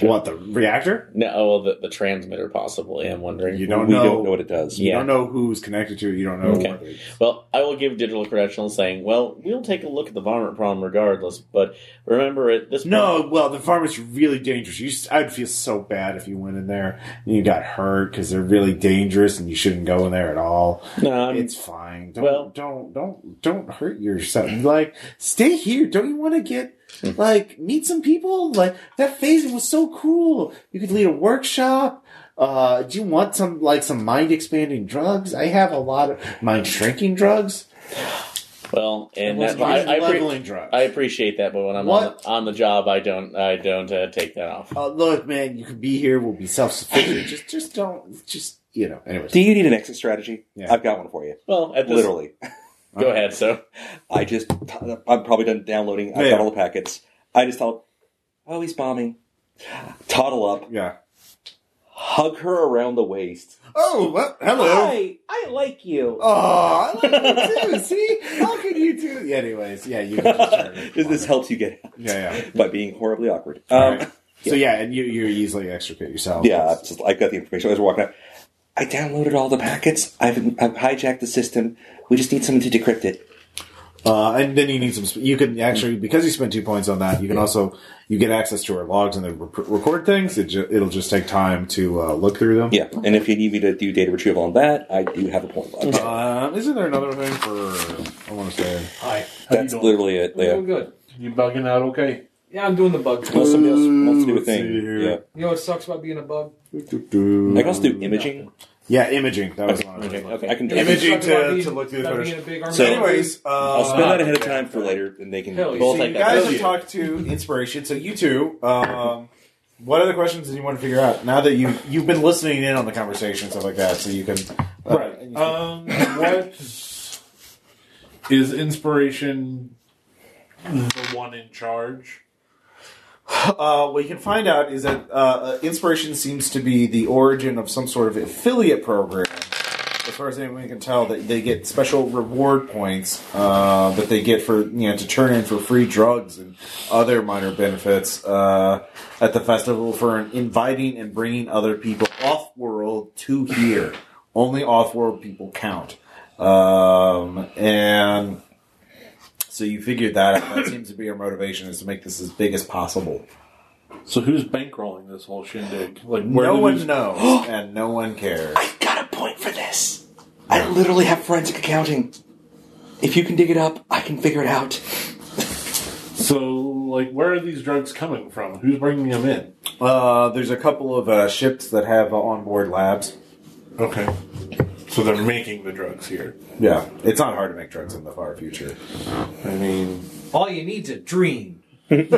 Speaker 3: What the reactor?
Speaker 5: no oh, well, the, the transmitter possibly. I'm wondering.
Speaker 3: You don't
Speaker 4: we
Speaker 3: know.
Speaker 4: don't know what it does.
Speaker 3: You
Speaker 5: Yeah.
Speaker 3: don't know who's connected to it. You don't know.
Speaker 5: Okay.
Speaker 3: what it-
Speaker 5: Well, I will give digital credentials saying, well, we'll take a look at the vomit problem regardless, but remember at this
Speaker 3: No, well, the farm is really dangerous. You, s- I'd feel so bad if you went in there and you got hurt because they're really dangerous and you shouldn't go in there at all.
Speaker 5: point, no, I'm-
Speaker 3: it's fine. Don't,
Speaker 5: Um, well-
Speaker 3: don't, don't, don't hurt yourself. Like, stay here. Don't you want to get,
Speaker 5: Hmm.
Speaker 3: like, meet some people? Like, that phasing was so cool. You could lead a workshop. Uh, do you want some, like, some mind expanding drugs? I have a lot of mind shrinking drugs.
Speaker 5: well, and that, I,
Speaker 3: mind
Speaker 5: I, appre-
Speaker 3: leveling drugs.
Speaker 5: I appreciate that, but when I'm on
Speaker 3: What?
Speaker 5: the, on the job, I don't I don't uh, take that off.
Speaker 3: Uh, look, man, you could be here. We'll be self sufficient. just, just don't, just you know. Anyways,
Speaker 4: Do you need an exit strategy?
Speaker 3: Yeah.
Speaker 4: I've got one for you.
Speaker 5: Well, at this,
Speaker 4: Literally.
Speaker 5: go ahead. So
Speaker 4: I just, I'm probably done downloading. I've
Speaker 3: Yeah.
Speaker 4: got all the packets. I just thought, oh, he's bombing. Toddle up,
Speaker 3: yeah.
Speaker 4: hug her around the waist.
Speaker 3: Oh, well, hello.
Speaker 4: I like you.
Speaker 3: Oh, I like you too. See, how could you do? Yeah, anyways, yeah, you. Can just turn it.
Speaker 4: this helps you get out
Speaker 3: Yeah, yeah.
Speaker 4: by being horribly awkward.
Speaker 3: All
Speaker 4: Um,
Speaker 3: right. So yeah, and you you easily extricate yourself.
Speaker 4: Yeah, it's just, I got the information. I was walking out. I downloaded all the packets. I've, I've hijacked the system. We just need someone to decrypt it.
Speaker 3: Uh, and then you need some. sp- You can actually because you spent two points on that. You can also you get access to our logs and they rec- record things. It ju- it'll just take time to uh, look through them.
Speaker 4: Yeah, and if you need me to do data retrieval on that, I do have a point log.
Speaker 3: Um, isn't there another thing for? I want to say.
Speaker 2: Hi.
Speaker 4: That's literally it.
Speaker 2: I'm
Speaker 4: Yeah.
Speaker 2: doing good.
Speaker 7: You bugging out okay?
Speaker 2: Yeah, I'm doing the bug.
Speaker 4: Well,
Speaker 2: You
Speaker 4: somebody else wants to do a
Speaker 3: Let's see
Speaker 4: thing.
Speaker 3: here.
Speaker 4: Yeah.
Speaker 2: know what sucks about being a bug?
Speaker 4: I can also do imaging.
Speaker 3: Yeah, imaging. That was one of
Speaker 5: okay,
Speaker 3: them.
Speaker 5: okay.
Speaker 4: I can do
Speaker 3: Imaging.
Speaker 2: Sucks about
Speaker 3: to-
Speaker 2: being-
Speaker 3: to look through the
Speaker 2: about
Speaker 3: photos.
Speaker 2: being a big army
Speaker 4: So-
Speaker 2: of bugs.
Speaker 3: Anyways, uh,
Speaker 4: I'll spend that ahead of time for later, and they can.
Speaker 2: Hell yeah.
Speaker 5: we'll
Speaker 2: So
Speaker 3: So
Speaker 5: take
Speaker 3: you
Speaker 5: that.
Speaker 3: guys have talked to inspiration. So you two, um, what other questions did you want to figure out now that you you've been listening in on the conversation and stuff like that? So you can uh,
Speaker 7: Right. Um, what is inspiration? The one in charge.
Speaker 3: Uh, what you can find out is that uh, uh, Inspiration seems to be the origin of some sort of affiliate program. As far as anyone can tell, that they get special reward points uh, that they get for you know to turn in for free drugs and other minor benefits uh, at the festival for inviting and bringing other people off world to here. Only off world people count, um, and so you figured that out. That seems to be your motivation is to make this as big as possible.
Speaker 7: So who's bankrolling this whole shindig? Like where
Speaker 3: No
Speaker 7: did
Speaker 3: one
Speaker 7: this-
Speaker 3: knows, and no one cares.
Speaker 4: I got a point for this. I literally have forensic accounting. If you can dig it up, I can figure it out.
Speaker 7: So like where are these drugs coming from? Who's bringing them in?
Speaker 3: Uh, there's a couple of uh, ships that have uh, onboard labs.
Speaker 7: Okay. So they're making the drugs here.
Speaker 3: Yeah, it's not hard to make drugs in the far future.
Speaker 7: I mean,
Speaker 2: All you need's a dream.
Speaker 3: Dream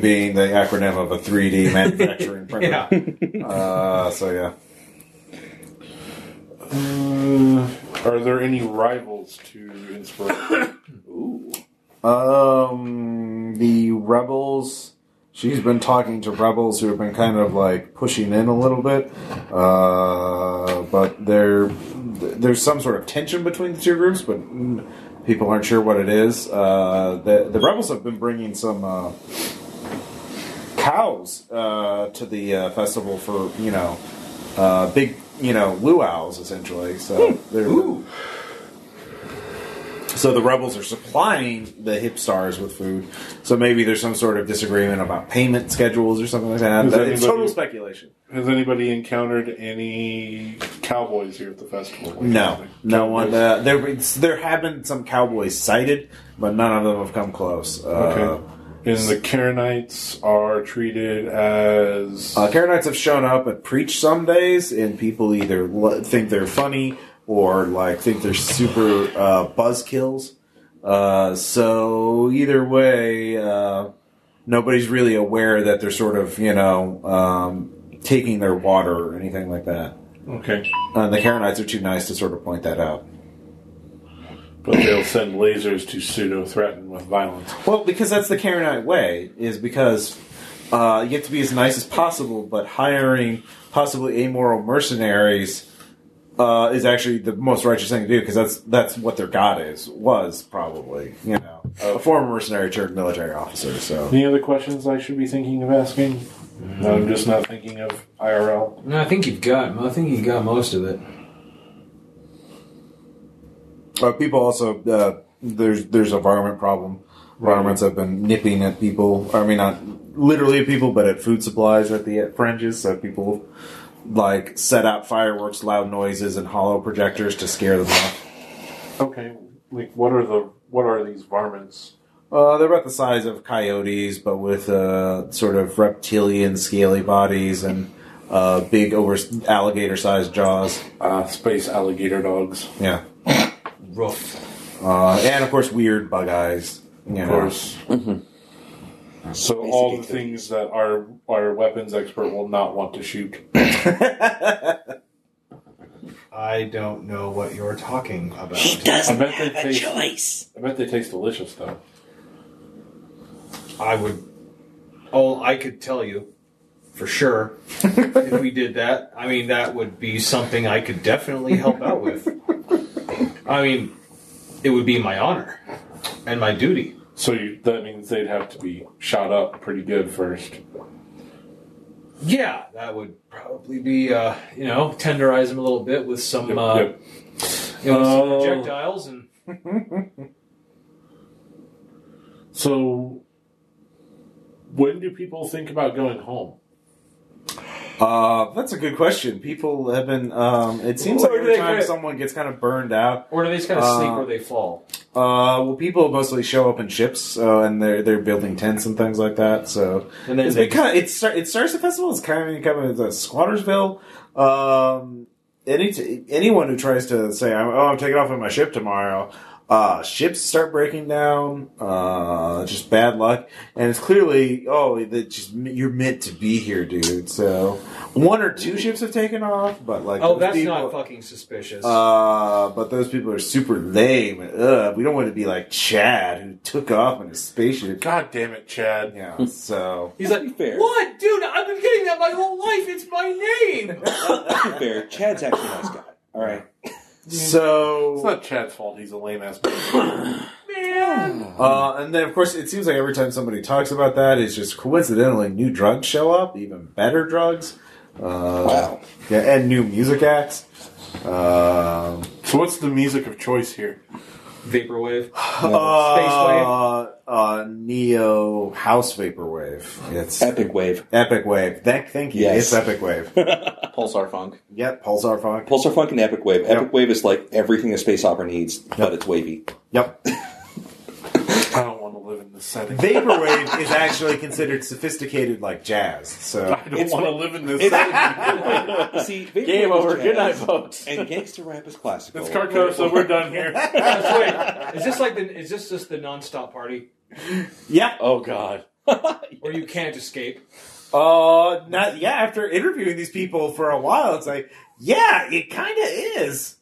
Speaker 3: being the acronym of a 3D manufacturing
Speaker 2: Yeah.
Speaker 3: printer. Uh, so yeah,
Speaker 7: uh, are there any rivals to inspiration?
Speaker 3: um, the rebels. She's been talking to rebels who have been kind of like pushing in a little bit, uh, but there there's some sort of tension between the two groups, but mm, people aren't sure what it is. Uh, the the rebels have been bringing some. Uh, cows uh, to the uh, festival for you know uh, big, you know, luau's essentially. So
Speaker 7: Hmm.
Speaker 3: they're so the rebels are supplying the hip stars with food. So maybe there's some sort of disagreement about payment schedules or something like that.
Speaker 7: Is
Speaker 3: That-
Speaker 7: anybody-
Speaker 3: it's total speculation.
Speaker 7: Has anybody encountered any cowboys here at the festival?
Speaker 3: No, no one. Uh, there, it's, there have been some cowboys sighted, but none of them have come close. Uh,
Speaker 7: Okay. And the Karenites are treated as
Speaker 3: Uh, Karenites have shown up at preach some days, and people either l- think they're funny or like think they're super uh, buzzkills. Uh, so either way, uh, nobody's really aware that they're sort of you know um, taking their water or anything like that.
Speaker 11: Mm,
Speaker 3: Uh,
Speaker 7: okay,
Speaker 3: And the Karenites are too nice to sort of point that out.
Speaker 7: but they'll send lasers to pseudo threaten with violence.
Speaker 3: Well, because that's the Karenite way, is because uh, you have to be as nice as possible, but hiring possibly amoral mercenaries uh, is actually the most righteous thing to do, because that's that's what their god is was probably, you know, a former mercenary turned military officer. So
Speaker 7: Any other questions I should be thinking of asking? No, I'm just not thinking of IRL.
Speaker 9: No, I think you've got. I think you've got most of it.
Speaker 3: uh, people also uh, there's there's a varmint problem. Varmints have been nipping at people. I mean, not literally at people, but at food supplies at the at fringes. So people like set out fireworks, loud noises, and hollow projectors to scare them off.
Speaker 7: Okay, like what are the what are these varmints?
Speaker 3: Uh, they're about the size of coyotes, but with uh, sort of reptilian, scaly bodies and uh, big, over alligator-sized jaws.
Speaker 7: Uh, space alligator dogs,
Speaker 3: Yeah,
Speaker 9: Rough.
Speaker 3: uh, and of course, weird bug eyes. You know.
Speaker 7: of course. So all the things that our our weapons expert will not want to shoot.
Speaker 9: I don't know what you're talking
Speaker 4: He
Speaker 9: about.
Speaker 7: I
Speaker 4: doesn't
Speaker 7: bet
Speaker 4: have
Speaker 7: they
Speaker 4: a
Speaker 7: taste-
Speaker 4: choice.
Speaker 7: I bet they taste delicious though.
Speaker 9: I would. Oh, I could tell you for sure if we did that. I mean, that would be something I could definitely help out with. I mean, it would be my honor and my duty.
Speaker 7: So you, that means they'd have to be shot up pretty good first.
Speaker 9: Yeah, that would probably be, uh, you know, tenderize them a little bit with some,
Speaker 2: Um,
Speaker 9: uh,
Speaker 7: Yep.
Speaker 9: you know, some
Speaker 7: Oh.
Speaker 9: projectiles and.
Speaker 7: So when do people think about going home?
Speaker 3: Uh, that's a good question. People have been. Um, it seems
Speaker 9: Or
Speaker 3: like
Speaker 9: do
Speaker 3: every
Speaker 9: they
Speaker 3: time
Speaker 9: quit?
Speaker 3: someone gets kind of burned out.
Speaker 9: Or do they just kind of sleep
Speaker 3: Uh,
Speaker 9: where they fall?
Speaker 3: Uh, well, people mostly show up in ships, uh, and they're they're building tents and things like that. So
Speaker 9: And then
Speaker 3: it's
Speaker 9: they-
Speaker 3: been kind of, it start, it starts the festival. It's kind of becoming a squattersville. Um, any anyone who tries to say, "I'm- "Oh, I'm taking off on my ship tomorrow." Uh, ships start breaking down. Uh, just bad luck, and it's clearly oh, that just you're meant to be here, dude. So one or two ships have taken off, but like
Speaker 9: Oh,
Speaker 3: those
Speaker 9: that's
Speaker 3: people-
Speaker 9: not fucking suspicious.
Speaker 3: uh, but those people are super lame. Ugh, we don't want to be like Chad, who took off in his spaceship.
Speaker 7: God damn it, Chad.
Speaker 4: Hmm.
Speaker 3: Yeah, so
Speaker 9: He's like,
Speaker 4: be fair.
Speaker 9: what, dude? I've been getting that my whole life. It's my name.
Speaker 4: To be fair, Chad's actually a nice guy. All right.
Speaker 7: It's
Speaker 3: so
Speaker 7: not Chad's fault. He's a lame ass. man.
Speaker 3: uh, and then of course it seems like every time somebody talks about that, it's just coincidentally new drugs show up, even better drugs. Uh, wow. Yeah, and new music acts. Um,
Speaker 7: So what's the music of choice here?
Speaker 9: Vaporwave.
Speaker 3: uh, uh, neo house vaporwave. It's
Speaker 4: Epic wave.
Speaker 3: epic wave. Thank, thank you. It's
Speaker 4: Yes.
Speaker 3: epic wave.
Speaker 5: Pulsar funk.
Speaker 3: yep, pulsar funk.
Speaker 4: Pulsar Funk and Epic Wave. Epic
Speaker 3: Yep.
Speaker 4: Wave is like everything a space opera needs, but it's wavy.
Speaker 3: Yep.
Speaker 7: I don't want to live in this setting.
Speaker 3: Vaporwave is actually considered sophisticated like jazz. So
Speaker 7: I don't
Speaker 4: It's
Speaker 7: want to
Speaker 4: what-
Speaker 7: live in this setting.
Speaker 4: It's, see, vaporwave is
Speaker 5: Game over.
Speaker 4: jazz,
Speaker 5: Good night, folks.
Speaker 4: And gangster rap is classical.
Speaker 7: It's Carcosa. So we're done here.
Speaker 9: Wait, is this like the? Is this just the nonstop party
Speaker 3: yeah,
Speaker 5: Oh God.
Speaker 9: where you can't escape?
Speaker 3: uh, not yeah. After interviewing these people for a while, it's like yeah, it kind of is.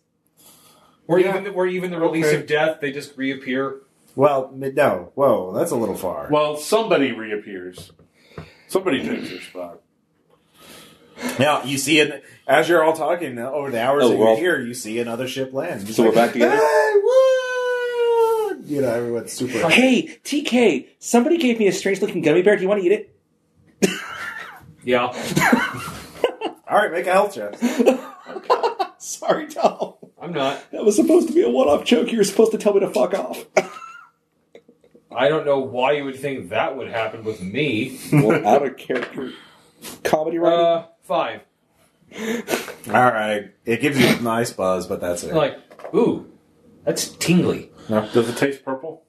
Speaker 9: Or
Speaker 7: Yeah.
Speaker 9: even the, or even the release
Speaker 7: Okay.
Speaker 9: of death, they just reappear.
Speaker 3: Well, m- no, whoa, that's a little far.
Speaker 7: Well, somebody reappears. Somebody takes their spot.
Speaker 3: now you see it as you're all talking uh, over the hours
Speaker 4: Oh,
Speaker 3: that
Speaker 4: we're
Speaker 3: you're
Speaker 4: all-
Speaker 3: here. You see another ship land. It's
Speaker 4: So we're back together?
Speaker 3: Hey, what? You know, everyone's super.
Speaker 4: Hey, TK, somebody gave me a strange looking gummy bear. Do you want to eat it?
Speaker 9: Yeah,
Speaker 3: All right, make a health check.
Speaker 4: Sorry, Tom.
Speaker 9: I'm not.
Speaker 4: That was supposed to be a one-off joke. You were supposed to tell me to fuck off.
Speaker 9: I don't know why you would think that would happen with me.
Speaker 4: well, out of character comedy writing.
Speaker 9: Uh, five.
Speaker 3: All right, it gives you a nice buzz, but that's it.
Speaker 9: Like, ooh, that's tingly.
Speaker 11: Does it taste purple?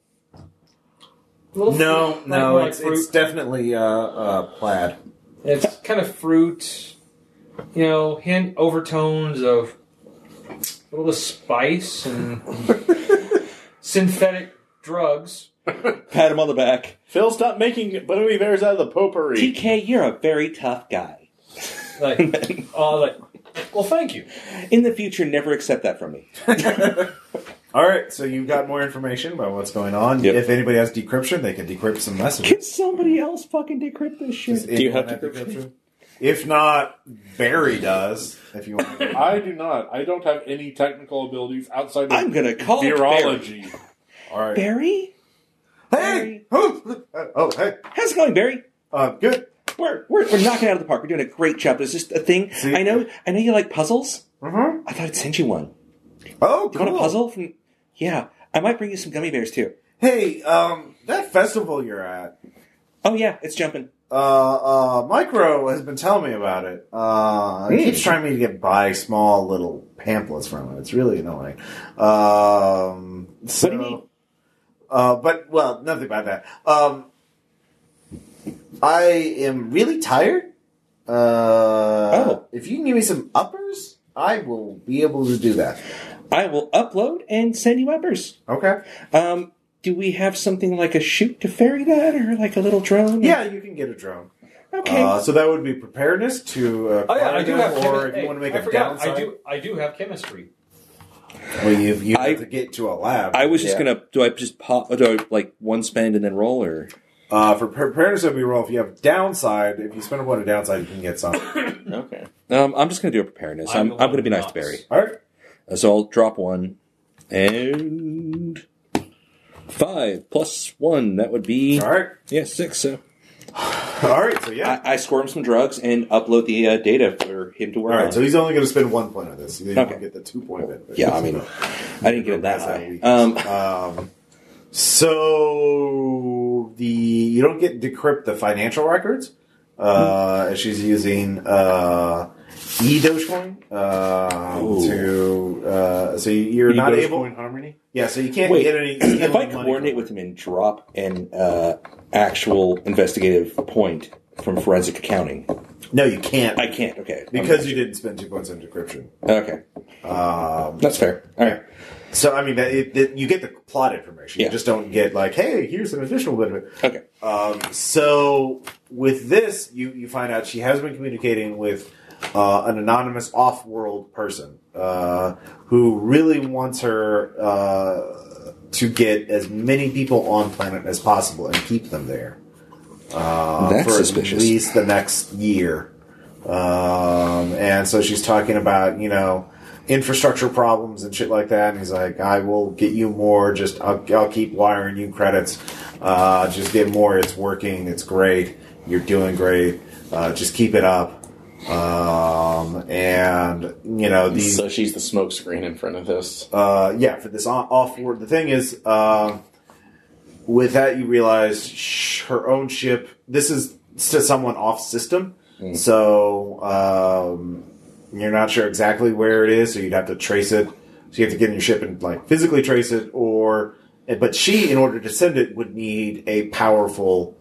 Speaker 9: Little
Speaker 3: no,
Speaker 9: fruit,
Speaker 3: no,
Speaker 9: like-
Speaker 3: it's,
Speaker 9: like
Speaker 3: it's
Speaker 9: fruit.
Speaker 3: definitely uh, uh, plaid.
Speaker 9: It's-
Speaker 2: It's kind of fruit, you know, hint overtones of a little spice and synthetic drugs.
Speaker 4: Pat him on the back.
Speaker 11: Phil, stop making Bonnie Bears out of the potpourri.
Speaker 4: TK, you're a very tough guy.
Speaker 2: Like, oh, like, well, thank you.
Speaker 4: In the future, never accept that from me.
Speaker 3: All right, so you've got more information about what's going on.
Speaker 4: Yep.
Speaker 3: If anybody has decryption, they can decrypt some messages.
Speaker 4: Can somebody else fucking decrypt this
Speaker 3: Does
Speaker 4: shit?
Speaker 5: you have
Speaker 3: anyone If not, Barry does. If you want, to.
Speaker 11: I do not. I don't have any technical abilities outside of
Speaker 4: I'm gonna call Barry.
Speaker 11: virology.
Speaker 3: All right.
Speaker 4: Barry,
Speaker 3: Hey, who? Oh, hey.
Speaker 4: how's it going, Barry?
Speaker 3: Uh, good.
Speaker 4: We're, we're, we're knocking it out of the park. We're doing a great job. There's just a thing.
Speaker 3: See?
Speaker 4: I know. I know you like puzzles.
Speaker 3: Mhm.
Speaker 4: I thought I'd send you one.
Speaker 3: Oh,
Speaker 4: You
Speaker 3: cool.
Speaker 4: want a puzzle? From yeah, I might bring you some gummy bears too.
Speaker 3: Hey, um, that festival you're at,
Speaker 4: Oh yeah, it's jumping.
Speaker 3: uh, uh, Micro has been telling me about it. Uh, he
Speaker 9: Hmm.
Speaker 3: keeps trying me to get buy small little pamphlets from it. It's really annoying. Um, so,
Speaker 4: do you mean?
Speaker 3: Uh, but well, nothing about that. Um, I am really tired. Uh,
Speaker 4: Oh.
Speaker 3: if you can give me some uppers, I will be able to do that.
Speaker 4: I will upload and send you uppers.
Speaker 3: Okay.
Speaker 4: Um, do we have something like a shoot to ferry that, or like a little drone?
Speaker 3: Yeah, you can get a drone.
Speaker 4: Okay.
Speaker 3: Uh, so that would be preparedness to. Uh,
Speaker 9: Oh yeah, I do
Speaker 3: acquire
Speaker 9: have.
Speaker 3: them,
Speaker 9: chemi-
Speaker 3: Or if you
Speaker 9: hey,
Speaker 3: want to make
Speaker 9: I
Speaker 3: a
Speaker 9: forgot,
Speaker 3: downside,
Speaker 9: I do. I do have chemistry.
Speaker 3: Well, you, you
Speaker 4: I-
Speaker 3: have to get to a lab.
Speaker 4: I was just
Speaker 3: Yeah.
Speaker 4: gonna. Do I just pop? Or do I like one spend and then roll, or
Speaker 3: Uh, for preparedness, it would be roll. If you have downside, if you spend a point of downside, you can get some.
Speaker 5: Okay.
Speaker 4: um, I'm just gonna do a preparedness.
Speaker 9: I'm
Speaker 4: I'm, I'm gonna be nice
Speaker 9: nuts.
Speaker 4: to Barry.
Speaker 3: All right.
Speaker 4: Uh, So I'll drop one and five plus one. That would be
Speaker 3: All right.
Speaker 4: yeah six. So
Speaker 3: All right. So, yeah.
Speaker 4: I, I score him some drugs and upload the uh, data for him to work
Speaker 3: All right.
Speaker 4: on.
Speaker 3: So he's only going to spend one point on this. You
Speaker 4: Okay.
Speaker 3: okay. get the two point benefit.
Speaker 4: yeah, I mean, I didn't get it that
Speaker 3: That's how
Speaker 4: high.
Speaker 3: we-
Speaker 4: Um,
Speaker 3: Um, so the you don't get decrypt the financial records. Uh,
Speaker 4: Hmm.
Speaker 3: She's using uh, e Dogecoin um,
Speaker 4: Ooh.
Speaker 3: to uh, so you're not able.
Speaker 11: Dogecoin Harmony.
Speaker 3: Yeah, so you can't
Speaker 4: Wait,
Speaker 3: get any.
Speaker 4: if I coordinate with him and drop an uh, actual investigative point from forensic accounting,
Speaker 3: no, you can't
Speaker 4: I can't. Okay, I'm-
Speaker 3: because you didn't spend two points on decryption.
Speaker 4: okay,
Speaker 3: Um,
Speaker 4: that's fair. All right.
Speaker 3: so I mean, that, it, that you get the plot information.
Speaker 4: Yeah.
Speaker 3: You just don't get like, hey, here's an additional benefit.
Speaker 4: Okay.
Speaker 3: Um, so with this, you you find out she has been communicating with uh, an anonymous off-world person uh, who really wants her uh, to get as many people on planet as possible and keep them there. Uh,
Speaker 4: That's
Speaker 3: for
Speaker 4: suspicious.
Speaker 3: At least the next year. Um, and so she's talking about, you know, infrastructure problems and shit like that. And he's like, I will get you more. Just, I'll, I'll keep wiring you credits. Uh, just get more. It's working. It's great. You're doing great. Uh, just keep it up. Um, and, you know, these,
Speaker 5: So she's the smoke screen in front of this.
Speaker 3: uh, yeah, for this on- off world. The thing is, uh, with that, you realize sh- her own ship. This is to someone off system,
Speaker 4: Hmm.
Speaker 3: so um, you're not sure exactly where it is. So you'd have to trace it. So you have to get in your ship and like physically trace it, or but she, in order to send it, would need a powerful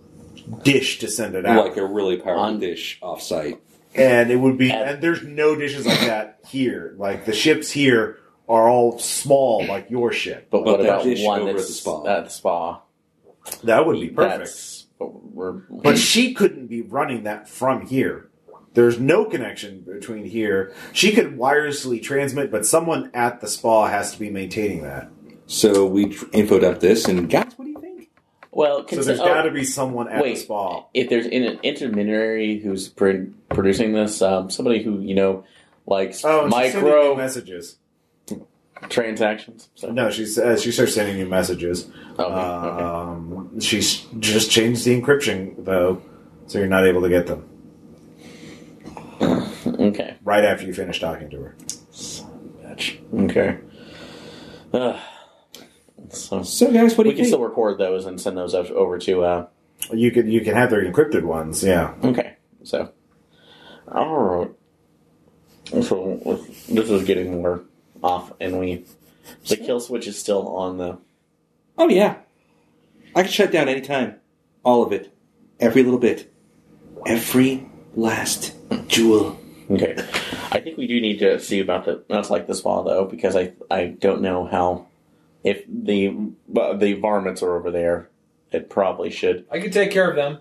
Speaker 3: dish to send it out
Speaker 4: Like a really powerful
Speaker 5: On-
Speaker 4: dish offsite.
Speaker 3: and it would be and there's no dishes like that here like the ships here are all small like your ship
Speaker 5: But
Speaker 4: But
Speaker 5: what
Speaker 4: that
Speaker 5: about
Speaker 4: dish
Speaker 5: one
Speaker 4: over at
Speaker 5: that's
Speaker 4: the spa.
Speaker 5: At the spa.
Speaker 3: that would be perfect
Speaker 5: That's what we're.
Speaker 3: but she couldn't be running that from here there's no connection between here she could wirelessly transmit but someone at the spa has to be maintaining that
Speaker 4: So we tr- info dump this and guys, what do you think?
Speaker 5: well,
Speaker 3: so there's
Speaker 5: oh,
Speaker 3: got to be someone at
Speaker 5: wait.
Speaker 3: the spa
Speaker 5: if there's in an intermediary who's pr- producing this, um, somebody who you know likes
Speaker 3: oh and she's sending you
Speaker 5: micro
Speaker 3: messages
Speaker 5: transactions. So,
Speaker 3: no she's uh, she starts sending you messages
Speaker 5: okay, okay.
Speaker 4: Uh,
Speaker 3: um, she's just changed the encryption though so you're not able to get them
Speaker 5: okay. Okay.
Speaker 3: right after you finish talking to her.
Speaker 5: Okay. Uh, so
Speaker 4: So, guys, what do
Speaker 5: we
Speaker 4: you
Speaker 5: can
Speaker 4: think?
Speaker 5: still record those and send those up- over to. Uh,
Speaker 3: You can you can have their encrypted ones. Yeah.
Speaker 5: okay. So. All right. So this is getting more off, and we the kill switch is still on the.
Speaker 4: Oh yeah, I can shut down anytime, all of it, every little bit, every last jewel.
Speaker 5: Okay. I think we do need to see about the that's like this fall though, because I I don't know how if the but the varmints are over there. It probably should.
Speaker 2: I can take care of them.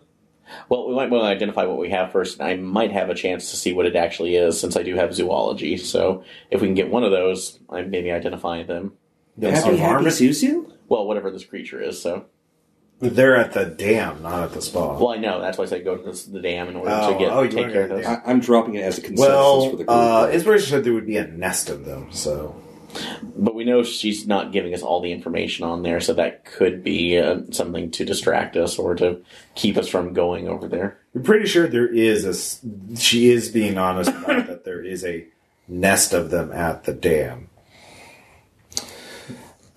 Speaker 5: Well, we might want to identify what we have first, and I might have a chance to see what it actually is since I do have zoology. So if we can get one of those, I maybe identify them.
Speaker 4: Happy, happy Zuzu?
Speaker 5: Well, whatever this creature is. So,
Speaker 3: They're at the dam, not at the spa.
Speaker 5: well, I know that's why I said go to this, the dam in order
Speaker 3: Oh,
Speaker 5: to get
Speaker 3: oh, you
Speaker 5: take
Speaker 3: wanna
Speaker 5: care of
Speaker 3: go to
Speaker 5: those.
Speaker 3: the
Speaker 4: I, I'm dropping it as a consensus for
Speaker 3: well,
Speaker 4: the group.
Speaker 3: uh, inspiration said there would be a nest of them, so
Speaker 5: But we know she's not giving us all the information on there, so that could be uh, something to distract us or to keep us from going over there.
Speaker 3: I'm pretty sure there is a. s- She is being honest about that. There is a nest of them at the dam.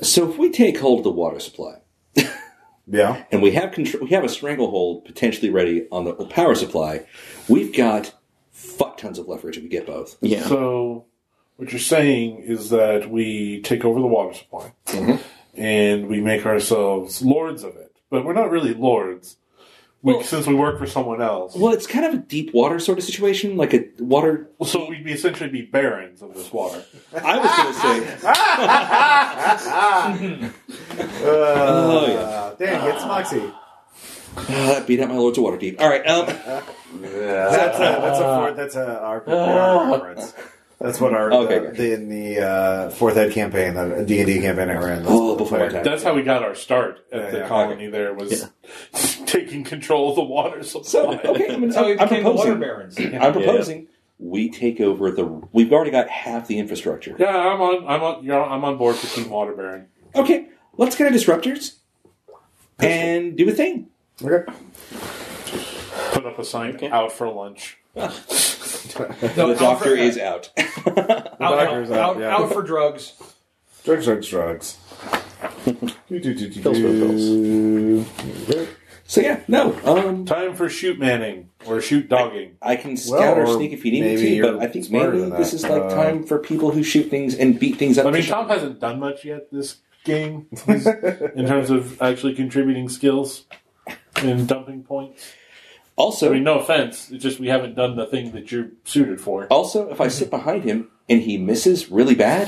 Speaker 4: so, if we take hold of the water supply
Speaker 3: Yeah,
Speaker 4: and we have control, we have a stranglehold potentially ready on the power supply, we've got fuck tons of leverage if we get both.
Speaker 5: Yeah.
Speaker 7: So, what you're saying is that we take over the water supply
Speaker 5: Mm-hmm.
Speaker 7: and we make ourselves lords of it, but we're not really lords. We,
Speaker 4: Well-
Speaker 7: since we work for someone else,
Speaker 4: Well, it's kind of a deep water sort of situation, like a water.
Speaker 7: so we'd be essentially be barons of this water.
Speaker 4: I was going to say, oh yeah.
Speaker 3: uh, dang, it's Moxie.
Speaker 4: Oh, that beat out my Lords of Waterdeep. All right. Um,
Speaker 3: That's a that's a fourth, that's a our, our reference. That's what our
Speaker 4: Okay,
Speaker 3: the,
Speaker 4: gotcha.
Speaker 3: the- in the uh, fourth ed campaign, the D and D campaign I ran.
Speaker 4: oh, before my time.
Speaker 7: That's how we got our start at
Speaker 3: Yeah,
Speaker 7: the
Speaker 3: yeah.
Speaker 7: colony. There was taking control of the water
Speaker 4: So
Speaker 7: supply.
Speaker 4: okay, I'm,
Speaker 2: That's how we
Speaker 4: I'm
Speaker 2: became the water
Speaker 4: proposing.
Speaker 2: barons.
Speaker 4: I'm proposing we take over the. We've already got half the infrastructure.
Speaker 7: Yeah, I'm on. I'm on. You're on I'm on board for Team Water Baron.
Speaker 4: Okay, let's get our disruptors and do a thing.
Speaker 3: Okay.
Speaker 7: Put up a sign out for lunch.
Speaker 2: No,
Speaker 4: The
Speaker 2: out
Speaker 4: doctor
Speaker 2: for-
Speaker 4: is out.
Speaker 2: out,
Speaker 3: doctor's
Speaker 2: out,
Speaker 3: out,
Speaker 2: out,
Speaker 3: yeah.
Speaker 2: out for drugs.
Speaker 3: Drugs, drugs, drugs. do, do, do, do,
Speaker 5: Pills for
Speaker 3: do.
Speaker 4: so yeah, no. Um,
Speaker 7: Time for shoot manning or shoot dogging.
Speaker 4: I can
Speaker 3: Well,
Speaker 4: scout
Speaker 3: or
Speaker 4: or sneak if you need me
Speaker 3: maybe
Speaker 4: to, but
Speaker 3: you're
Speaker 4: I think
Speaker 3: smarter
Speaker 4: mainly
Speaker 3: than
Speaker 4: this
Speaker 3: that.
Speaker 4: is like
Speaker 3: Uh,
Speaker 4: time for people who shoot things and beat things up.
Speaker 7: I mean,
Speaker 4: for
Speaker 7: Tom
Speaker 4: shock.
Speaker 7: hasn't done much yet this game He's- in terms of actually contributing skills and dumping points. I
Speaker 4: also,
Speaker 7: mean, no offense. It's just we haven't done the thing that you're suited for.
Speaker 4: also, if I sit behind him and he misses really bad,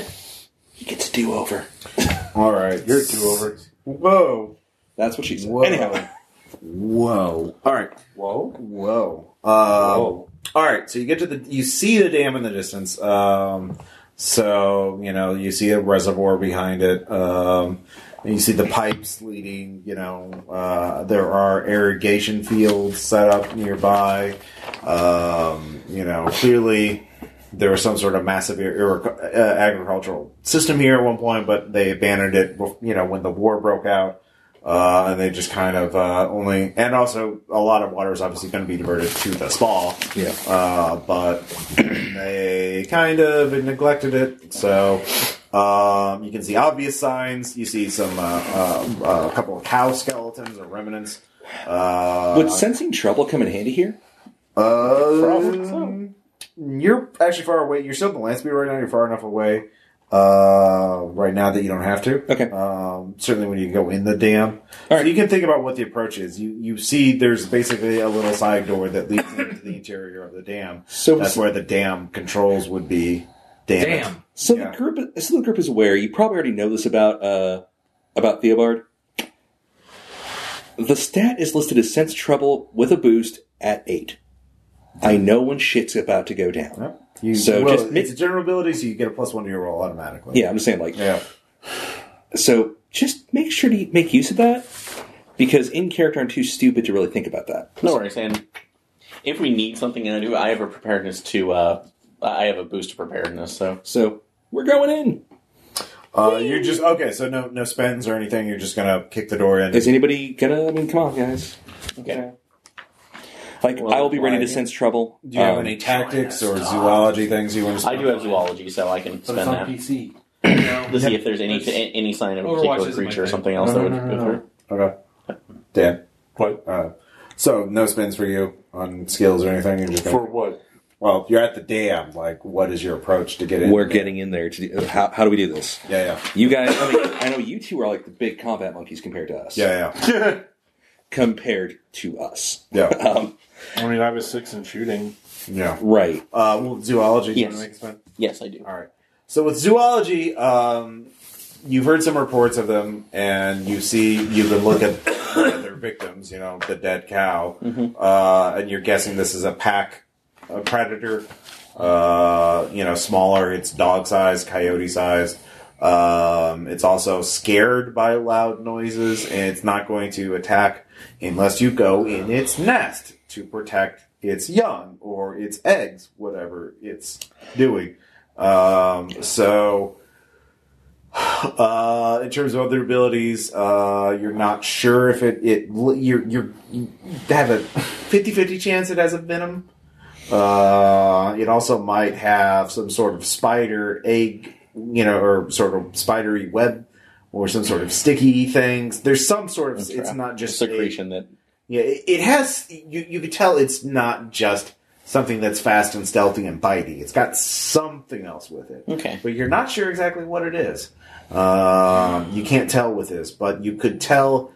Speaker 4: he gets a do over.
Speaker 3: All right,
Speaker 7: You're two over.
Speaker 3: Whoa,
Speaker 4: That's what she said.
Speaker 3: Whoa.
Speaker 4: Anyhow,
Speaker 3: whoa. All right,
Speaker 7: Whoa.
Speaker 3: whoa. Um,
Speaker 7: Whoa.
Speaker 3: All right, so you get to the you see the dam in the distance. Um, so you know you see a reservoir behind it. Um, and you see the pipes leading. You know uh, there are irrigation fields set up nearby. Um, you know clearly there was some sort of massive ir- ir- uh, agricultural system here at one point, but they abandoned it. You know when the war broke out. Uh, and they just kind of uh, only, and also a lot of water is obviously going to be diverted to the spa.
Speaker 4: Yeah.
Speaker 3: Uh, but they kind of neglected it. So um, you can see obvious signs. You see some uh, uh, a couple of cow skeletons or remnants. Uh,
Speaker 4: would sensing trouble come in handy here?
Speaker 3: um,
Speaker 7: Probably so.
Speaker 3: You're actually far away. You're still in the land speed right now. You're far enough away uh, right now that you don't have to.
Speaker 4: Okay.
Speaker 3: Um, certainly when you go in the dam. So
Speaker 4: All right.
Speaker 3: you can think about what the approach is. You you see there's basically a little side door that leads into the interior of the dam.
Speaker 4: So-
Speaker 3: That's where the dam controls would be. Damn. it.
Speaker 2: Damn.
Speaker 4: So
Speaker 3: Yeah.
Speaker 4: the group, so the group is aware. You probably already know this about uh, about Theobard. The stat is listed as sense trouble with a boost at eight. I know when shit's about to go down.
Speaker 3: Yep. You,
Speaker 4: So
Speaker 3: well,
Speaker 4: just mi-
Speaker 3: it's a general ability, so you get a plus one to your roll automatically.
Speaker 4: Yeah, I'm just saying, like,
Speaker 3: Yeah.
Speaker 4: so just make sure to make use of that because in character, I'm too stupid to really think about that.
Speaker 5: No worries. And if we need something, and I do, I have a preparedness to. Uh, I have a boost to preparedness. So
Speaker 4: So we're going in.
Speaker 3: Uh, you're just okay. So no no spends or anything. You're just gonna kick the door in.
Speaker 4: Is anybody gonna? I mean, come on, guys. Okay. Like
Speaker 5: Well,
Speaker 4: I will be ready to
Speaker 5: why?
Speaker 4: sense trouble.
Speaker 3: Do you have
Speaker 4: Um,
Speaker 3: any tactics or zoology things you want to?
Speaker 5: I do have zoology, so I can
Speaker 7: But it's
Speaker 5: spend
Speaker 7: on
Speaker 5: that
Speaker 7: PC.
Speaker 5: to see if there's any any sign of a particular
Speaker 9: Overwatch isn't my
Speaker 5: creature or
Speaker 9: thing.
Speaker 5: something else
Speaker 7: No,
Speaker 5: that would
Speaker 7: no, no,
Speaker 5: go
Speaker 7: no.
Speaker 5: through.
Speaker 3: Okay, Dan.
Speaker 7: What?
Speaker 3: Uh, so no spins for you on skills or anything. You're just gonna,
Speaker 7: For what?
Speaker 3: well, you're at the dam. Like, what is your approach to get in?
Speaker 4: We're getting in there. To do, how, how do we do this?
Speaker 3: Yeah, yeah,
Speaker 4: You guys, I, mean, I know you two are like the big combat monkeys compared to us.
Speaker 3: yeah, yeah.
Speaker 4: Compared to us.
Speaker 3: Yeah.
Speaker 4: Um,
Speaker 7: I mean, I have a six in shooting.
Speaker 3: yeah.
Speaker 4: right.
Speaker 3: Uh, well, zoology. do you
Speaker 5: Yes.
Speaker 3: wanna make a spin?
Speaker 5: Yes, I do.
Speaker 3: All right. So with zoology, um, you've heard some reports of them, and you see you can look at their victims. You know, the dead cow, uh, and you're guessing this is a pack a predator. Uh, you know, smaller. It's dog sized, coyote sized. Um, it's also scared by loud noises, and it's not going to attack unless you go in its nest to protect its young or its eggs, whatever it's doing. Um, so, uh, in terms of other abilities, uh, you're not sure if it, it you're, you're, you have a 50 50 chance it has a venom. Uh, it also might have some sort of spider egg, you know, or sort of spidery web. Or some sort of sticky things. There's some sort of. It's not just a-
Speaker 5: Secretion that
Speaker 3: yeah, it, it has. You you could tell it's not just something that's fast and stealthy and bitey. It's got something else with it.
Speaker 5: Okay.
Speaker 3: but you're not sure exactly what it is. Um, you can't tell with this, but you could tell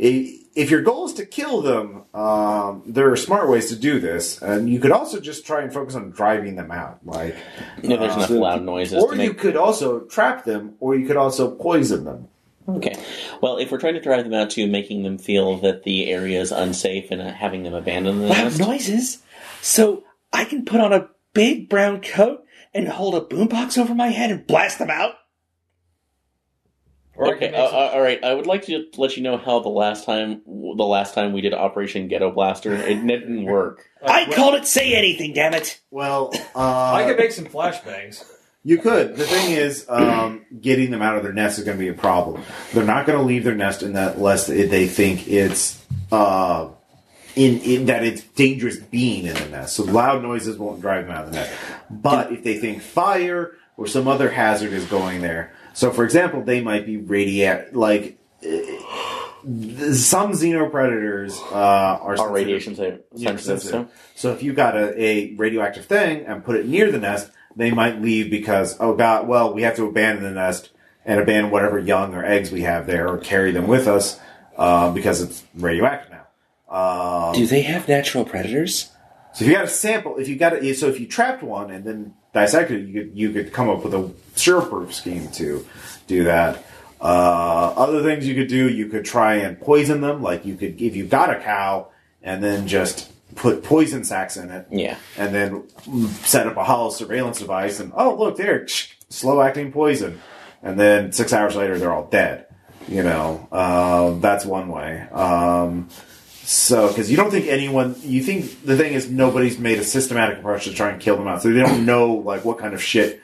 Speaker 3: i- if your goal is to kill them. Um, there are smart ways to do this, and you could also just try and focus on driving them out, like.
Speaker 5: no, there's enough loud noises
Speaker 3: Or
Speaker 5: to
Speaker 3: you
Speaker 5: make.
Speaker 3: could also trap them, or you could also poison them.
Speaker 5: Okay, well, if we're trying to drive them out to making them feel that the area is unsafe and uh, having them abandon the
Speaker 4: loud
Speaker 5: nest,
Speaker 4: noises so I can put on a big brown coat and hold a boombox over my head and blast them out?
Speaker 2: Or I
Speaker 5: okay,
Speaker 2: can
Speaker 5: uh,
Speaker 2: make
Speaker 5: uh, all right. I would like to let you know how the last time the last time we did Operation Ghetto Blaster, it didn't work.
Speaker 4: I called it say anything, damn it.
Speaker 3: Well, uh,
Speaker 2: some, I can make some flashbangs.
Speaker 3: You could. The thing is, um, getting them out of their nest is going to be a problem. They're not going to leave their nest in that unless they think it's uh, in, in that it's dangerous being in the nest. So loud noises won't drive them out of the nest. But if they think fire or some other hazard is going there, so for example, they might be radiate like uh, some xenopredators uh, are
Speaker 5: Our
Speaker 3: sensitive-
Speaker 5: radiation sen-
Speaker 3: yeah,
Speaker 5: sensitive. So.
Speaker 3: sensitive. So if you got a, a radioactive thing and put it near the nest, they might leave because oh god, well we have to abandon the nest and abandon whatever young or eggs we have there or carry them with us uh, because it's radioactive now. Um,
Speaker 4: Do they have natural predators?
Speaker 3: so if you got a sample, if you got a, so if you trapped one and then dissected it, you could you could come up with a sureproof scheme to do that. Uh, other things you could do, you could try and poison them. Like you could, if you got a cow and then just put poison sacks in it,
Speaker 5: Yeah.
Speaker 3: and then set up a hollow surveillance device and oh look there slow acting poison and then six hours later they're all dead you know um, that's one way um, so because you don't think anyone you think the thing is nobody's made a systematic approach to try and kill them out so they don't know like what kind of shit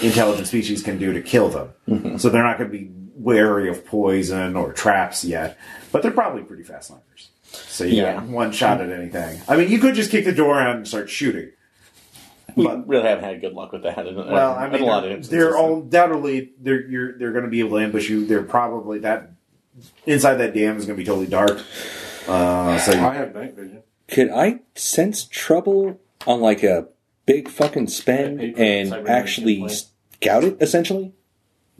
Speaker 3: intelligent species can do to kill them
Speaker 5: Mm-hmm.
Speaker 3: so they're not going to be wary of poison or traps yet but they're probably pretty fast learners so you
Speaker 5: Yeah.
Speaker 3: got one shot at anything i mean you could just kick the door out and start shooting
Speaker 5: We
Speaker 3: But-
Speaker 5: really haven't had good luck with that. In,
Speaker 3: well, I
Speaker 5: in
Speaker 3: mean,
Speaker 5: a lot of
Speaker 3: they're,
Speaker 5: instances.
Speaker 3: they're all undoubtedly they're you're, they're going to be able to ambush you. They're probably that inside that dam is going to be totally dark. Uh, so you-
Speaker 7: I have night vision.
Speaker 4: Could I sense trouble on like a big fucking spend
Speaker 7: I paid for the
Speaker 4: and
Speaker 7: cyber
Speaker 4: actually
Speaker 7: management
Speaker 4: scout it essentially?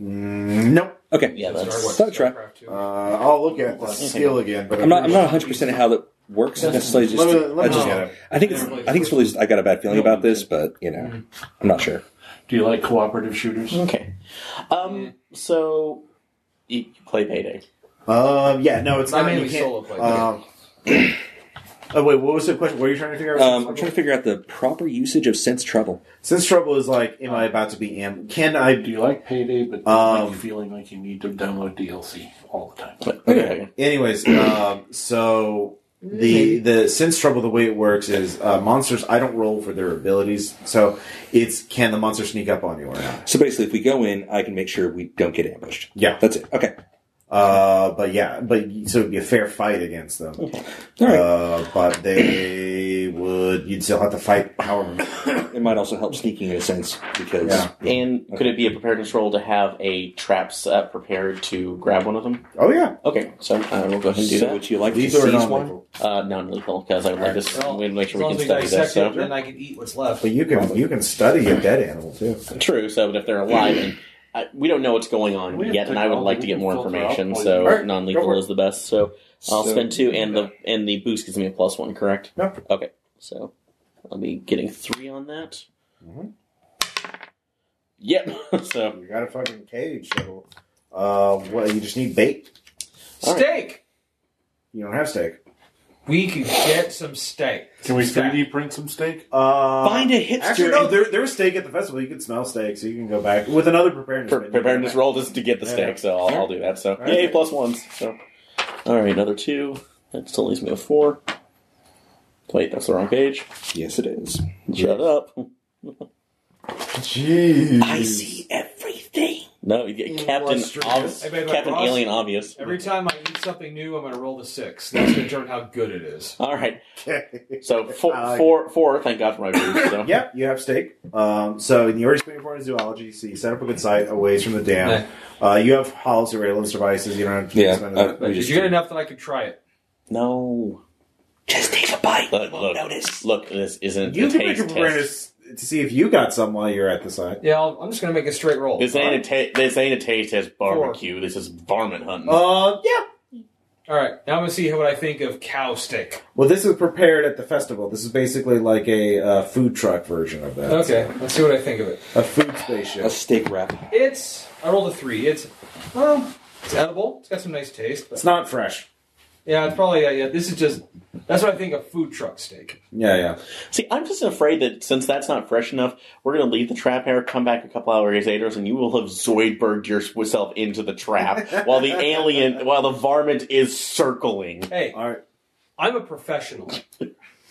Speaker 3: nope.
Speaker 4: Okay.
Speaker 5: Yeah,
Speaker 2: Or
Speaker 5: that's
Speaker 2: what,
Speaker 4: Thought I'd try.
Speaker 2: StarCraft two.
Speaker 3: Uh, I'll look at the skill again, but
Speaker 4: I'm not I'm not 100% how that works necessarily just
Speaker 3: Let me, let
Speaker 4: I
Speaker 3: me
Speaker 4: just-
Speaker 3: get it.
Speaker 4: I think it's I think it's really just, I got a bad feeling about this, but you know, I'm not sure.
Speaker 7: Do you like cooperative shooters?
Speaker 5: okay. Um, so you you play Payday.
Speaker 3: Um, yeah, no, it's
Speaker 2: I
Speaker 3: not. you
Speaker 2: mainly
Speaker 3: can't-
Speaker 2: solo play.
Speaker 3: Um, oh wait, what was the question? What are you trying to figure out?
Speaker 4: Um, I'm trying to figure out the proper usage of sense trouble.
Speaker 3: Since trouble is like, am I about to be am? Can I
Speaker 7: Do
Speaker 3: do?
Speaker 7: you like payday, but
Speaker 3: Um,
Speaker 7: like feeling like you need to download DLC all the time?
Speaker 5: Okay.
Speaker 3: Anyways, um, so the the sense trouble the way it works is uh, monsters. I don't roll for their abilities, so it's can the monster sneak up on you or not?
Speaker 4: So basically, if we go in, I can make sure we don't get ambushed.
Speaker 3: Yeah.
Speaker 4: That's it. Okay.
Speaker 3: Uh, but yeah, but so it'd be a fair fight against them.
Speaker 4: All right.
Speaker 3: Uh, but they you would. You'd still have to fight however. many.
Speaker 4: It might also help sneaking in a sense because
Speaker 3: Yeah.
Speaker 5: And could it be a preparedness roll to have a trap set prepared to grab one of them?
Speaker 3: Oh yeah,
Speaker 5: Okay, so I will go ahead and do
Speaker 4: so
Speaker 5: that.
Speaker 4: would you like
Speaker 3: these
Speaker 4: to
Speaker 3: are
Speaker 4: seize
Speaker 3: non
Speaker 4: one?
Speaker 3: lethal.
Speaker 5: Uh, non-lethal, because I would like this.
Speaker 2: Well,
Speaker 5: we make
Speaker 2: As
Speaker 5: sure
Speaker 2: long
Speaker 5: we
Speaker 2: as
Speaker 5: can
Speaker 2: we
Speaker 5: study this.
Speaker 2: dissect it,
Speaker 5: So.
Speaker 2: then I can eat what's left.
Speaker 3: But you can you can study a dead animal too.
Speaker 5: True. So, but if they're alive and I, we don't know what's going on
Speaker 11: We have
Speaker 5: yet, and I would like to get more
Speaker 11: technology, we can
Speaker 5: information.
Speaker 11: filter out
Speaker 5: So,
Speaker 3: poison. Alright, go for
Speaker 5: non-lethal
Speaker 3: it.
Speaker 5: is the best. So, I'll
Speaker 4: So-
Speaker 5: spend two, and the and the boost gives me a plus one. Correct.
Speaker 3: Yep.
Speaker 5: Okay. So, I'll be getting three on that.
Speaker 3: Mhm.
Speaker 5: Yep. so,
Speaker 3: You got a fucking cage. So, uh, well, you just need bait.
Speaker 2: Steak.
Speaker 3: You don't have steak.
Speaker 2: We could get some steak.
Speaker 11: Can we
Speaker 2: Stack.
Speaker 11: 3D print some steak?
Speaker 3: Uh,
Speaker 4: Find a hipster.
Speaker 3: Actually, no.
Speaker 4: and-
Speaker 3: There, there was steak at the festival. You could smell steak, so you can go back with another preparedness.
Speaker 5: pre-
Speaker 3: menu.
Speaker 5: preparedness roll just to get the
Speaker 3: Yeah.
Speaker 5: steak. So I'll, I'll do that. So,
Speaker 3: Alright.
Speaker 5: yay, plus ones. So, all right, another two. That still leaves me a four. Wait, that's the wrong page.
Speaker 4: yes, it is.
Speaker 5: Shut up.
Speaker 3: Jeez.
Speaker 4: I see everything.
Speaker 5: No, you get Captain
Speaker 3: Illustrious.
Speaker 5: Obvious.
Speaker 2: I bet my
Speaker 5: Captain
Speaker 2: boss-
Speaker 5: Alien Obvious.
Speaker 2: Every time I eat something new, I'm going to roll the six. That's going to determine how good it is.
Speaker 5: All right,
Speaker 3: Okay.
Speaker 5: so four,
Speaker 3: I like
Speaker 5: four, four. Thank God for my boots. So.
Speaker 3: Yep, you have steak. Um, so you already spent your point in zoology, so you set up a good site away from the dam. Uh, you have hollows, surveillance devices. You don't have to
Speaker 4: Yeah,
Speaker 3: spend
Speaker 4: uh,
Speaker 3: that.
Speaker 4: I
Speaker 2: Did
Speaker 4: just-
Speaker 2: you get enough that I could try it?
Speaker 5: No.
Speaker 4: Just take a bite.
Speaker 5: Look,
Speaker 4: you won't
Speaker 5: look,
Speaker 4: notice.
Speaker 5: look. This isn't
Speaker 3: You
Speaker 5: a
Speaker 3: can make a
Speaker 5: taste test.
Speaker 3: preparedness to see if you got some while you're at the site.
Speaker 2: Yeah, I'll, I'm just going to make a straight roll.
Speaker 5: This ain't a ta- this ain't a taste test barbecue. This is varmint hunting.
Speaker 3: Uh, yeah.
Speaker 2: All right, now I'm going to see what I think of cow steak.
Speaker 3: Well, this is prepared at the festival. This is basically like a uh, food truck version of that.
Speaker 2: Okay, let's see what I think of it.
Speaker 3: A food
Speaker 4: A
Speaker 3: spaceship.
Speaker 4: steak wrap.
Speaker 2: It's I rolled a three. It's well, it's edible. It's got some nice taste. But
Speaker 3: It's not fresh.
Speaker 2: yeah, it's probably yeah, yeah. This is just that's what I think of food truck steak.
Speaker 3: Yeah, yeah.
Speaker 5: See, I'm just afraid that since that's not fresh enough, we're gonna leave the trap here, come back a couple hours later, and you will have zoidberged yourself into the trap while the alien, while the varmint is circling.
Speaker 2: Hey,
Speaker 3: All right.
Speaker 2: I'm a professional.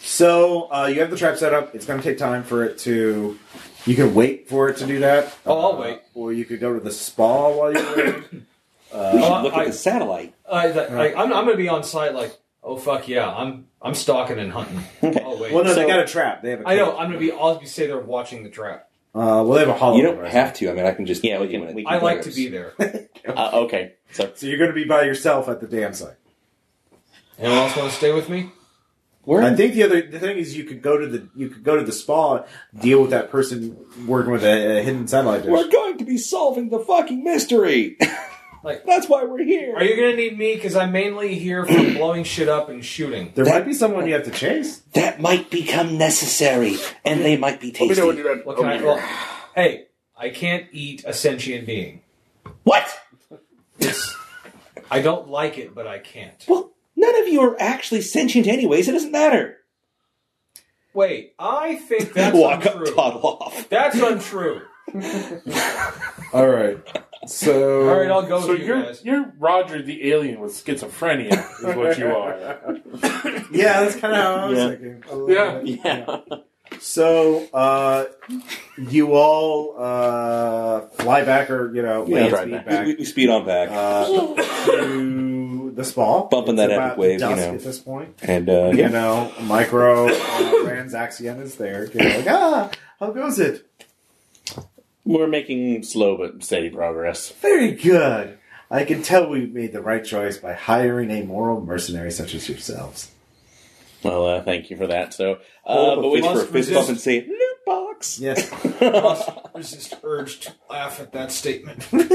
Speaker 3: So uh, you have the trap set up. It's going to take time for it to. You can wait for it to do that.
Speaker 2: Oh, I'll
Speaker 3: Uh,
Speaker 2: wait.
Speaker 3: Or you could go to the spa while you're waiting.
Speaker 4: we should
Speaker 2: Uh,
Speaker 4: look
Speaker 2: I-
Speaker 4: at the satellite.
Speaker 2: I, that, like, I'm I'm going to be on site. Like, oh fuck yeah, I'm I'm stalking and hunting. Oh wait,
Speaker 3: Well, no, they
Speaker 4: So-
Speaker 3: got a trap. They have a.
Speaker 2: I know.
Speaker 3: cage.
Speaker 2: I'm going to be. I'll be say they're watching the trap.
Speaker 3: Uh, well, they have a hollow.
Speaker 4: You don't
Speaker 3: right?
Speaker 4: have to. I mean, I can just.
Speaker 5: Yeah, we
Speaker 4: tell you
Speaker 5: can-
Speaker 4: when
Speaker 5: we
Speaker 4: it-
Speaker 5: can
Speaker 2: I like to be there.
Speaker 5: Uh, okay, so
Speaker 3: So you're going to be by yourself at the damn site.
Speaker 2: Anyone else want to stay with me?
Speaker 4: We're
Speaker 3: I think the other the thing is you could go to the you could go to the spa, deal with that person working with a, a hidden satellite dish.
Speaker 4: We're going to be solving the fucking mystery.
Speaker 2: Like-
Speaker 4: that's why we're here.
Speaker 2: Are you going to need me? Because I'm mainly here for blowing shit up and shooting.
Speaker 3: There might be someone you have to chase.
Speaker 4: that might become necessary, and they might be tasty.
Speaker 2: What can I? Well, hey, I can't eat a sentient being.
Speaker 4: what?
Speaker 2: It's I don't like it, but I can't.
Speaker 4: Well, none of you are actually sentient, anyways. It doesn't matter.
Speaker 2: Wait, I think that's
Speaker 4: Walk up,
Speaker 2: untrue.
Speaker 4: toddle off.
Speaker 2: That's untrue.
Speaker 3: All right. So
Speaker 2: All right, I'll go
Speaker 11: so
Speaker 2: with Oh, you
Speaker 11: you're
Speaker 2: guys.
Speaker 11: you're Roger the alien with schizophrenia is what you are.
Speaker 3: yeah, that's kind of how I was
Speaker 5: Yeah.
Speaker 3: thinking. A little
Speaker 11: Yeah.
Speaker 3: bit.
Speaker 5: yeah.
Speaker 3: So uh, you all uh, fly back, or you know, land
Speaker 5: drive
Speaker 3: speed
Speaker 4: We,
Speaker 3: back.
Speaker 4: we- we speed on back,
Speaker 3: Uh, to the spa,
Speaker 4: Bumping that
Speaker 3: It's
Speaker 4: epic
Speaker 3: about
Speaker 4: wave, you
Speaker 3: dusk
Speaker 4: know.
Speaker 3: At this point,
Speaker 4: and uh,
Speaker 3: you
Speaker 4: yeah,
Speaker 3: know, micro uh, Rand's Axion is there. You know, like, ah, how goes it?
Speaker 5: We're making slow but steady progress.
Speaker 3: Very good. I can tell we made the right choice by hiring a moral mercenary such as yourselves.
Speaker 5: Well, uh, thank you for that. So, uh,
Speaker 4: uh,
Speaker 5: but
Speaker 4: but
Speaker 5: we
Speaker 4: wait
Speaker 2: must
Speaker 4: for a fist
Speaker 2: resist.
Speaker 4: bump and say loot box.
Speaker 3: Yes.
Speaker 2: Must resist urge to laugh at that statement.
Speaker 3: This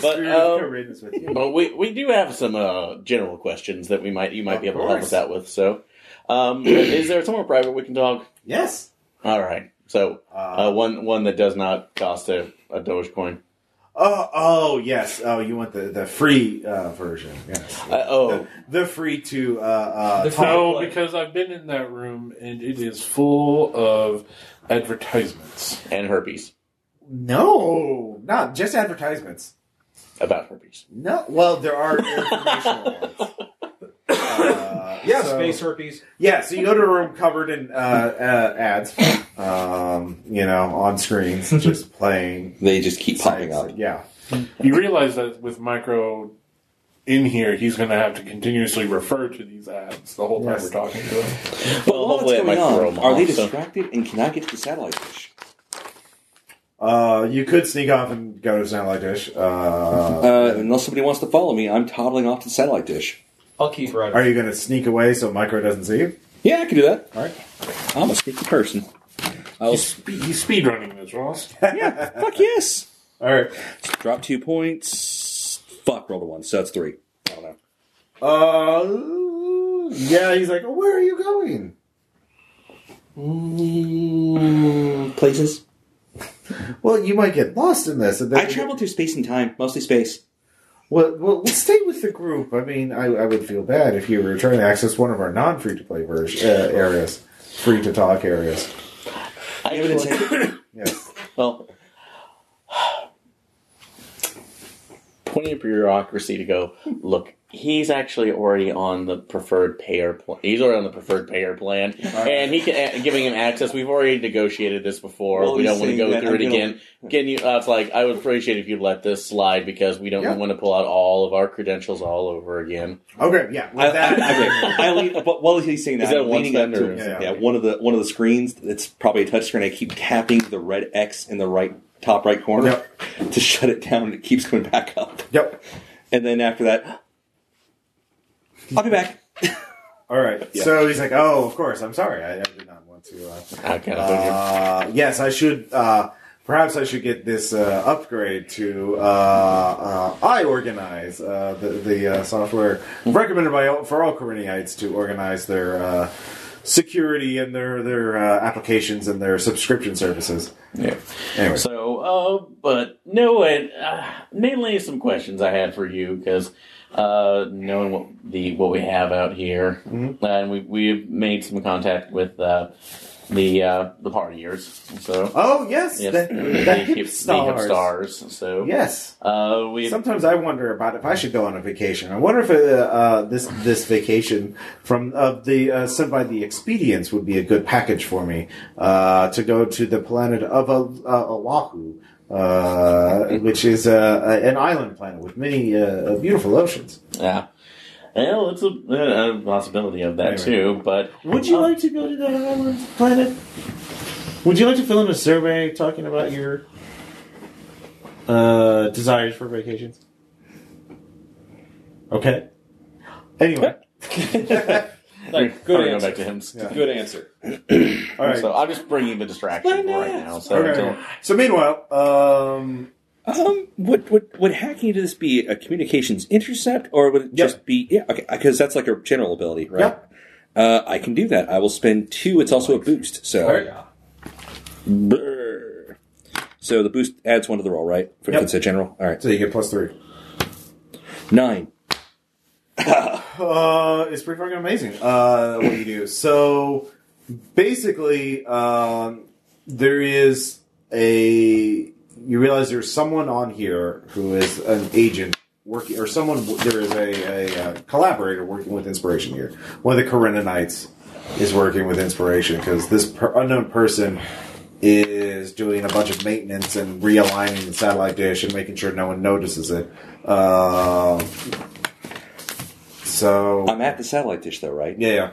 Speaker 5: But,
Speaker 3: spirit
Speaker 5: um,
Speaker 3: of co-written is with you.
Speaker 5: but we we do have some uh, general questions that we might you might be
Speaker 3: Of
Speaker 5: able to help
Speaker 3: course.
Speaker 5: us out with. So, um, is there somewhere private we can talk?
Speaker 3: Yes.
Speaker 5: All right. So,
Speaker 3: Uh,
Speaker 5: uh, one one that does not cost a, a Dogecoin.
Speaker 3: oh, oh, yes. Oh, you want the, the free uh, version. Yes.
Speaker 5: Uh, oh,
Speaker 3: The free to. Uh, uh,
Speaker 2: The
Speaker 3: talk.
Speaker 2: free-
Speaker 11: No, because I've been in that room and it is full of advertisements.
Speaker 5: and herpes
Speaker 3: No, not just advertisements.
Speaker 5: about herpes.
Speaker 3: No. Well, there are informational ones. Uh,
Speaker 2: Yeah,
Speaker 3: so-
Speaker 2: space herpes.
Speaker 3: Yeah, so you go to a room covered in uh, uh, ads, um, you know, on screens, just playing
Speaker 4: They just keep popping up.
Speaker 3: Yeah.
Speaker 11: You realize that with micro in here, he's going to have to continuously refer to these ads the whole time
Speaker 3: Yes.
Speaker 11: we're talking to him.
Speaker 4: But while
Speaker 5: hopefully
Speaker 4: that's
Speaker 5: it might
Speaker 4: going
Speaker 5: throw
Speaker 4: on,
Speaker 5: 'em
Speaker 4: are they
Speaker 5: off, so-
Speaker 4: distracted and can I get to the satellite dish?
Speaker 3: Uh, you could sneak off and go to satellite dish. Uh,
Speaker 4: Uh, unless somebody wants to follow me, I'm toddling off to the satellite dish.
Speaker 2: I'll keep right.
Speaker 3: are you going to sneak away so Micro doesn't see you?
Speaker 4: Yeah, I can do that.
Speaker 3: All right.
Speaker 4: I'm a sneaky person. I will.
Speaker 11: He's, spe- he's speedrunning this, Ross.
Speaker 4: yeah, fuck yes.
Speaker 3: All right.
Speaker 4: Drop two points. Fuck, rolled a one, so that's three. I don't know.
Speaker 3: Uh, yeah, he's like, where are you going? Um,
Speaker 4: places.
Speaker 3: Well, you might get lost in this. And then
Speaker 4: I travel through space and time, mostly space.
Speaker 3: Well, well, let's stay with the group. I mean, I, I would feel bad if you were trying to access one of our non-free to play version uh, areas, free to talk areas.
Speaker 4: I have an insight.
Speaker 3: Yes.
Speaker 5: Well, plenty of bureaucracy to go. Look, he's actually already on the preferred payer plan. He's already on the preferred payer plan, and he can a- giving him access. We've already negotiated this before.
Speaker 4: Well,
Speaker 5: we
Speaker 4: he's
Speaker 5: don't want to
Speaker 4: saying
Speaker 5: go
Speaker 4: that I'm
Speaker 5: through it
Speaker 4: gonna-
Speaker 5: again. Can you? Uh, it's like I would appreciate if you let this slide because we don't
Speaker 3: Yeah.
Speaker 5: want to pull out all of our credentials all over again.
Speaker 3: Okay. Yeah.
Speaker 4: I,
Speaker 3: With that,
Speaker 4: I, I, agree. I lean, but while he's saying that,
Speaker 5: Is that
Speaker 4: I'm
Speaker 5: one
Speaker 4: leaning up
Speaker 5: step
Speaker 4: to
Speaker 5: or-
Speaker 4: yeah,
Speaker 3: Yeah, yeah.
Speaker 4: one of the one of the screens. It's probably a touchscreen. I keep tapping the red X in the right top right corner to shut it down. and It keeps coming back up,
Speaker 3: Yep.
Speaker 4: and then after that, I'll be back.
Speaker 3: All right.
Speaker 4: Yeah.
Speaker 3: So he's like, "Oh, of course. I'm sorry. I, I did not want to." Uh,
Speaker 5: I kind of
Speaker 3: uh, yes, I should. Uh, perhaps I should get this uh, upgrade to uh, uh, I organize uh, the the uh, software recommended by all, for all Coriniites to organize their uh, security and their their uh, applications and their subscription services.
Speaker 5: Yeah.
Speaker 3: Anyway,
Speaker 5: So, uh, but no, and uh, mainly some questions I had for you because uh, knowing what the what we have out here,
Speaker 3: Mm-hmm.
Speaker 5: and we we've made some contact with uh, the uh, the partiers. So
Speaker 3: oh yes,
Speaker 5: yes,
Speaker 3: that, that hip
Speaker 5: the hip
Speaker 3: stars.
Speaker 5: stars. So
Speaker 3: Yes.
Speaker 5: uh, we
Speaker 3: Sometimes I wonder about if I should go on a vacation. I wonder if uh, uh, this this vacation from of the uh, sent by the Expedients would be a good package for me uh, to go to the planet of uh, uh, Oahu, uh, which is uh, a- an island planet with many uh, beautiful oceans.
Speaker 5: yeah. Well, it's a, uh, a possibility of that too, but
Speaker 3: Would you
Speaker 5: Uh,
Speaker 3: like to go to that island planet? Would you like to fill in a survey talking about your uh, desires for vacations? Okay. Anyway.
Speaker 5: like,
Speaker 9: good
Speaker 5: go
Speaker 9: answer.
Speaker 5: back to him.
Speaker 3: Yeah.
Speaker 9: Good answer.
Speaker 3: All right.
Speaker 5: So uh, I'm just bringing the distraction right now. So
Speaker 3: Okay.
Speaker 5: until-
Speaker 3: So meanwhile, um,
Speaker 4: Um, would, would would hacking into this be a communications intercept, or would it just be yeah? Okay, because that's like a general ability, right?
Speaker 3: Yep.
Speaker 4: Uh, I can do that. I will spend two. It's also a boost, so Brr. so the boost adds one to the roll, right? For
Speaker 3: Yep.
Speaker 4: It's a general. All right,
Speaker 3: so you get plus three.
Speaker 4: nine.
Speaker 3: Uh, it's pretty fucking amazing. Uh, what you do. So basically, um, there is a. You realize there's someone on here who is an agent working, or someone. There is a, a, uh collaborator working with Inspiration here. One of the Kareninites is working with Inspiration because this per- unknown person is doing a bunch of maintenance and realigning the satellite dish and making sure no one notices it. Um so
Speaker 4: I'm at the satellite dish, though, right?
Speaker 3: yeah, yeah.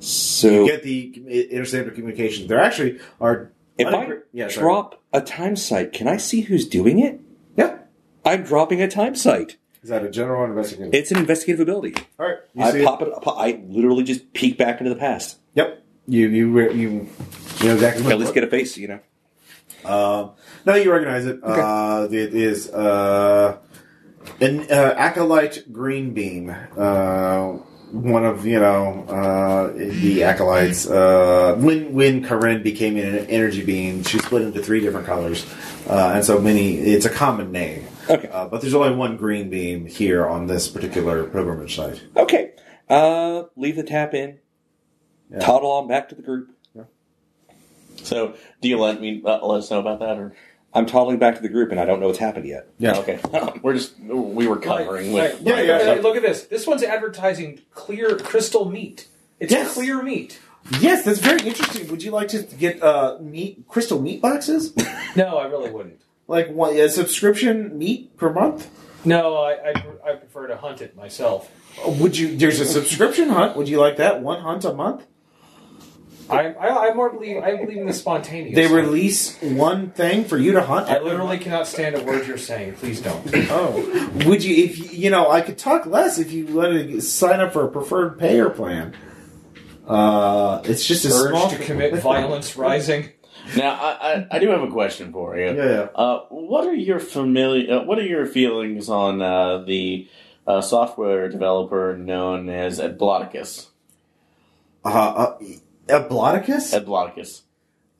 Speaker 4: So
Speaker 3: You get the commu- interceptor communications. There actually are.
Speaker 4: if I
Speaker 3: unappro- yeah, sorry.
Speaker 4: drop a time site, can I see who's doing it?
Speaker 3: yeah.
Speaker 4: I'm dropping a time site.
Speaker 3: Is that a general or investigative?
Speaker 4: It's an investigative ability.
Speaker 3: All right. You see
Speaker 4: I
Speaker 3: it?
Speaker 4: pop it. up. I literally just peek back into the past.
Speaker 3: Yep. You you re- you you know exactly.
Speaker 4: At least get a face, you know.
Speaker 3: Uh, no, you recognize it. Uh, it is uh, an uh, acolyte green beam. Uh, one of you know uh, the acolytes. Uh, when when Karen became an energy being, she split into three different colors, uh, and so many. It's a common name.
Speaker 4: Okay.
Speaker 3: Uh, but there's only one green beam here on this particular pilgrimage site.
Speaker 4: Okay. Uh, leave the tap in.
Speaker 3: Yeah.
Speaker 4: Toddle on back to the group.
Speaker 5: so do you let me uh, let us know about that or?
Speaker 4: I'm toddling back to the group, and I don't know what's happened yet.
Speaker 3: Yeah.
Speaker 5: Okay. We're just we were covering with
Speaker 3: Yeah, yeah.
Speaker 2: Hey, Look at this. This one's advertising clear crystal meat. It's
Speaker 3: Yes.
Speaker 2: clear meat.
Speaker 3: Yes, that's very interesting. Would you like to get uh, meat crystal meat boxes?
Speaker 2: No, I really wouldn't.
Speaker 3: like one a subscription meat per month?
Speaker 9: No, I, I, pr- I prefer to hunt it myself.
Speaker 3: Would you? There's a subscription hunt. Would you like that? One hunt a month.
Speaker 9: I, I, I more believe I believe in the spontaneous.
Speaker 3: They release one thing for you to hunt.
Speaker 9: I literally cannot stand a word you're saying. Please don't.
Speaker 3: Oh, would you? If you, you know, I could talk less if you let it sign up for a preferred payer plan. Uh, it's just a small
Speaker 9: Urge to commit violence rising.
Speaker 5: Now, I, I, I do have a question for you.
Speaker 3: Yeah.
Speaker 5: Uh, what are your familiar? Uh, what are your feelings on uh, the uh, software developer known as Adblockus?
Speaker 3: Uh, uh, Abloticus?
Speaker 5: Adblockus.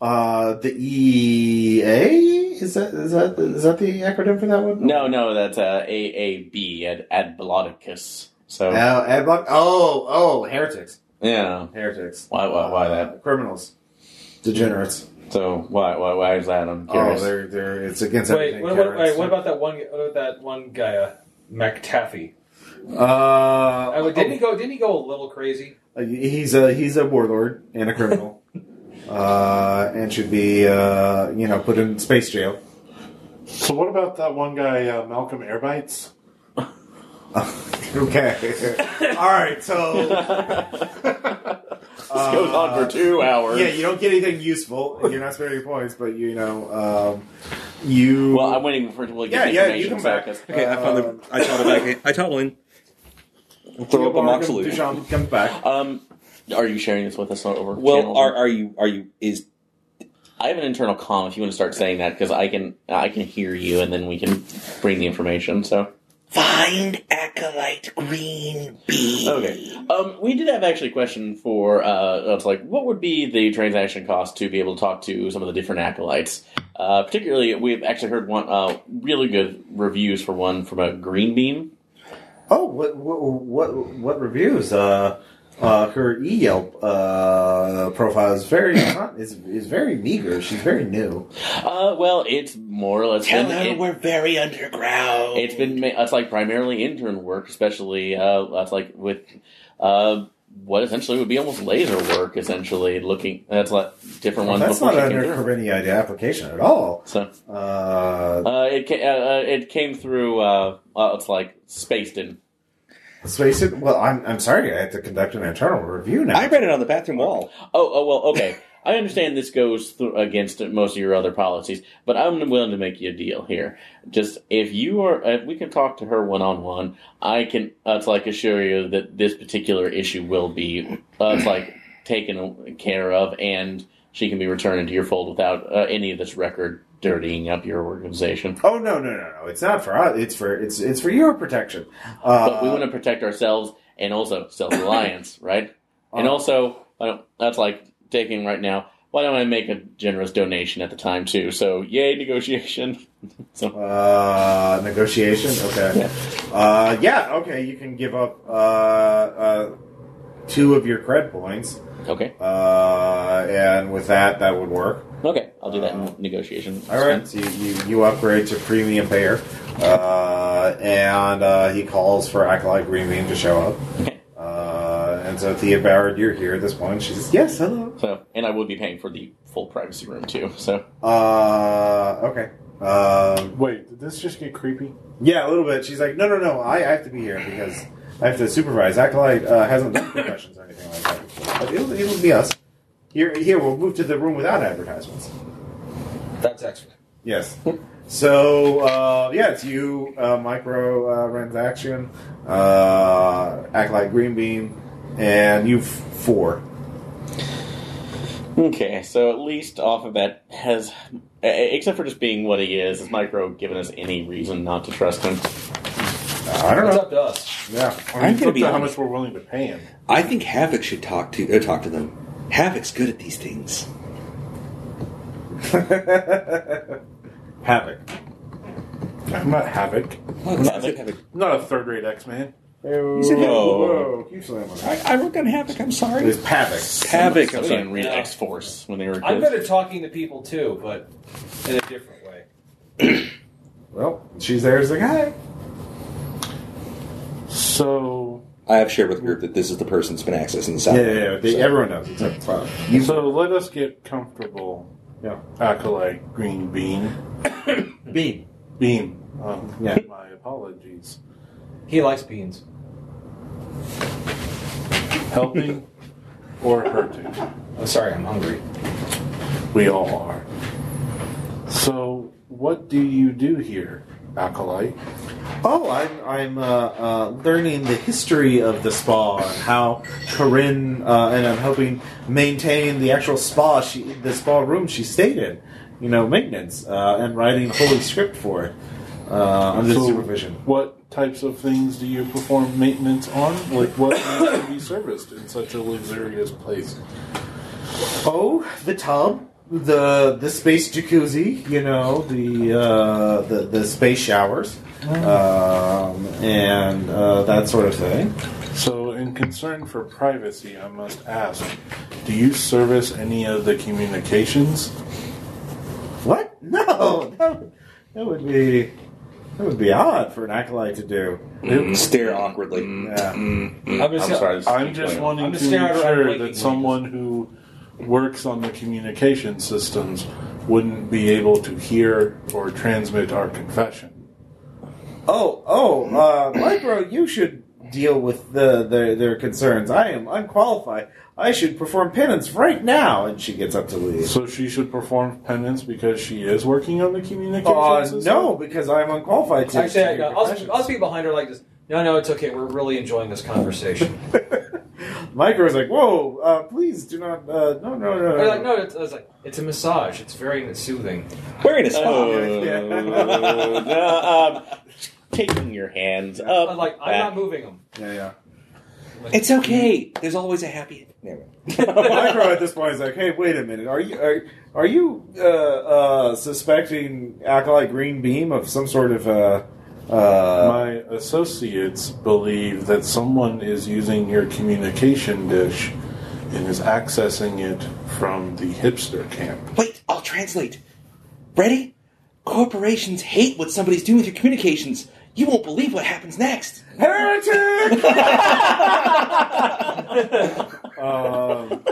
Speaker 3: Uh, the EA is that is that is that the acronym for that one?
Speaker 5: No, no, that's uh, AAB at Adblockus. So
Speaker 3: Oh, Adblock. Oh, oh, heretics,
Speaker 5: yeah,
Speaker 3: heretics.
Speaker 5: why, why, why
Speaker 3: Uh,
Speaker 5: that?
Speaker 3: criminals, degenerates.
Speaker 5: So why, why, why is that? I'm
Speaker 3: Oh,
Speaker 5: curious.
Speaker 3: they're they're it's against
Speaker 9: Wait,
Speaker 3: everything.
Speaker 9: what, what,
Speaker 3: terrorist.
Speaker 9: wait, what about that one? What about that one guy, uh, McTaffy?
Speaker 3: Uh,
Speaker 9: Oh, didn't he go? Didn't he go a little crazy?
Speaker 3: Uh, He's a he's a warlord and a criminal, uh, and should be uh, you know put in space jail.
Speaker 7: So what about that one guy, uh, Malcolm Airbites?
Speaker 3: Okay, all right. So
Speaker 5: this goes on for two hours.
Speaker 3: Uh, yeah, you don't get anything useful. You're not sparing your points, but you know um, you.
Speaker 5: Well, I'm waiting for it to like,
Speaker 3: yeah,
Speaker 5: get
Speaker 3: yeah, you
Speaker 5: information
Speaker 3: come
Speaker 5: so I
Speaker 3: back.
Speaker 5: guess-
Speaker 4: Okay, I found the. I toddle back. I toddle in. Throw up a
Speaker 3: Bargain,
Speaker 4: moxilute.
Speaker 3: Duchamp comes back.
Speaker 5: Um, are you sharing this with us over?
Speaker 4: Well,
Speaker 5: channels?
Speaker 4: are are you are you is
Speaker 5: I have an internal comm. If you want to start saying that, because I can, I can hear you, and then we can bring the information. So
Speaker 4: find acolyte green bee?
Speaker 5: okay, um, we did have actually a question for uh, it's like what would be the transaction cost to be able to talk to some of the different acolytes? Uh, particularly, we've actually heard one uh, really good reviews for one from a green beam.
Speaker 3: Oh, what what what, what reviews? Uh, uh, her e Yelp uh, profile is very is is very meager. She's very new.
Speaker 5: Uh, well, it's more or less been, it-
Speaker 4: we're very underground.
Speaker 5: It's been ma- it's like primarily intern work, especially uh, that's like with uh, what essentially would be almost laser work, essentially looking. That's like different ones.
Speaker 3: That's
Speaker 5: before
Speaker 3: not
Speaker 5: she came
Speaker 3: under
Speaker 5: through.
Speaker 3: Corvinii application at all.
Speaker 5: So
Speaker 3: Uh,
Speaker 5: uh, it ca- uh, uh, it came through. Uh, uh, it's like spaced in.
Speaker 3: Space it. Well, I'm, I'm sorry. I have to conduct an internal review now.
Speaker 4: I read it on the bathroom wall.
Speaker 5: Oh, oh well, okay. I understand this goes th- against most of your other policies, but I'm willing to make you a deal here. Just if you are, if we can talk to her one on one, I can. Uh, it's like assure you that this particular issue will be, uh, it's like taken care of, and she can be returned into your fold without uh, any of this record dirtying up your organization.
Speaker 3: oh no no no no! It's not for us. It's for it's it's for your protection. Uh,
Speaker 5: but we want to protect ourselves and also self reliance, right? and
Speaker 3: Uh,
Speaker 5: also, I don't, that's like taking right now. Why don't I make a generous donation at the time too? So yay negotiation. so
Speaker 3: uh, negotiation. Okay. Uh, yeah. Okay. You can give up uh, uh, two of your cred points,
Speaker 5: okay,
Speaker 3: uh, and with that, that would work.
Speaker 5: okay, I'll do that
Speaker 3: Uh,
Speaker 5: in negotiation.
Speaker 3: All right. So you, you, you upgrade to premium payer, uh, and uh, he calls for Acolyte Green Bean to show up. Uh, and so Thea Barrett, you're here at this point. She says, "Yes, hello."
Speaker 5: So and I will be paying for the full privacy room too. So
Speaker 3: Uh, okay. Um,
Speaker 7: Wait, did this just get creepy?
Speaker 3: yeah, a little bit. She's like, "No, no, no. I, I have to be here because I have to supervise." Acolyte uh, hasn't done professions or anything like that. Before, but it'll, it'll be us. Here, here. We'll move to the room without advertisements.
Speaker 9: That's excellent.
Speaker 3: Yes. So uh, yeah, it's you, uh, micro uh, transaction, uh, act like green bean, and you f- four.
Speaker 5: okay, so at least off of that has, e- except for just being what he is, has Micro given us any reason not to trust him?
Speaker 3: Uh, I don't
Speaker 9: It's
Speaker 3: know.
Speaker 9: up to us.
Speaker 3: Yeah.
Speaker 7: I
Speaker 4: I'm
Speaker 7: mean, it's
Speaker 4: gonna
Speaker 7: up
Speaker 4: be
Speaker 7: to how
Speaker 4: honest.
Speaker 7: much we're willing to pay him.
Speaker 4: I think Havoc should talk to uh, talk to them. Havoc's good at these things.
Speaker 3: Havoc.
Speaker 7: I'm not Havoc.
Speaker 5: Havoc?
Speaker 4: Havoc.
Speaker 7: I'm not a third rate X Man.
Speaker 3: Whoa. Keep slamming
Speaker 4: I,
Speaker 3: that.
Speaker 4: I worked on Havoc. I'm sorry.
Speaker 3: It's Havoc.
Speaker 4: Havoc.
Speaker 5: So
Speaker 4: I'm
Speaker 5: they didn't
Speaker 4: sorry.
Speaker 5: read X Force when they were
Speaker 9: I'm
Speaker 5: kids.
Speaker 9: good at talking to people too, but in a different way.
Speaker 3: Well, she's there as like, hi.
Speaker 7: So,
Speaker 4: I have shared with the group that this is the person that's been accessing the
Speaker 3: Yeah,
Speaker 4: site.
Speaker 3: yeah, yeah. They, everyone knows. It's like, wow. You-
Speaker 7: so let us get comfortable.
Speaker 3: Yeah.
Speaker 7: Acolyte Green Bean.
Speaker 3: Bean.
Speaker 7: Beam. Um,
Speaker 3: Yeah.
Speaker 7: My apologies.
Speaker 2: He likes beans.
Speaker 7: Helping or hurting?
Speaker 2: I'm sorry, I'm hungry.
Speaker 7: We all are. So, what do you do here, Acolyte?
Speaker 3: Oh, I'm, I'm uh, uh, learning the history of the spa and how Corinne, uh, and I'm helping maintain the actual spa, she, the spa room she stayed in, you know, maintenance, uh, and writing a holy script for it uh, under
Speaker 7: So,
Speaker 3: supervision.
Speaker 7: What types of things do you perform maintenance on? Like, what needs to be serviced in such a luxurious place?
Speaker 3: Oh, the tub, the the space jacuzzi, you know, the uh, the, the space showers, um, and uh, that sort of thing.
Speaker 7: So, in concern for privacy, I must ask do you service any of the communications?
Speaker 3: What? No, that would, that would be that would be odd for an acolyte to do.
Speaker 4: Stare awkwardly.
Speaker 3: Yeah.
Speaker 2: I'm, just,
Speaker 5: I'm sorry. this is
Speaker 7: I'm
Speaker 5: keep
Speaker 7: just
Speaker 5: going.
Speaker 7: wanting
Speaker 2: I'm
Speaker 7: to
Speaker 2: just staring at her, I'm
Speaker 7: ensure
Speaker 2: blinking.
Speaker 7: that someone who works on the communication systems wouldn't be able to hear or transmit our confession.
Speaker 3: Oh, oh, uh, Micro, you should deal with the, the their concerns. I am unqualified. I should perform penance right now. And she gets up to leave.
Speaker 7: So she should perform penance because she is working on the communication
Speaker 3: Uh,
Speaker 7: system?
Speaker 3: no, because I'm unqualified to.
Speaker 2: actually, I,
Speaker 3: to
Speaker 2: I'll,
Speaker 3: confessions.
Speaker 2: I'll speak behind her like this. No, no, it's okay. We're really enjoying this conversation.
Speaker 3: Micro's like, whoa, uh, please do not. Uh, no, no, no.
Speaker 2: They're like, no, it's, I was like, it's a massage. It's very soothing.
Speaker 4: Wearing a smock.
Speaker 7: Oh,
Speaker 3: Yeah.
Speaker 5: Uh, um, taking your hands
Speaker 2: I
Speaker 3: Uh,
Speaker 5: up.
Speaker 2: was like, I'm
Speaker 5: back.
Speaker 2: not moving them.
Speaker 3: Yeah, yeah.
Speaker 4: It's okay. There's always a happy. Never mind.
Speaker 3: Micro at this point is like, hey, wait a minute, are you are, are you uh, uh, suspecting acolyte green beam of some sort of uh, uh,
Speaker 7: My associates believe that someone is using your communication dish and is accessing it from the hipster camp.
Speaker 4: Wait, I'll translate. Ready? Corporations hate what somebody's doing with your communications. You won't believe what happens next.
Speaker 3: heretic? um,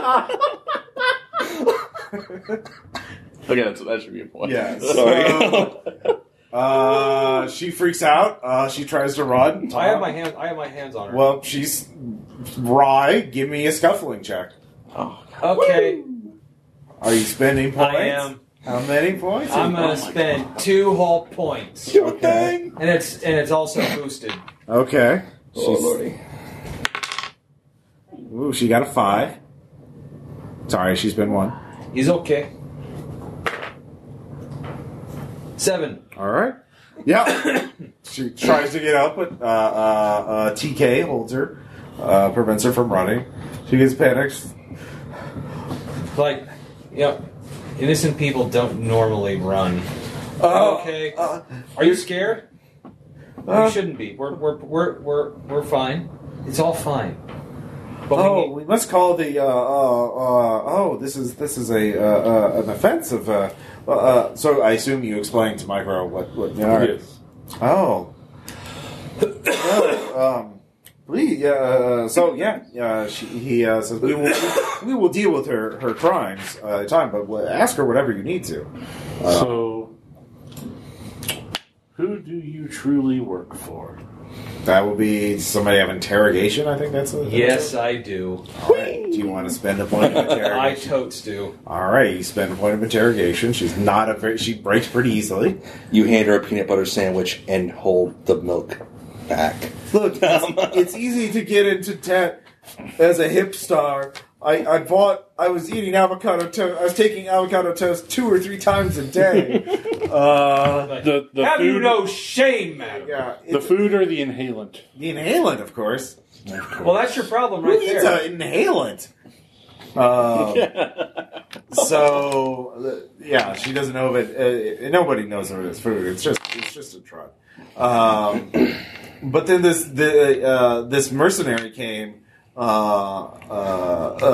Speaker 5: Okay, that's, that should be a point.
Speaker 3: yeah, so, uh, she freaks out. Uh, she tries to run.
Speaker 2: I have my hands. I have my hands on her.
Speaker 3: Well, she's wry. Give me a scuffling check.
Speaker 2: okay,
Speaker 3: Are you spending points?
Speaker 2: I am.
Speaker 3: How many points?
Speaker 2: I'm gonna spend two whole points,
Speaker 3: okay.
Speaker 2: and it's and it's also boosted.
Speaker 3: Okay. She's- Ooh, she got a five. Sorry, she's been one.
Speaker 2: Is okay. Seven.
Speaker 3: All right. Yeah. she tries to get up, but uh, uh, uh, TK holds her, uh, prevents her from running. She gets panicked.
Speaker 2: Like, you know, innocent people don't normally run.
Speaker 3: Oh,
Speaker 2: okay.
Speaker 3: uh,
Speaker 2: Are you scared?
Speaker 3: Uh,
Speaker 2: you shouldn't be. We're we're, we're we're we're fine. It's all fine. But
Speaker 3: Oh,
Speaker 2: we
Speaker 3: we must call the. Uh, uh, uh, oh, this is this is a uh, uh, an offense of. Uh, uh, uh, so I assume you explained to Micro what what. all right.
Speaker 7: Yes.
Speaker 3: Oh. Well, um, please, yeah, uh, so yeah, uh, she, he uh, says we will we will deal with her her crimes uh, in time, but we'll ask her whatever you need to. Uh,
Speaker 7: So, who do you truly work for?
Speaker 3: That will be somebody of interrogation. I think that's it.
Speaker 2: need, yes, I do.
Speaker 3: All right. Do you want to spend a point of
Speaker 2: I
Speaker 3: interrogation?
Speaker 2: totes do.
Speaker 3: All right, you spend a point of interrogation. She's not a very, she breaks pretty easily.
Speaker 4: You hand her a peanut butter sandwich and hold the milk back.
Speaker 3: Look, it's, it's easy to get into debt as a hip star. I, I bought, I was eating avocado toast, I was taking avocado toast two or three times a day. uh,
Speaker 7: The, the
Speaker 2: Have
Speaker 7: food,
Speaker 2: you no shame, madam?
Speaker 3: yeah,
Speaker 7: the
Speaker 3: it's
Speaker 7: food or the inhalant?
Speaker 3: the inhalant, of course.
Speaker 2: Well, that's your problem right
Speaker 3: Who needs
Speaker 2: there.
Speaker 3: an inhalant? Um, so uh, yeah, she doesn't know of it. Uh, nobody knows of it as food. It's just it's just a truck. Um, but then this the uh, this mercenary came, uh, uh, uh,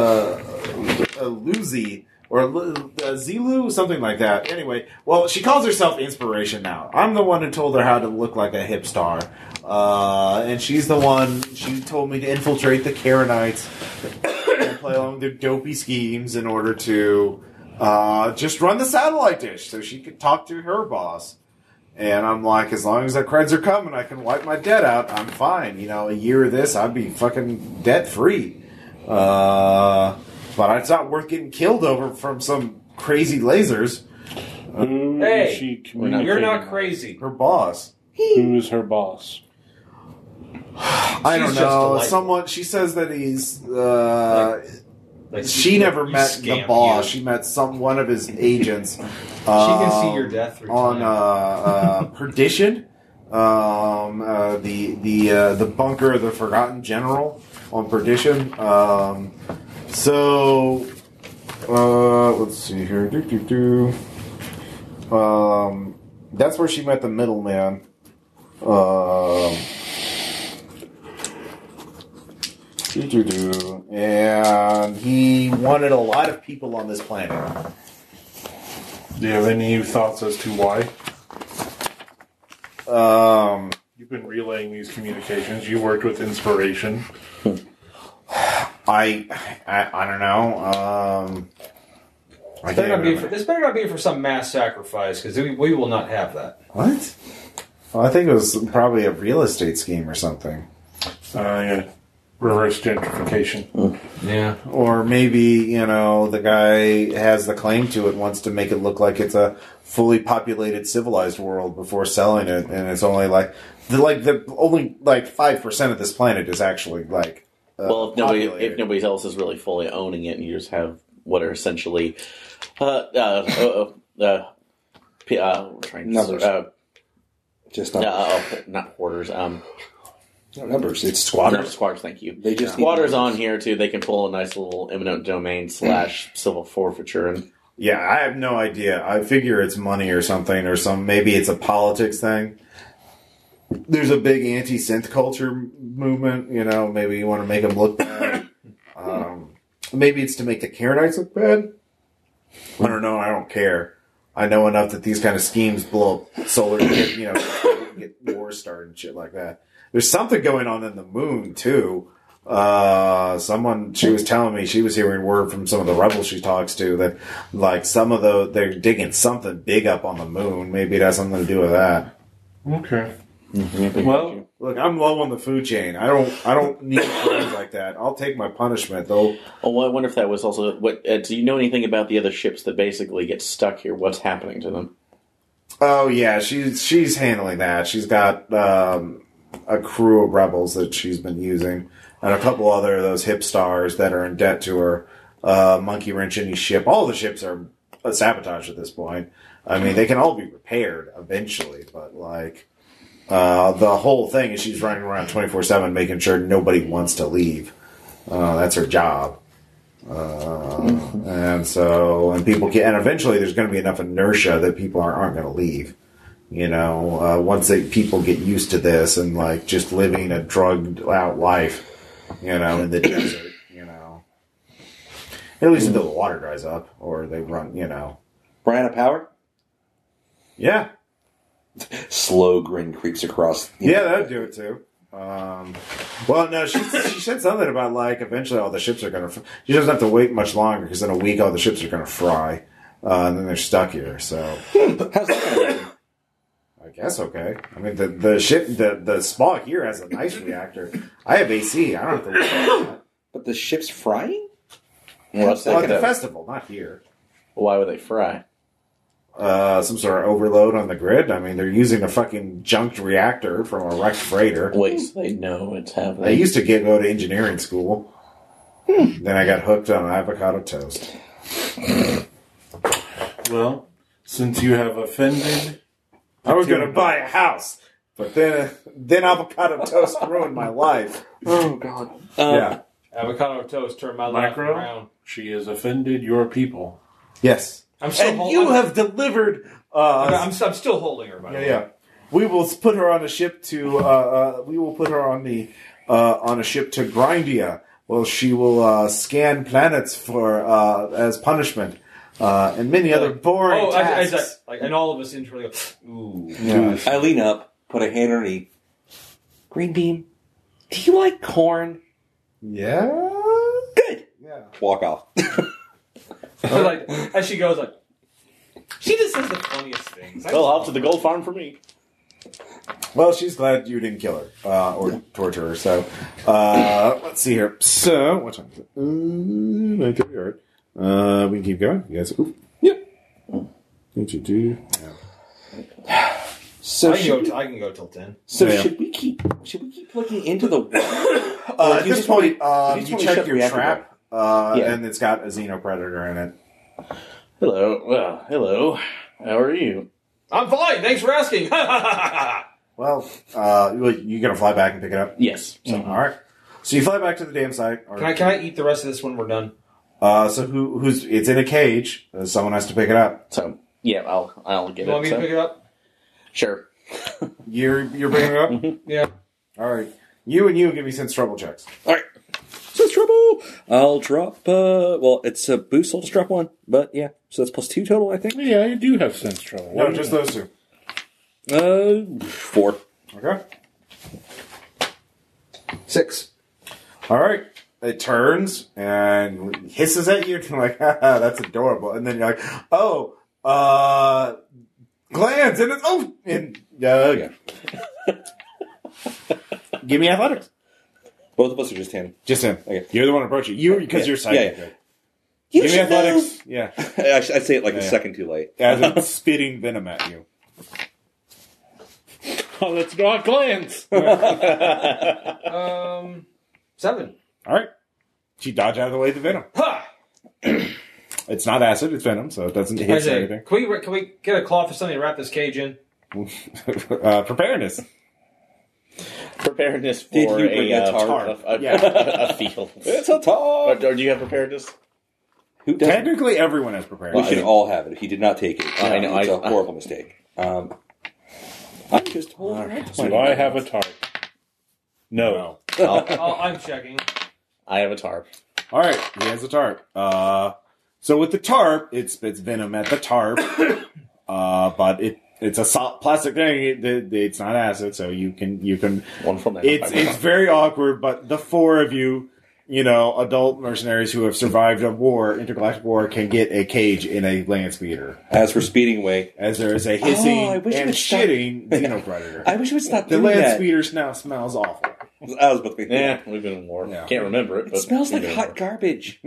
Speaker 3: uh, Luzi or Lu- uh, Zilu, something like that. Anyway, well, she calls herself Inspiration now. I'm the one who told her how to look like a hip star, uh, and she's the one she told me to infiltrate the Karenites and play along with their dopey schemes in order to uh, just run the satellite dish so she could talk to her boss. And I'm like, as long as the creds are coming, I can wipe my debt out. I'm fine. You know, a year of this, I'd be fucking debt free. Uh, but it's not worth getting killed over from some crazy lasers.
Speaker 11: Who
Speaker 2: Hey,
Speaker 11: is she
Speaker 2: You're not
Speaker 11: communicating
Speaker 2: crazy.
Speaker 3: Her boss.
Speaker 11: with? Who's her boss?
Speaker 3: I don't
Speaker 2: She's just
Speaker 3: know.
Speaker 2: delightful.
Speaker 3: Someone. She says that he's. Uh,
Speaker 2: Like,
Speaker 3: she
Speaker 2: you-
Speaker 3: never
Speaker 2: you
Speaker 3: met the
Speaker 2: scamp,
Speaker 3: boss.
Speaker 2: you-
Speaker 3: She met some one of his agents. she
Speaker 2: can see your death through
Speaker 3: on
Speaker 2: time.
Speaker 3: uh, uh, Perdition, um, uh, the the uh, the bunker of the Forgotten General on Perdition. Um, so uh, let's see here. Do, do, do. Um, that's where she met the middleman. Um, do-do-do. and he wanted a lot of people on this planet.
Speaker 11: Do you have any thoughts as to why?
Speaker 3: Um,
Speaker 11: You've been relaying these communications. You worked with inspiration.
Speaker 3: I, I, I don't know. Um, I
Speaker 2: Better
Speaker 3: can't
Speaker 2: not be
Speaker 3: remember.
Speaker 2: for, this better not be for some mass sacrifice because we, we will not have that.
Speaker 3: What? Well, I think it was probably a real estate scheme or something,
Speaker 11: Uh, yeah. Reverse gentrification.
Speaker 2: Yeah.
Speaker 3: or maybe you know the guy has the claim to it, wants to make it look like it's a fully populated civilized world before selling it, and it's only like the like the only like five percent of this planet is actually like uh,
Speaker 5: Well, if nobody,
Speaker 3: populated.
Speaker 5: if nobody else is really fully owning it, and you just have what are essentially uh, uh, uh, uh, p- uh, we're trying to,
Speaker 4: Numbers.
Speaker 5: uh,
Speaker 4: Just
Speaker 5: no,
Speaker 4: not
Speaker 5: uh, not quarters. Um,
Speaker 4: no numbers. It's
Speaker 5: no,
Speaker 4: squatters.
Speaker 5: squatters. Thank you.
Speaker 4: They just need
Speaker 5: squatters
Speaker 4: numbers.
Speaker 5: on here too. They can pull a nice little eminent domain slash civil forfeiture, and
Speaker 3: Yeah, I have no idea. I figure it's money or something, or some maybe it's a politics thing. There's a big anti synth culture m- movement. You know, maybe you want to make them look bad. um, maybe it's to make the Karenites look bad. I don't know. I don't care. I know enough that these kind of schemes blow up solar, you know, get wars started and shit like that. There's something going on in the moon too. Uh, someone she was telling me she was hearing word from some of the rebels she talks to that like some of the they're digging something big up on the moon. Maybe it has something to do with that.
Speaker 11: Okay. Well,
Speaker 3: Look, I'm low on the food chain. I don't I don't need friends like that. I'll take my punishment though.
Speaker 5: oh, I wonder if that was also what. Uh, do you know anything about the other ships that basically get stuck here? What's happening to them?
Speaker 3: Oh yeah, she's she's handling that. She's got um, a crew of rebels that she's been using, and a couple other of those hip stars that are in debt to her. Uh, Monkey wrench any ship. All the ships are uh, sabotaged at this point. I mean, they can all be repaired eventually, but like uh, the whole thing is she's running around twenty four seven, making sure nobody wants to leave. Uh, that's her job. Uh, and so, and people can, and eventually there's going to be enough inertia that people aren't, aren't going to leave. You know, uh, once they, people get used to this and like just living a drugged out life, you know, in the desert, you know, at least until the water dries up or they run, you know.
Speaker 4: Brian of Power.
Speaker 3: Yeah.
Speaker 4: Slow grin creeps across.
Speaker 3: Yeah, that'd do it too. Um, well, no, she, she said something about like eventually all the ships are going to. Fr- she doesn't have to wait much longer because in a week all the ships are going to fry, uh, and then they're stuck here. So
Speaker 4: How's that gonna happen?
Speaker 3: I guess okay. I mean the the ship the the spa here has a nice reactor. I have AC. I don't have to. Worry about
Speaker 4: But the ship's frying.
Speaker 5: What's
Speaker 3: that. Well,
Speaker 5: that
Speaker 3: at the
Speaker 5: gonna,
Speaker 3: festival, not here.
Speaker 5: why would they fry?
Speaker 3: Uh, some sort of overload on the grid. I mean, they're using a fucking junked reactor from a wrecked freighter.
Speaker 5: Wait, so they know it's happening.
Speaker 3: I used to get go to engineering school. Then I got hooked on avocado toast.
Speaker 11: well, since you have offended,
Speaker 3: I was going to buy a house, but then then avocado toast ruined my life.
Speaker 4: Oh God.
Speaker 3: yeah.
Speaker 2: Avocado toast turned my life
Speaker 11: Micro?
Speaker 2: around.
Speaker 11: she has offended your people.
Speaker 3: Yes.
Speaker 2: I'm still,
Speaker 3: And
Speaker 2: hol-
Speaker 3: you
Speaker 2: I'm,
Speaker 3: have delivered. Uh,
Speaker 2: I'm, I'm still holding her. By
Speaker 3: yeah,
Speaker 2: the way.
Speaker 3: yeah. We will put her on a ship to. Uh, uh, we will put her on the uh, on a ship to Grindia. Well, she will uh, scan planets for uh, as punishment uh, and many other boring
Speaker 2: Oh, I, I, I,
Speaker 3: tasks.
Speaker 2: like, and all of us internally go, ooh.
Speaker 3: Yeah.
Speaker 4: I lean up, put a hand underneath. Green bean. Do you like corn?
Speaker 3: Yeah.
Speaker 4: Good.
Speaker 3: Yeah.
Speaker 4: Walk off.
Speaker 2: So, like, as she goes, like, She just says the funniest things. I
Speaker 5: Well, off to the gold farm for me.
Speaker 3: Well, she's glad you didn't kill her uh, or torture her. So uh, let's see here. So what time is it? Uh, Nine thirty. All right. Uh, we can keep going. You guys. Oop.
Speaker 4: Yep.
Speaker 3: Did you do?
Speaker 4: So
Speaker 9: I can
Speaker 4: should
Speaker 9: go.
Speaker 4: we,
Speaker 9: T- I can go till ten.
Speaker 4: so
Speaker 3: Yeah.
Speaker 4: should we keep should we keep looking into the
Speaker 3: Uh,
Speaker 4: Or
Speaker 3: at
Speaker 4: you
Speaker 3: this
Speaker 4: just want me-
Speaker 3: point, uh,
Speaker 4: you just
Speaker 3: you
Speaker 4: want me to
Speaker 3: check
Speaker 4: shut the
Speaker 3: your
Speaker 4: reactor
Speaker 3: trap, uh,
Speaker 4: Yeah.
Speaker 3: and it's got a xenopredator in it.
Speaker 5: Hello. Well, hello. How are you?
Speaker 9: I'm fine. Thanks for asking.
Speaker 3: Well, uh, well, you gonna fly back and pick it up?
Speaker 5: Yes.
Speaker 3: So,
Speaker 4: Mm-hmm.
Speaker 3: all right. So you fly back to the damn site. Or,
Speaker 9: can I? Can I eat the rest of this when we're done?
Speaker 3: uh, so who, who's? It's in a cage. Uh, someone has to pick it up.
Speaker 5: So yeah, I'll I'll get
Speaker 9: You want me
Speaker 5: it.
Speaker 9: to
Speaker 5: so-
Speaker 9: pick it up?
Speaker 5: Sure.
Speaker 3: You're you're picking it up.
Speaker 9: Yeah.
Speaker 3: all right. You and you give me sense trouble checks.
Speaker 4: All right. So it's trouble. I'll drop. Uh, well, it's a boost. I'll just drop one. But yeah, so that's plus two total, I think.
Speaker 11: Yeah, I do have sense trouble.
Speaker 3: No, just those two.
Speaker 4: Uh, four.
Speaker 3: Okay.
Speaker 9: Six.
Speaker 3: All right. It turns and hisses at you, and you're like, "Haha, "That's adorable." And then you're like, "Oh, uh, glands!" And it's oh, and uh, okay. Give me athletics.
Speaker 4: Both of us are just him.
Speaker 3: Just him.
Speaker 4: Okay.
Speaker 3: You're the one approaching. You because
Speaker 4: Yeah.
Speaker 3: you're psychic.
Speaker 4: Yeah, yeah. You
Speaker 3: Give me
Speaker 4: should know.
Speaker 3: athletics. Yeah,
Speaker 4: I, should- I say it like a
Speaker 3: Yeah.
Speaker 4: second too late.
Speaker 3: as it's spitting venom at you.
Speaker 11: Oh, let's not glance.
Speaker 9: Um, seven.
Speaker 3: All right. She dodged out of the way of the venom.
Speaker 9: Ha!
Speaker 3: It's not acid. It's venom, so it doesn't
Speaker 9: I
Speaker 3: hiss or
Speaker 9: say,
Speaker 3: anything.
Speaker 9: can we re- can we get a cloth or something to wrap this cage in?
Speaker 3: uh, preparedness.
Speaker 5: Preparedness
Speaker 4: Did
Speaker 5: for
Speaker 4: you bring
Speaker 5: a,
Speaker 4: a
Speaker 5: uh,
Speaker 4: tarp?
Speaker 5: a, a,
Speaker 3: Yeah.
Speaker 5: a field.
Speaker 4: It's a
Speaker 5: Or, or
Speaker 4: top.
Speaker 5: do you have preparedness?
Speaker 4: Who doesn't?
Speaker 3: Technically, everyone has preparedness.
Speaker 4: We should all have it. He did not take it.
Speaker 5: I know,
Speaker 4: It's a
Speaker 5: I- I-
Speaker 4: horrible mistake. Um, I'm just holding on to
Speaker 11: Do
Speaker 4: my-
Speaker 11: I have a tarp? No.
Speaker 3: No.
Speaker 5: I'll-
Speaker 9: Oh, I'm checking.
Speaker 5: I have a tarp.
Speaker 3: All right, he has a tarp. Uh, so with the tarp, it spits venom at the tarp, uh, but it it's a soft plastic thing. It, it- it's not acid, so you can you can.
Speaker 5: Wonderful. nano
Speaker 3: It's
Speaker 5: fiber.
Speaker 3: it's very awkward, but the four of you, you know, adult mercenaries who have survived a war, intergalactic war, can get a cage in a land speeder
Speaker 4: As for speeding away,
Speaker 3: as there is a hissing
Speaker 4: Oh, I wish it
Speaker 3: and
Speaker 4: would stop.
Speaker 3: shitting xenopredator.
Speaker 4: I wish we would stop
Speaker 3: the
Speaker 4: doing
Speaker 3: land
Speaker 4: that.
Speaker 3: speeders now smells awful.
Speaker 4: I was about to be-
Speaker 5: yeah, we've been in war.
Speaker 3: Yeah.
Speaker 5: Can't remember it.
Speaker 4: It
Speaker 5: but
Speaker 4: smells
Speaker 5: we've
Speaker 4: like
Speaker 5: been in
Speaker 4: hot
Speaker 5: war.
Speaker 4: garbage.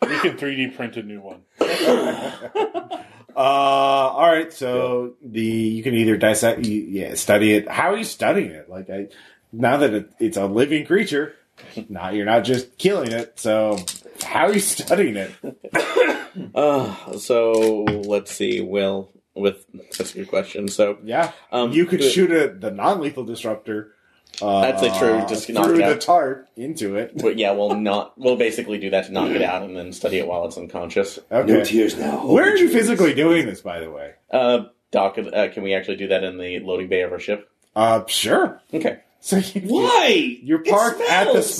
Speaker 11: We can 3D print a new one.
Speaker 3: Uh, all right. So the you can either dissect, you, yeah, study it. How are you studying it? Like I, now that it, it's a living creature, now you're not just killing it. So how are you studying it?
Speaker 5: Uh, so let's see. Will with that's a good question. So
Speaker 3: Yeah,
Speaker 5: um,
Speaker 3: you could
Speaker 5: the-
Speaker 3: shoot a, the non-lethal disruptor. Uh,
Speaker 5: That's a true, just knock
Speaker 3: through
Speaker 5: it
Speaker 3: the
Speaker 5: out.
Speaker 3: tarp into it.
Speaker 5: But yeah, we'll not. We'll basically do that to knock it out and then study it while it's unconscious.
Speaker 4: No
Speaker 3: Okay.
Speaker 4: tears now.
Speaker 3: Where are you physically doing this, by the way?
Speaker 5: Uh, Doc, uh, can we actually do that in the loading bay of our ship?
Speaker 3: Uh, sure.
Speaker 5: Okay.
Speaker 3: So you,
Speaker 4: Why?
Speaker 3: You're
Speaker 4: It
Speaker 3: parked at the
Speaker 4: smells.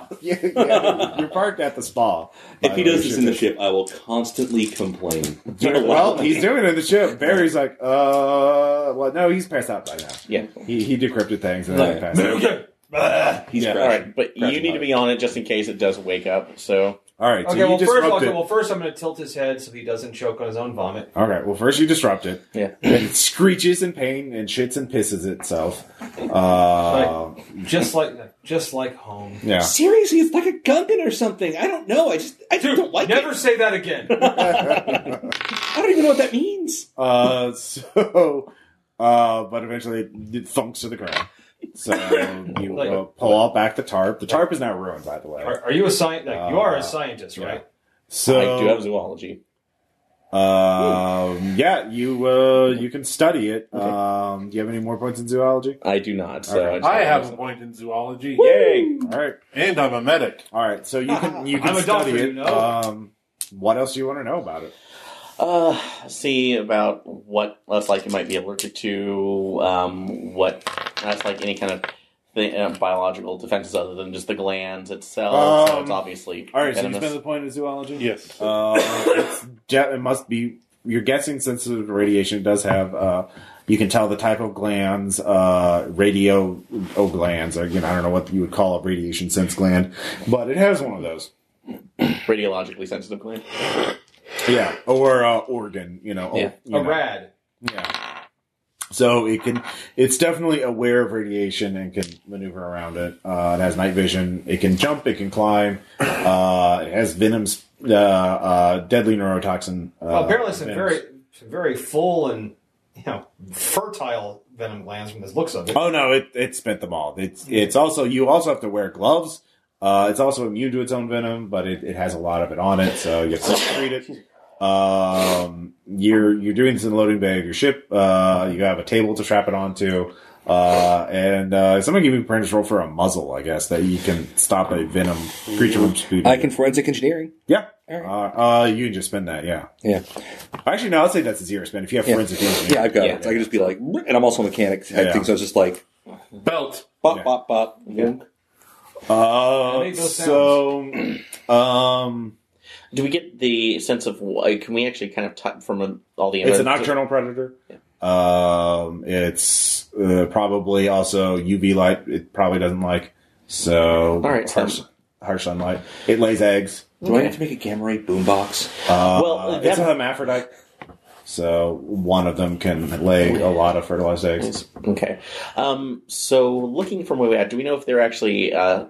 Speaker 3: spa. yeah, yeah, you're parked at the spa. by
Speaker 4: If he
Speaker 3: way,
Speaker 4: does this in the
Speaker 3: ship.
Speaker 4: ship, I will constantly complain.
Speaker 3: well, he's doing it in the ship. Barry's like, uh, well, no, he's passed out by now.
Speaker 5: Yeah.
Speaker 3: He, he decrypted things and then he passed out.
Speaker 4: He's
Speaker 3: Yeah.
Speaker 5: All
Speaker 4: crashing.
Speaker 5: right, but
Speaker 3: Crouching
Speaker 5: you need to
Speaker 3: body.
Speaker 5: be on it just in case it does wake up. So
Speaker 3: All right, so
Speaker 9: Okay,
Speaker 3: you
Speaker 9: well first,
Speaker 3: disrupt
Speaker 9: okay,
Speaker 3: it.
Speaker 9: well first I'm going to tilt his head so he doesn't choke on his own vomit.
Speaker 3: All right, well, first you disrupt it.
Speaker 5: yeah,
Speaker 3: Then it screeches in pain and shits and pisses itself. Uh,
Speaker 9: Just like just like home.
Speaker 3: yeah.
Speaker 4: Seriously, it's like a Gungan or something. I don't know. I just I just
Speaker 9: Dude,
Speaker 4: don't like
Speaker 9: never
Speaker 4: it.
Speaker 9: say that again.
Speaker 4: I don't even know what that means.
Speaker 3: Uh, so, uh, but eventually it thunks to the ground. So you
Speaker 9: Like-
Speaker 3: uh, pull out back the tarp. The tarp is now ruined, by the way.
Speaker 9: Are, are you a scientist? Like, you are
Speaker 3: Uh,
Speaker 9: a scientist, right?
Speaker 3: So
Speaker 5: I do have zoology.
Speaker 3: Um, yeah, you uh, you can study it. Um, do you have any more points in zoology?
Speaker 5: I do not. So
Speaker 3: Okay.
Speaker 5: I, just
Speaker 11: I have a point in zoology.
Speaker 3: Yay! All right,
Speaker 11: And I'm a medic.
Speaker 3: all right. So you can you can
Speaker 9: I'm a
Speaker 3: study
Speaker 9: doctor,
Speaker 3: it.
Speaker 9: you know.
Speaker 3: Um, what else do you want to know about it?
Speaker 5: Uh, see about what less like you might be allergic to. Um, what that's like any kind of thing, uh, biological defenses other than just the glands itself. so
Speaker 3: Um,
Speaker 5: it's obviously
Speaker 3: All right, so you
Speaker 5: venomous.
Speaker 3: spend the point in zoology.
Speaker 11: Yes.
Speaker 3: Uh, it's, ge- it must be. You're guessing sensitive to radiation. It does have. Uh, you can tell the type of glands, uh, radio oh, glands. Or, you know, I don't know what you would call a radiation sense gland, but it has one of those.
Speaker 5: radiologically sensitive gland.
Speaker 3: Yeah, or uh, organ, you know.
Speaker 5: Yeah.
Speaker 3: Or, you
Speaker 2: A
Speaker 3: know.
Speaker 2: rad.
Speaker 3: Yeah. So it can, it's definitely aware of radiation and can maneuver around it. Uh, it has night vision. It can jump. It can climb. Uh, it has venom's uh, uh, deadly neurotoxin. Uh,
Speaker 2: Well, apparently some
Speaker 3: venoms.
Speaker 2: very, some very full and you know fertile venom glands from the looks of it.
Speaker 3: Oh no, it it spent them all. It's it's also you also have to wear gloves. Uh, it's also immune to its own venom, but it, it has a lot of it on it, so you have to treat it. Um, you're you're doing this in the loading bay of your ship. Uh, you have a table to strap it onto. Uh, and uh, someone give me a percentage roll for a muzzle, I guess, that you can stop a venom creature from speeding.
Speaker 4: I can forensic engineering.
Speaker 3: Yeah.
Speaker 4: All
Speaker 3: Uh, uh, you can just spend that, yeah.
Speaker 4: Yeah,
Speaker 3: Actually, no, I'd say that's a zero spend if you have forensic engineering.
Speaker 4: yeah, I've got
Speaker 5: Yeah.
Speaker 4: it. So I can just be like, and I'm also a mechanic. I
Speaker 3: Yeah.
Speaker 4: think so. It's just like
Speaker 11: Belt.
Speaker 4: bop,
Speaker 3: Yeah.
Speaker 4: bop, bop.
Speaker 3: Uh,
Speaker 2: made those
Speaker 3: so, um,
Speaker 5: Do we get the sense of like, can we actually kind of t- from a, all the
Speaker 3: It's a
Speaker 5: other-
Speaker 3: nocturnal predator. Um, it's uh, probably also UV light. It probably doesn't like so
Speaker 5: right, so-
Speaker 3: harsh, harsh sunlight. It lays eggs.
Speaker 4: Do I have to make a gamma ray boombox?
Speaker 3: Uh,
Speaker 5: Well, that-
Speaker 3: it's a hermaphrodite, so one of them can lay a lot of fertilized eggs.
Speaker 5: Okay. Um, so looking from where we're at, do we know if they're actually uh,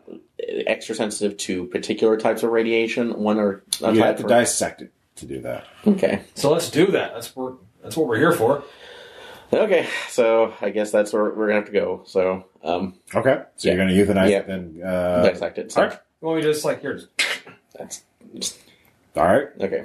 Speaker 5: extra sensitive to particular types of radiation? One or a
Speaker 3: You
Speaker 5: type
Speaker 3: have to
Speaker 5: or-
Speaker 3: dissect it to do that.
Speaker 5: Okay.
Speaker 2: So let's do that. That's what that's what we're here for.
Speaker 5: Okay. So I guess that's where we're gonna have to go. So um,
Speaker 3: Okay, so you're going to euthanize it and uh,
Speaker 5: dissect it. So
Speaker 3: all right.
Speaker 2: You want me to just like here? Just,
Speaker 5: that's
Speaker 3: All right,
Speaker 5: okay.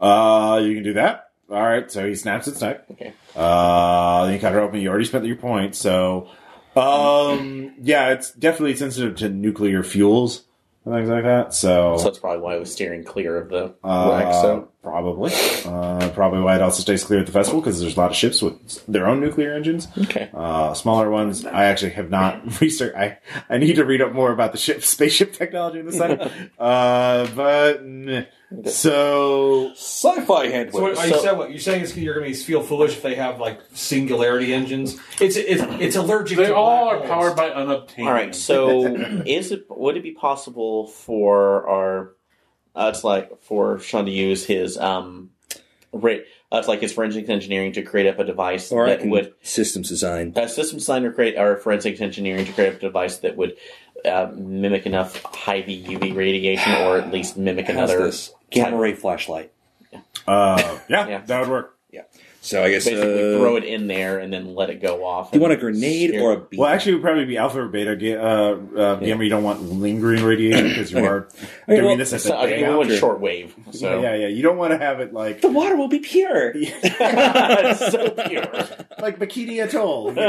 Speaker 3: uh, you can do that. All right, so he snaps its neck.
Speaker 5: Okay.
Speaker 3: Uh, then you cut her open. You already spent your point, so um, yeah, it's definitely sensitive to nuclear fuels and things like that. So,
Speaker 5: So that's probably why I was steering clear of the
Speaker 3: uh,
Speaker 5: wreck. So
Speaker 3: probably, uh, probably why it also stays clear at the festival because there's a lot of ships with their own nuclear engines.
Speaker 5: okay.
Speaker 3: Uh, smaller ones. I actually have not researched. I, I need to read up more about the ship spaceship technology in the sun. uh, but meh. so
Speaker 4: Sci-fi handwave.
Speaker 2: so what, are you
Speaker 5: So-
Speaker 2: said what you're saying is you're going to feel foolish if they have like singularity engines. It's it's it's allergic.
Speaker 11: They
Speaker 2: to
Speaker 11: all
Speaker 2: black
Speaker 11: are
Speaker 2: holes.
Speaker 11: powered by unobtainium.
Speaker 5: All right. So is it would it be possible for our uh, it's like for Sean to use his um rate uh, it's like his forensic engineering to create up a device
Speaker 4: or I
Speaker 5: that
Speaker 4: can
Speaker 5: would
Speaker 4: systems design.
Speaker 5: a system designer create or forensic engineering to create up a device that would uh, mimic enough high V UV radiation or at least mimic
Speaker 4: How's
Speaker 5: another
Speaker 4: this gamma ray flashlight?
Speaker 3: uh, yeah,
Speaker 5: Yeah.
Speaker 3: that would work.
Speaker 4: So I guess
Speaker 5: basically
Speaker 4: uh,
Speaker 5: throw it in there and then let it go off.
Speaker 4: Do you want a grenade
Speaker 5: Scare-
Speaker 4: or a beam?
Speaker 3: Well, actually, it would probably be alpha or beta. ga- Uh, uh, gamma, you don't want lingering radiation because you are doing
Speaker 4: well,
Speaker 3: this as a
Speaker 5: so, okay,
Speaker 3: day
Speaker 5: we went
Speaker 3: after.
Speaker 5: shortwave. So
Speaker 3: Yeah, yeah. You don't want to have it like
Speaker 4: the water will be pure.
Speaker 5: it's so pure.
Speaker 3: like Bikini Atoll. You know?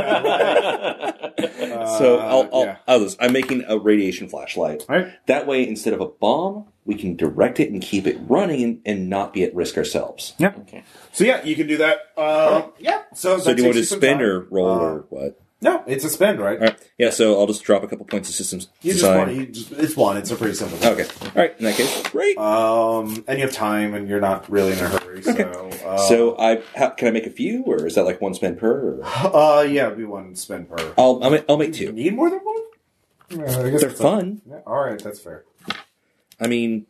Speaker 3: Uh,
Speaker 4: so I'll, I'll,
Speaker 3: yeah.
Speaker 4: I'll just- I'm making a radiation flashlight.
Speaker 3: All right.
Speaker 4: That way, instead of a bomb, we can direct it and keep it running and, and not be at risk ourselves.
Speaker 3: So yeah, you can do that. Uh, yeah. So,
Speaker 4: So
Speaker 3: that
Speaker 4: do you want to
Speaker 3: takes some
Speaker 4: spend
Speaker 3: time.
Speaker 4: or roll
Speaker 3: Uh,
Speaker 4: or what?
Speaker 3: No, it's a spend, right?
Speaker 4: All right. Yeah. So I'll just drop a couple points of systems
Speaker 3: You just
Speaker 4: design.
Speaker 3: want you just, it's one. It's a pretty simple. Thing.
Speaker 4: Okay. All right. In that case, great.
Speaker 3: Um, and you have time, and you're not really in a hurry. So, uh,
Speaker 4: so I how, can I make a few, or is that like one spend per? Or?
Speaker 3: uh, yeah, we want to spend per.
Speaker 4: I'll I'll make, I'll make two.
Speaker 3: Need more than one? Yeah, Uh, I guess
Speaker 4: They're
Speaker 3: that's-
Speaker 4: fun.
Speaker 3: Yeah, all right, that's fair.
Speaker 4: I mean,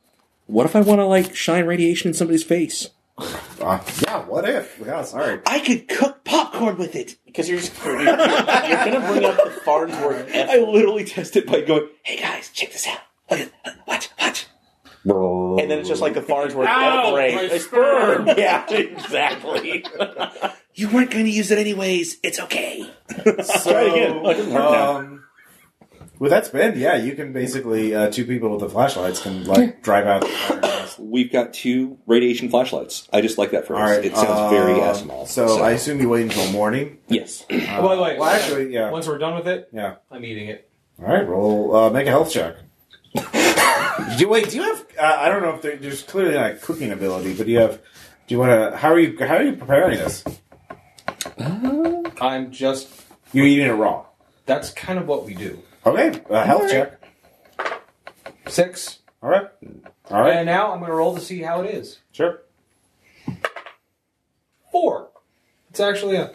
Speaker 4: what if I want to like shine radiation in somebody's face?
Speaker 3: Uh, yeah, what if? Yeah, sorry.
Speaker 4: I could cook popcorn with it.
Speaker 5: Because you're just you're, you're gonna bring up the Farnsworth
Speaker 4: I
Speaker 5: F,
Speaker 4: literally tested by going, "Hey guys, check this out. Look at- look, Watch, watch."
Speaker 5: and then it's just like the Farnsworth
Speaker 11: Ow,
Speaker 5: F
Speaker 11: my
Speaker 5: ray.
Speaker 11: sperm!
Speaker 5: Yeah, exactly.
Speaker 4: You weren't going to use it anyways. It's okay.
Speaker 3: So, um, with that spend, yeah, you can basically uh, two people with the flashlights can like drive out. The fire nest.
Speaker 4: We've got two radiation flashlights. I just like that phrase.
Speaker 3: All right,
Speaker 4: It sounds
Speaker 3: uh,
Speaker 4: very Asimov.
Speaker 3: So, I assume you wait until morning.
Speaker 4: yes,
Speaker 3: Uh,
Speaker 2: By the way,
Speaker 3: well, actually, yeah,
Speaker 2: Oh, Once we're done with it,
Speaker 3: yeah.
Speaker 2: I'm eating it.
Speaker 3: All right, roll. Uh, make a health check. do you, wait? Do you have? Uh, I don't know if there, there's clearly not a cooking ability, but do you have? Do you want to? How are you? How are you preparing this?
Speaker 2: I'm just.
Speaker 3: You eating it raw?
Speaker 2: That's kind of what we do.
Speaker 3: Okay, uh, health check.
Speaker 2: Six.
Speaker 3: All right, all right,
Speaker 2: And now I'm going to roll to see how it is.
Speaker 3: sure.
Speaker 2: Four. It's actually a.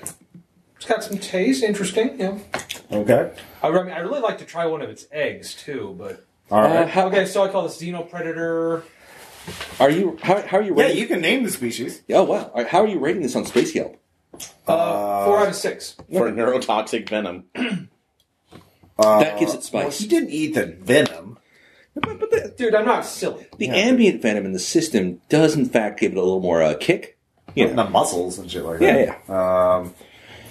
Speaker 2: It's got some taste. Interesting. Yeah.
Speaker 3: Okay,
Speaker 2: I, re- I mean, I really like to try one of its eggs too, but
Speaker 4: Uh,
Speaker 3: all right.
Speaker 2: okay. So I call this Xenopredator.
Speaker 4: Are you how, how are you
Speaker 10: Yeah,
Speaker 4: rating?
Speaker 10: you can name the species.
Speaker 4: Oh wow! All right, How are you rating this on Space Yelp?
Speaker 2: Uh, four out of six.
Speaker 5: for neurotoxic venom.
Speaker 4: that gives it
Speaker 3: Well,
Speaker 4: spice.
Speaker 3: he didn't eat the venom.
Speaker 4: Uh, but, but the,
Speaker 2: Dude, I'm not silly.
Speaker 4: the ambient venom in the system does in fact give it a little more uh, kick.
Speaker 3: Yeah. The muscles and shit like
Speaker 4: Yeah,
Speaker 3: that. Yeah. Um,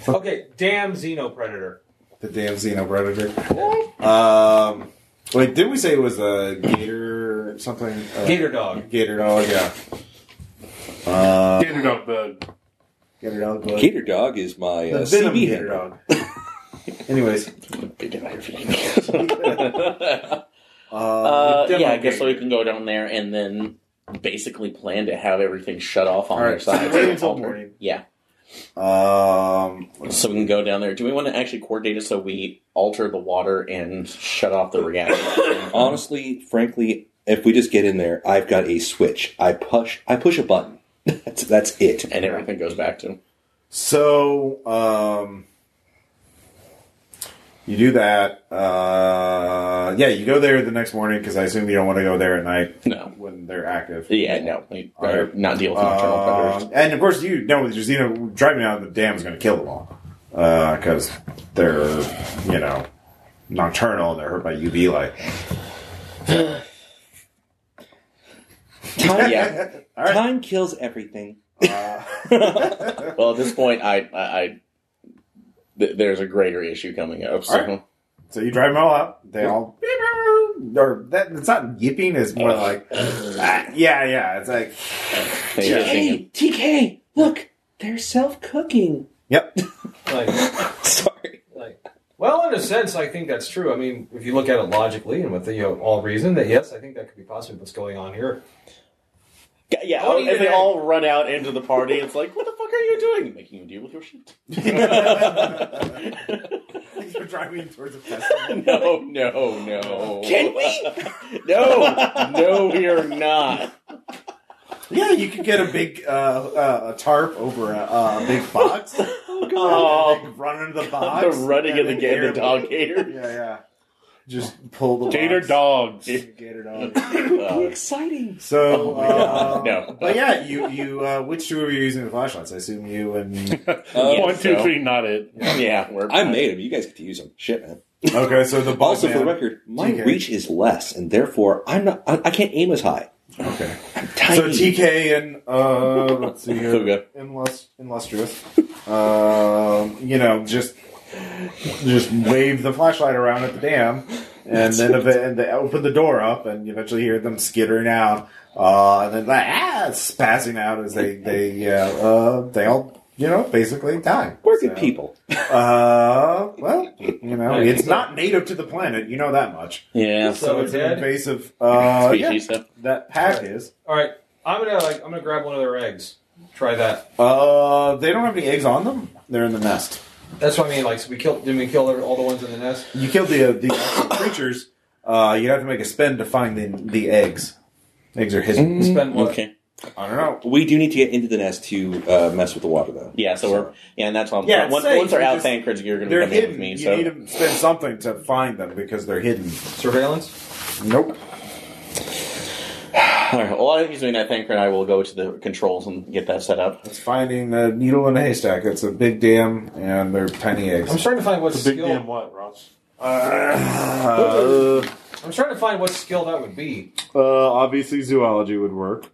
Speaker 2: Okay, damn xenopredator.
Speaker 3: the damn xenopredator. um, wait, didn't we say it was a gator or something? Uh,
Speaker 2: Gator dog.
Speaker 3: Gator dog, yeah.
Speaker 11: Gator dog bug.
Speaker 3: Gator dog. but-
Speaker 4: Gator dog is my
Speaker 3: the
Speaker 4: uh,
Speaker 3: venom
Speaker 4: CB
Speaker 3: gator
Speaker 4: handle.
Speaker 3: dog. Anyways,
Speaker 5: Uh,
Speaker 3: Demo
Speaker 5: yeah, I guess
Speaker 3: game.
Speaker 5: so we can go down there and then basically plan to have everything shut off on
Speaker 3: All
Speaker 5: our
Speaker 3: right, so
Speaker 5: side.
Speaker 3: wait until morning.
Speaker 5: Yeah,
Speaker 3: Um,
Speaker 5: so we can go down there. Do we want to actually coordinate it so we alter the water and shut off the reactor?
Speaker 4: Honestly, frankly, if we just get in there, I've got a switch. I push. I push a button. That's that's it.
Speaker 5: and everything goes back to
Speaker 3: so um, you do that. Uh, yeah, you go there the next morning because I assume you don't want to go there at night
Speaker 5: no.
Speaker 3: when they're active.
Speaker 5: Yeah, no, we
Speaker 3: All right.
Speaker 5: better not deal with nocturnal
Speaker 3: Uh,
Speaker 5: predators.
Speaker 3: and of course, you know, with your Xeno driving out of the dam is going to kill them all because they're you know nocturnal and they're hurt by UV light. Um,
Speaker 4: Time,
Speaker 5: Yeah.
Speaker 3: All right.
Speaker 4: time kills everything.
Speaker 5: Well, at this point, I, I, I th- there's a greater issue coming up. So.
Speaker 3: All right. So you drive them all out. They all or that it's not yipping. It's more like ah, yeah, yeah. It's like
Speaker 5: Maybe I think-
Speaker 4: Hey, TK, look, they're self cooking.
Speaker 3: yep.
Speaker 2: Like,
Speaker 4: Sorry.
Speaker 2: like, well, in a sense, I think that's true. I mean, if you look at it logically and with the, you know, all reason, that yes, I think that could be possibly what's going on here.
Speaker 5: Yeah,
Speaker 2: I wouldn't
Speaker 5: and they
Speaker 2: even-
Speaker 5: all run out into the party. It's like, what the fuck are you doing? Making you deal with your shit.
Speaker 3: You're driving towards a festival.
Speaker 5: No, no, no.
Speaker 4: Can we?
Speaker 5: No, no, we are not.
Speaker 3: Yeah, you could get a big uh, uh, a tarp over a, uh, a big box.
Speaker 5: Oh,
Speaker 3: Like, run into the
Speaker 5: the
Speaker 3: box.
Speaker 5: running of
Speaker 3: and
Speaker 5: the
Speaker 3: then
Speaker 5: game, the
Speaker 3: air-
Speaker 5: dog gator.
Speaker 3: Yeah, yeah. Just pull the
Speaker 11: Gator
Speaker 3: box.
Speaker 11: dogs.
Speaker 3: Gator dog.
Speaker 5: Uh,
Speaker 4: Exciting.
Speaker 3: So,
Speaker 5: Oh God,
Speaker 3: um,
Speaker 5: no.
Speaker 3: But yeah, you you uh, which two of you are using the flashlights? I assume you and
Speaker 4: Uh,
Speaker 11: One, two,
Speaker 5: so-
Speaker 11: three, not it.
Speaker 5: yeah, we're.
Speaker 4: I made them. You guys get to use them. Shit, man.
Speaker 3: okay. So the
Speaker 4: Also, for the record, my
Speaker 3: TK.
Speaker 4: reach is less, and therefore I'm not. I, I can't aim as high.
Speaker 3: Okay.
Speaker 4: I'm
Speaker 3: So
Speaker 4: tiny.
Speaker 3: TK and uh, let's see here,
Speaker 5: Fuga.
Speaker 3: Illus- illustrious, um, you know, just just wave the flashlight around at the dam, and then ev- and they open the door up, and you eventually hear them skittering out, uh, and then like ah, spazzing out as they they uh, uh, they all you know basically die.
Speaker 4: Working
Speaker 3: So,
Speaker 4: people.
Speaker 3: Uh, well, you know, it's not native to the planet. You know that much.
Speaker 5: Yeah,
Speaker 3: So it's an
Speaker 2: dead?
Speaker 3: invasive. Uh, yeah,
Speaker 5: species stuff.
Speaker 3: that pack is.
Speaker 2: All right, I'm gonna like, I'm gonna grab one of their eggs. Try that.
Speaker 3: Uh, they don't have any eggs on them. They're in the nest.
Speaker 2: That's what I mean. Like, so we killed. Didn't we kill all the ones in the nest?
Speaker 3: You killed the uh, the actual creatures. Uh, you have to make a spend to find the the eggs. Eggs are hidden.
Speaker 5: Mm.
Speaker 2: Spend what?
Speaker 5: Okay.
Speaker 3: I don't know.
Speaker 4: We do need to get into the nest to uh, mess with the water, though.
Speaker 5: Yeah, so we're yeah, and that's why I'm
Speaker 3: Yeah,
Speaker 5: once,
Speaker 3: safe,
Speaker 5: once they're
Speaker 3: we
Speaker 5: out,
Speaker 3: just-
Speaker 5: Thancred, you're gonna
Speaker 3: They're
Speaker 5: come in
Speaker 3: hidden.
Speaker 5: with me.
Speaker 3: you
Speaker 5: so
Speaker 3: need to spend something to find them because they're hidden.
Speaker 2: Surveillance.
Speaker 3: Nope.
Speaker 5: All right, well, I think he's doing that, Thancred. I will go to the controls and get that set up.
Speaker 3: It's finding the needle in a haystack. It's a big dam, and they're tiny
Speaker 2: I'm
Speaker 3: eggs.
Speaker 2: trying to find what
Speaker 11: The big
Speaker 2: skill.
Speaker 11: damn what, Ross?
Speaker 3: Uh,
Speaker 2: I'm trying to find what skill that would be.
Speaker 3: uh, obviously, zoology would work.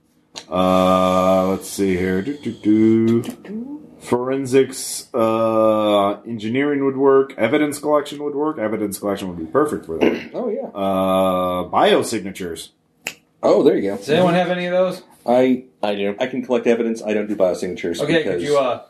Speaker 3: Uh, let's see here. Do, do, do. Forensics, uh, engineering would work. Evidence collection would work. Evidence collection would be perfect for that.
Speaker 4: Oh yeah.
Speaker 3: Uh, biosignatures.
Speaker 4: Oh, there you go.
Speaker 2: Does anyone have any of those?
Speaker 4: I
Speaker 5: I do.
Speaker 4: I can collect evidence. I don't do biosignatures.
Speaker 2: Okay,
Speaker 4: because
Speaker 2: could you uh,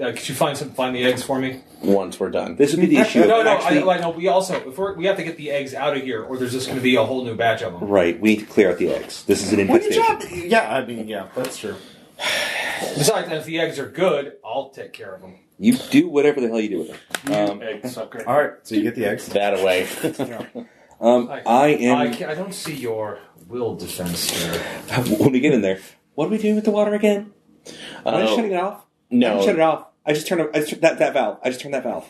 Speaker 2: uh, could you find some find the eggs for me?
Speaker 5: Once we're done.
Speaker 4: This would be the issue. of
Speaker 2: No, no,
Speaker 4: actually-
Speaker 2: I, I know. We also if we're, we have to get the eggs out of here, or there's just going to be a whole new batch of them.
Speaker 4: Right, we need to clear out the eggs. This is an infestation.
Speaker 3: Yeah, I mean, yeah, that's true.
Speaker 2: Besides, if the eggs are good, I'll take care of them.
Speaker 4: You do whatever the hell you do with them. Um,
Speaker 11: Egg sucker.
Speaker 3: All right, so you get the eggs.
Speaker 5: That away.
Speaker 4: um, I
Speaker 2: I,
Speaker 4: am.
Speaker 2: can't- I don't see your will defense here.
Speaker 4: When we get in there, what are we doing with the water again? Am I just
Speaker 5: Oh.
Speaker 4: shutting it off? I
Speaker 5: No.
Speaker 3: Oh.
Speaker 4: just shut it off. I just turned. I just turned that that valve. I just turned that valve.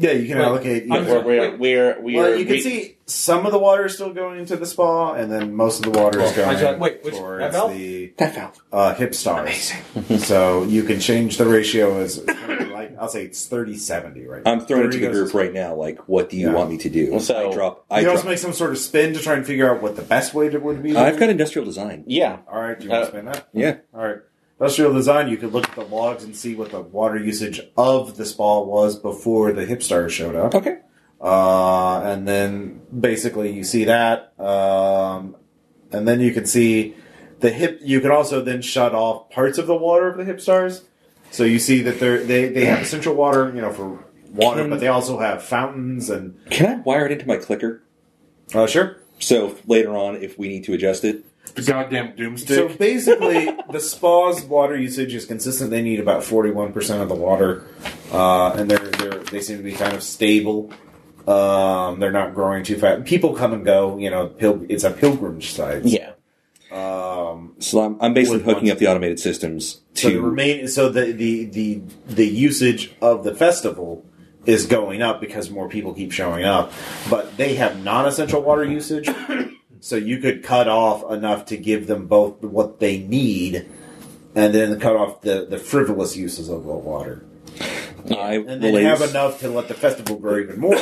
Speaker 3: Yeah, you can allocate.
Speaker 2: I'm
Speaker 3: yeah.
Speaker 5: We're, we're, we're, we're
Speaker 3: well, you can
Speaker 5: we-
Speaker 3: see some of the water is still going into the spa, and then most of the water is
Speaker 2: I
Speaker 3: going
Speaker 2: thought- wait, which-
Speaker 3: towards
Speaker 2: that valve?
Speaker 3: the
Speaker 4: That valve.
Speaker 3: uh, hip stars. so you can change the ratio as like I'll say it's 30-70 right now.
Speaker 4: I'm throwing it
Speaker 3: 30
Speaker 4: to the
Speaker 3: goes
Speaker 4: group right now. Like, what do you
Speaker 3: Yeah.
Speaker 4: want me to do?
Speaker 5: So-
Speaker 4: I drop. I
Speaker 3: You
Speaker 4: drop.
Speaker 3: always make some sort of spin to try and figure out what the best way to would be. to
Speaker 4: I've
Speaker 3: do
Speaker 4: got industrial design.
Speaker 5: yeah.
Speaker 3: All right, do you want
Speaker 5: Uh,
Speaker 3: to spin that?
Speaker 4: Yeah.
Speaker 3: All right. Industrial design, you could look at the logs and see what the water usage of the spa was before the hipstars showed up.
Speaker 4: Okay.
Speaker 3: Uh, and then basically you see that. Um, and then you can see the hip. You can also then shut off parts of the water of the hipstars. So you see that they're, they they have essential water, you know, for water,
Speaker 4: Can-
Speaker 3: but they also have fountains and.
Speaker 4: Can I wire it into my clicker?
Speaker 3: Oh, sure.
Speaker 4: So later on, if we need to adjust it,
Speaker 11: The goddamn doomstick.
Speaker 3: So basically, the spa's water usage is consistent. They need about forty-one percent of the water, uh, and they're, they're they seem to be kind of stable. Um, they're not growing too fast. People come and go. You know, pil- it's a pilgrimage site.
Speaker 5: Yeah.
Speaker 3: Um,
Speaker 4: so I'm, I'm basically
Speaker 3: With
Speaker 4: hooking
Speaker 3: one-
Speaker 4: up the automated systems
Speaker 3: so the
Speaker 4: to.
Speaker 3: remain. So the, the the the usage of the festival is going up because more people keep showing up, but they have non-essential water usage. so you could cut off enough to give them both what they need, and then cut off the the frivolous uses of the water,
Speaker 4: I
Speaker 3: and then
Speaker 4: relate-
Speaker 3: have enough to let the festival grow even more,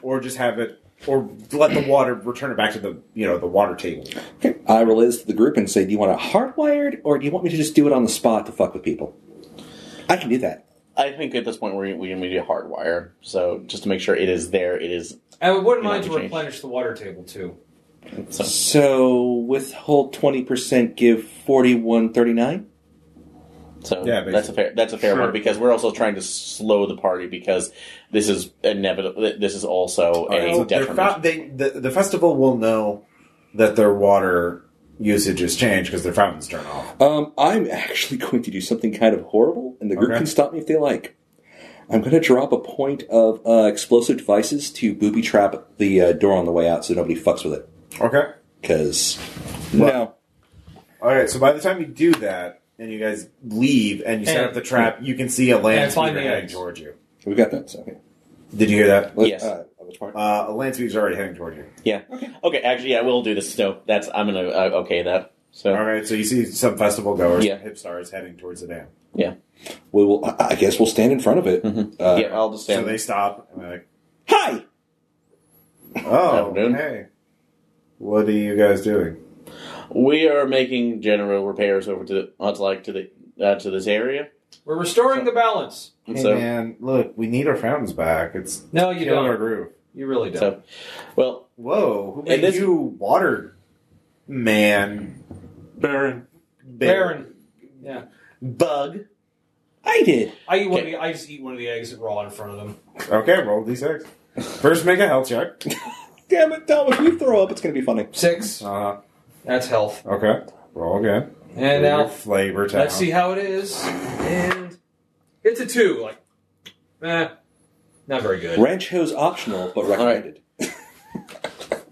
Speaker 3: or just have it. Or let the water return it back to the you know the water table.
Speaker 4: Okay. I relay this to the group and say, "Do you want it hardwired, or do you want me to just do it on the spot to fuck with people?" I can do that.
Speaker 5: I think at this point we're we need a hardwire. So just to make sure it is there, it is.
Speaker 2: I wouldn't
Speaker 5: You
Speaker 2: mind
Speaker 5: want
Speaker 2: to
Speaker 5: to change.
Speaker 2: replenish the water table too.
Speaker 5: So
Speaker 4: So withhold twenty percent, give forty-one thirty-nine.
Speaker 5: So
Speaker 3: Yeah,
Speaker 5: that's a fair that's a fair one because we're also trying to slow the party because this is inevitable. This is also a
Speaker 3: So their
Speaker 5: detriment.
Speaker 3: fou- they, the, the festival will know that their water usage has changed because their fountains turn off.
Speaker 4: Um, I'm actually going to do something kind of horrible, and the group
Speaker 3: Okay.
Speaker 4: can stop me if they like. I'm going to drop a point of uh, explosive devices to booby trap the uh, door on the way out, so nobody fucks with it.
Speaker 3: Okay.
Speaker 4: Because no,
Speaker 3: All right. So by the time you do that, and you guys leave and you set
Speaker 2: And-
Speaker 3: up the trap, you can see a land
Speaker 2: And find
Speaker 3: speeder
Speaker 2: the
Speaker 3: heading
Speaker 2: eggs.
Speaker 3: towards you.
Speaker 4: we got that. So okay.
Speaker 3: Did you hear that?
Speaker 4: Let-
Speaker 5: Yes.
Speaker 4: Uh, which part?
Speaker 3: Uh, a land speeder's already heading toward you.
Speaker 5: yeah. Okay. Actually, I will do this. No, that's I'm gonna uh, okay that. So
Speaker 3: All right. So you see some festival goers,
Speaker 5: Yeah.
Speaker 3: hipstars heading towards the dam.
Speaker 4: we will. I I guess we'll stand in front of
Speaker 5: Hmm.
Speaker 4: it. Uh,
Speaker 5: yeah, I'll just
Speaker 3: So
Speaker 5: stand.
Speaker 3: they stop and they're like,
Speaker 4: Hi.
Speaker 3: "Oh,
Speaker 5: Afternoon.
Speaker 3: hey, what are you guys doing?"
Speaker 5: we are making general repairs over to the uh, to, like to the uh, to this area.
Speaker 2: We're restoring the balance.
Speaker 5: And
Speaker 3: Hey,
Speaker 5: so
Speaker 3: man, look, we need our fountains back. It's
Speaker 2: No, you
Speaker 3: killing our
Speaker 2: don't.
Speaker 3: groove.
Speaker 2: You really don't.
Speaker 5: so well
Speaker 3: Whoa, who made
Speaker 5: And this-
Speaker 3: you water man
Speaker 11: Baron.
Speaker 3: bear,
Speaker 2: Baron, yeah.
Speaker 3: bug?
Speaker 4: I did.
Speaker 2: I eat one of the, I just eat one of the eggs raw in front of them.
Speaker 3: Okay, roll d6. First, make a health check.
Speaker 4: Damn it, Tom! If you throw up, it's going to be funny.
Speaker 2: Six.
Speaker 3: Uh,
Speaker 2: That's health.
Speaker 3: okay, roll again.
Speaker 2: And
Speaker 3: Your
Speaker 2: now
Speaker 3: flavor town.
Speaker 2: let's see how it is. And it's a two. Like, eh, not very good.
Speaker 4: Ranch hose optional, but recommended.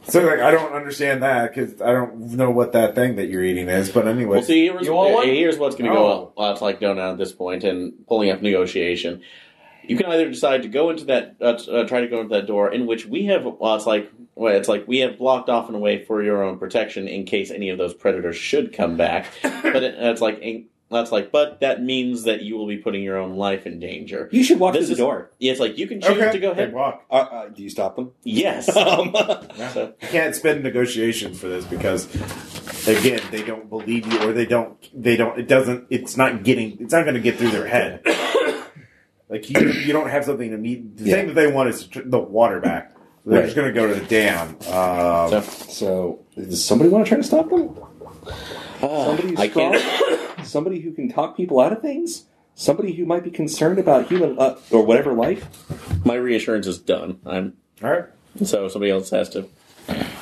Speaker 3: So like, I don't understand that because I don't know what that thing that you're eating is. But anyway,
Speaker 5: we'll see. Here's,
Speaker 2: You want one?
Speaker 5: here's what's going to
Speaker 3: No.
Speaker 4: Oh.
Speaker 5: go up. Uh, it's like down at this point and pulling up negotiation. You can either decide to go into that, uh, t- uh, try to go into that door, in which we have. Uh, it's like well, it's like we have blocked off in a way for your own protection in case any of those predators should come back. but it, that's like in, that's like, but that means that you will be putting your own life in danger.
Speaker 4: You should walk
Speaker 5: This
Speaker 4: through the
Speaker 5: is-
Speaker 4: door.
Speaker 5: Yeah, it's like you can choose
Speaker 3: okay,
Speaker 5: to go
Speaker 3: Hey,
Speaker 5: ahead.
Speaker 3: walk.
Speaker 4: Uh, uh, do you stop them?
Speaker 5: Yes.
Speaker 4: Um,
Speaker 5: So-
Speaker 3: You can't spend negotiations for this because again, they don't believe you or they don't they don't it doesn't it's not getting it's not going to get through their head. like you you don't have something to meet the thing that they want is tr- the water back. They're just going to go to the dam. Um,
Speaker 5: So-
Speaker 4: so, does somebody want to try to stop them? Somebody
Speaker 5: Ah, I
Speaker 4: who's strong?
Speaker 5: can't-
Speaker 4: Somebody who can talk people out of things? Somebody who might be concerned about human uh, or whatever life?
Speaker 5: my reassurance is done. I'm
Speaker 3: all right.
Speaker 5: so somebody else has to.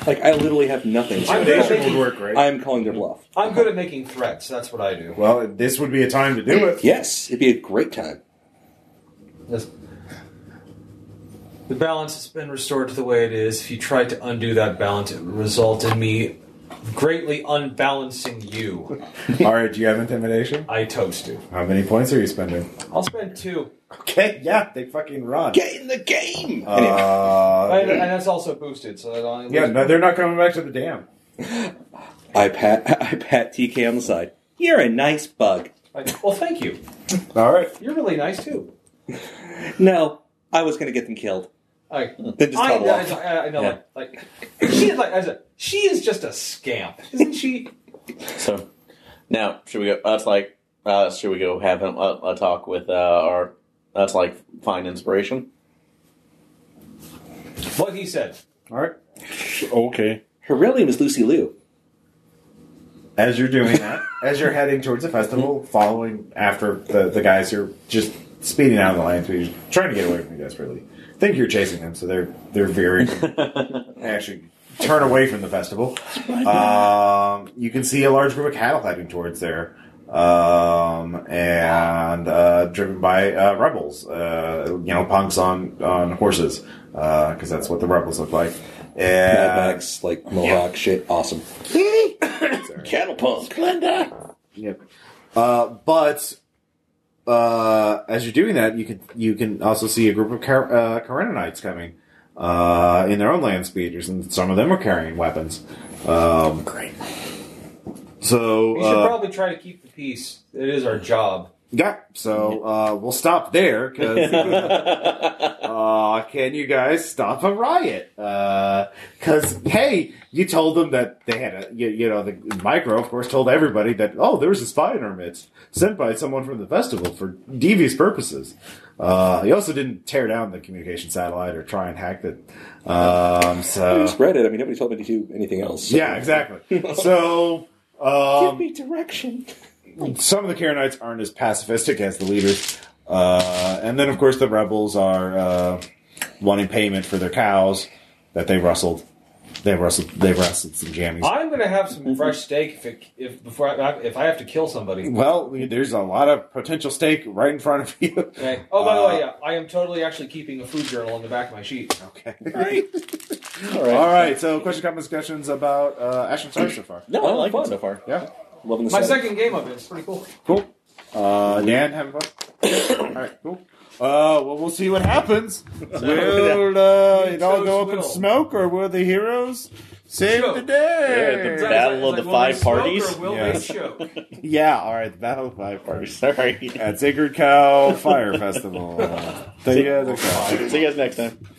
Speaker 4: Like, I literally have nothing.
Speaker 2: I'm good, at
Speaker 3: Intimidation would
Speaker 2: making,
Speaker 3: work, right?
Speaker 4: I'm calling their bluff.
Speaker 2: I'm good at making threats. That's what I do.
Speaker 3: Well, this would be a time to do it.
Speaker 4: Yes, it'd be a great time.
Speaker 2: That's- the balance has been restored to the way it is. If you tried to undo that balance, it would result in me greatly unbalancing you.
Speaker 3: All right, do you have intimidation?
Speaker 2: I toast you.
Speaker 3: How many points are you spending?
Speaker 2: I'll spend two.
Speaker 3: Okay, yeah, they fucking run.
Speaker 4: Get in the game. Anyway.
Speaker 3: Uh,
Speaker 2: And, and that's also boosted, so that only
Speaker 3: yeah, no, they're not coming back to the dam.
Speaker 4: I pat I pat TK on the side. You're a nice bug.
Speaker 2: Like, well, thank you.
Speaker 3: All right.
Speaker 2: You're really nice too.
Speaker 4: No, I was gonna get them killed.
Speaker 2: Like,
Speaker 4: Then just
Speaker 2: I,
Speaker 4: toddle
Speaker 2: I,
Speaker 4: off.
Speaker 2: I, I know,
Speaker 4: Yeah.
Speaker 2: like, like she is like I said, she is just a scamp, isn't she?
Speaker 5: So now should we go? That's like uh, should we go have him a, a talk with uh, our? That's like find inspiration.
Speaker 2: What he said.
Speaker 3: All right.
Speaker 11: Okay.
Speaker 4: Her real name is Lucy Liu.
Speaker 3: As you're doing that, as you're heading towards the festival, following after the, the guys who are just speeding out of the lane, who are trying to get away from you desperately. Think you're chasing them, so they're they're very they actually turn away from the festival. Um, you can see a large group of cattle heading towards there, um, and uh, driven by uh, rebels. Uh, you know, punks on on horses because that's what the rebels look like.
Speaker 4: Mad
Speaker 3: And
Speaker 4: Max, like Mohawk shit. Awesome. Cattle punk.
Speaker 3: Yep. Uh, but uh, as you're doing that, you can you can also see a group of Car- uh, Karenanites coming uh, in their own land speeders, and some of them are carrying weapons. Um, Great. So
Speaker 2: We should
Speaker 3: uh,
Speaker 2: probably try to keep the peace. It is our job.
Speaker 3: yeah, so uh, we'll stop there because. Uh, can you guys stop a riot? Because hey, you told them that they had a you, you know the micro, of course, told everybody that oh there was a spy in our midst sent by someone from the festival for devious purposes. Uh, he also didn't tear down the communication satellite or try and hack it. Um,
Speaker 4: I
Speaker 3: so
Speaker 4: just read it. I mean, nobody told me to do anything else. so-
Speaker 3: yeah, exactly. So. Um,
Speaker 4: Give me direction.
Speaker 3: some of the Karenites aren't as pacifistic as the leaders. Uh, and then, of course, the rebels are uh, wanting payment for their cows that they rustled. They rustled. They rustled some jammies.
Speaker 2: I'm gonna have some fresh steak if it, if before I, if I have to kill somebody.
Speaker 3: well, there's a lot of potential stake right in front of you.
Speaker 2: Okay. Oh, by the
Speaker 3: Uh,
Speaker 2: way, yeah, I am totally actually keeping a food journal on the back of my sheet.
Speaker 3: Okay.
Speaker 4: All right.
Speaker 3: All right. So, question, comments, discussions about uh, Ashton Star so far.
Speaker 5: No, I like it so far.
Speaker 3: Yeah.
Speaker 4: Loving the
Speaker 2: My
Speaker 4: sun.
Speaker 2: second game of it. It's pretty cool.
Speaker 3: Cool. Uh, Dan, having fun. All right. Cool. Uh, well, we'll see what happens. Will uh, it all go up in smoke, or will the heroes save the day?
Speaker 5: Yeah, the Battle of the Five Parties.
Speaker 2: Will
Speaker 3: Yeah.
Speaker 2: they choke?
Speaker 3: Yeah, all right, the Battle of Five Parties
Speaker 5: Sorry.
Speaker 3: at Sacred Cow Fire Festival. See you guys at the cow.
Speaker 5: See you guys next time.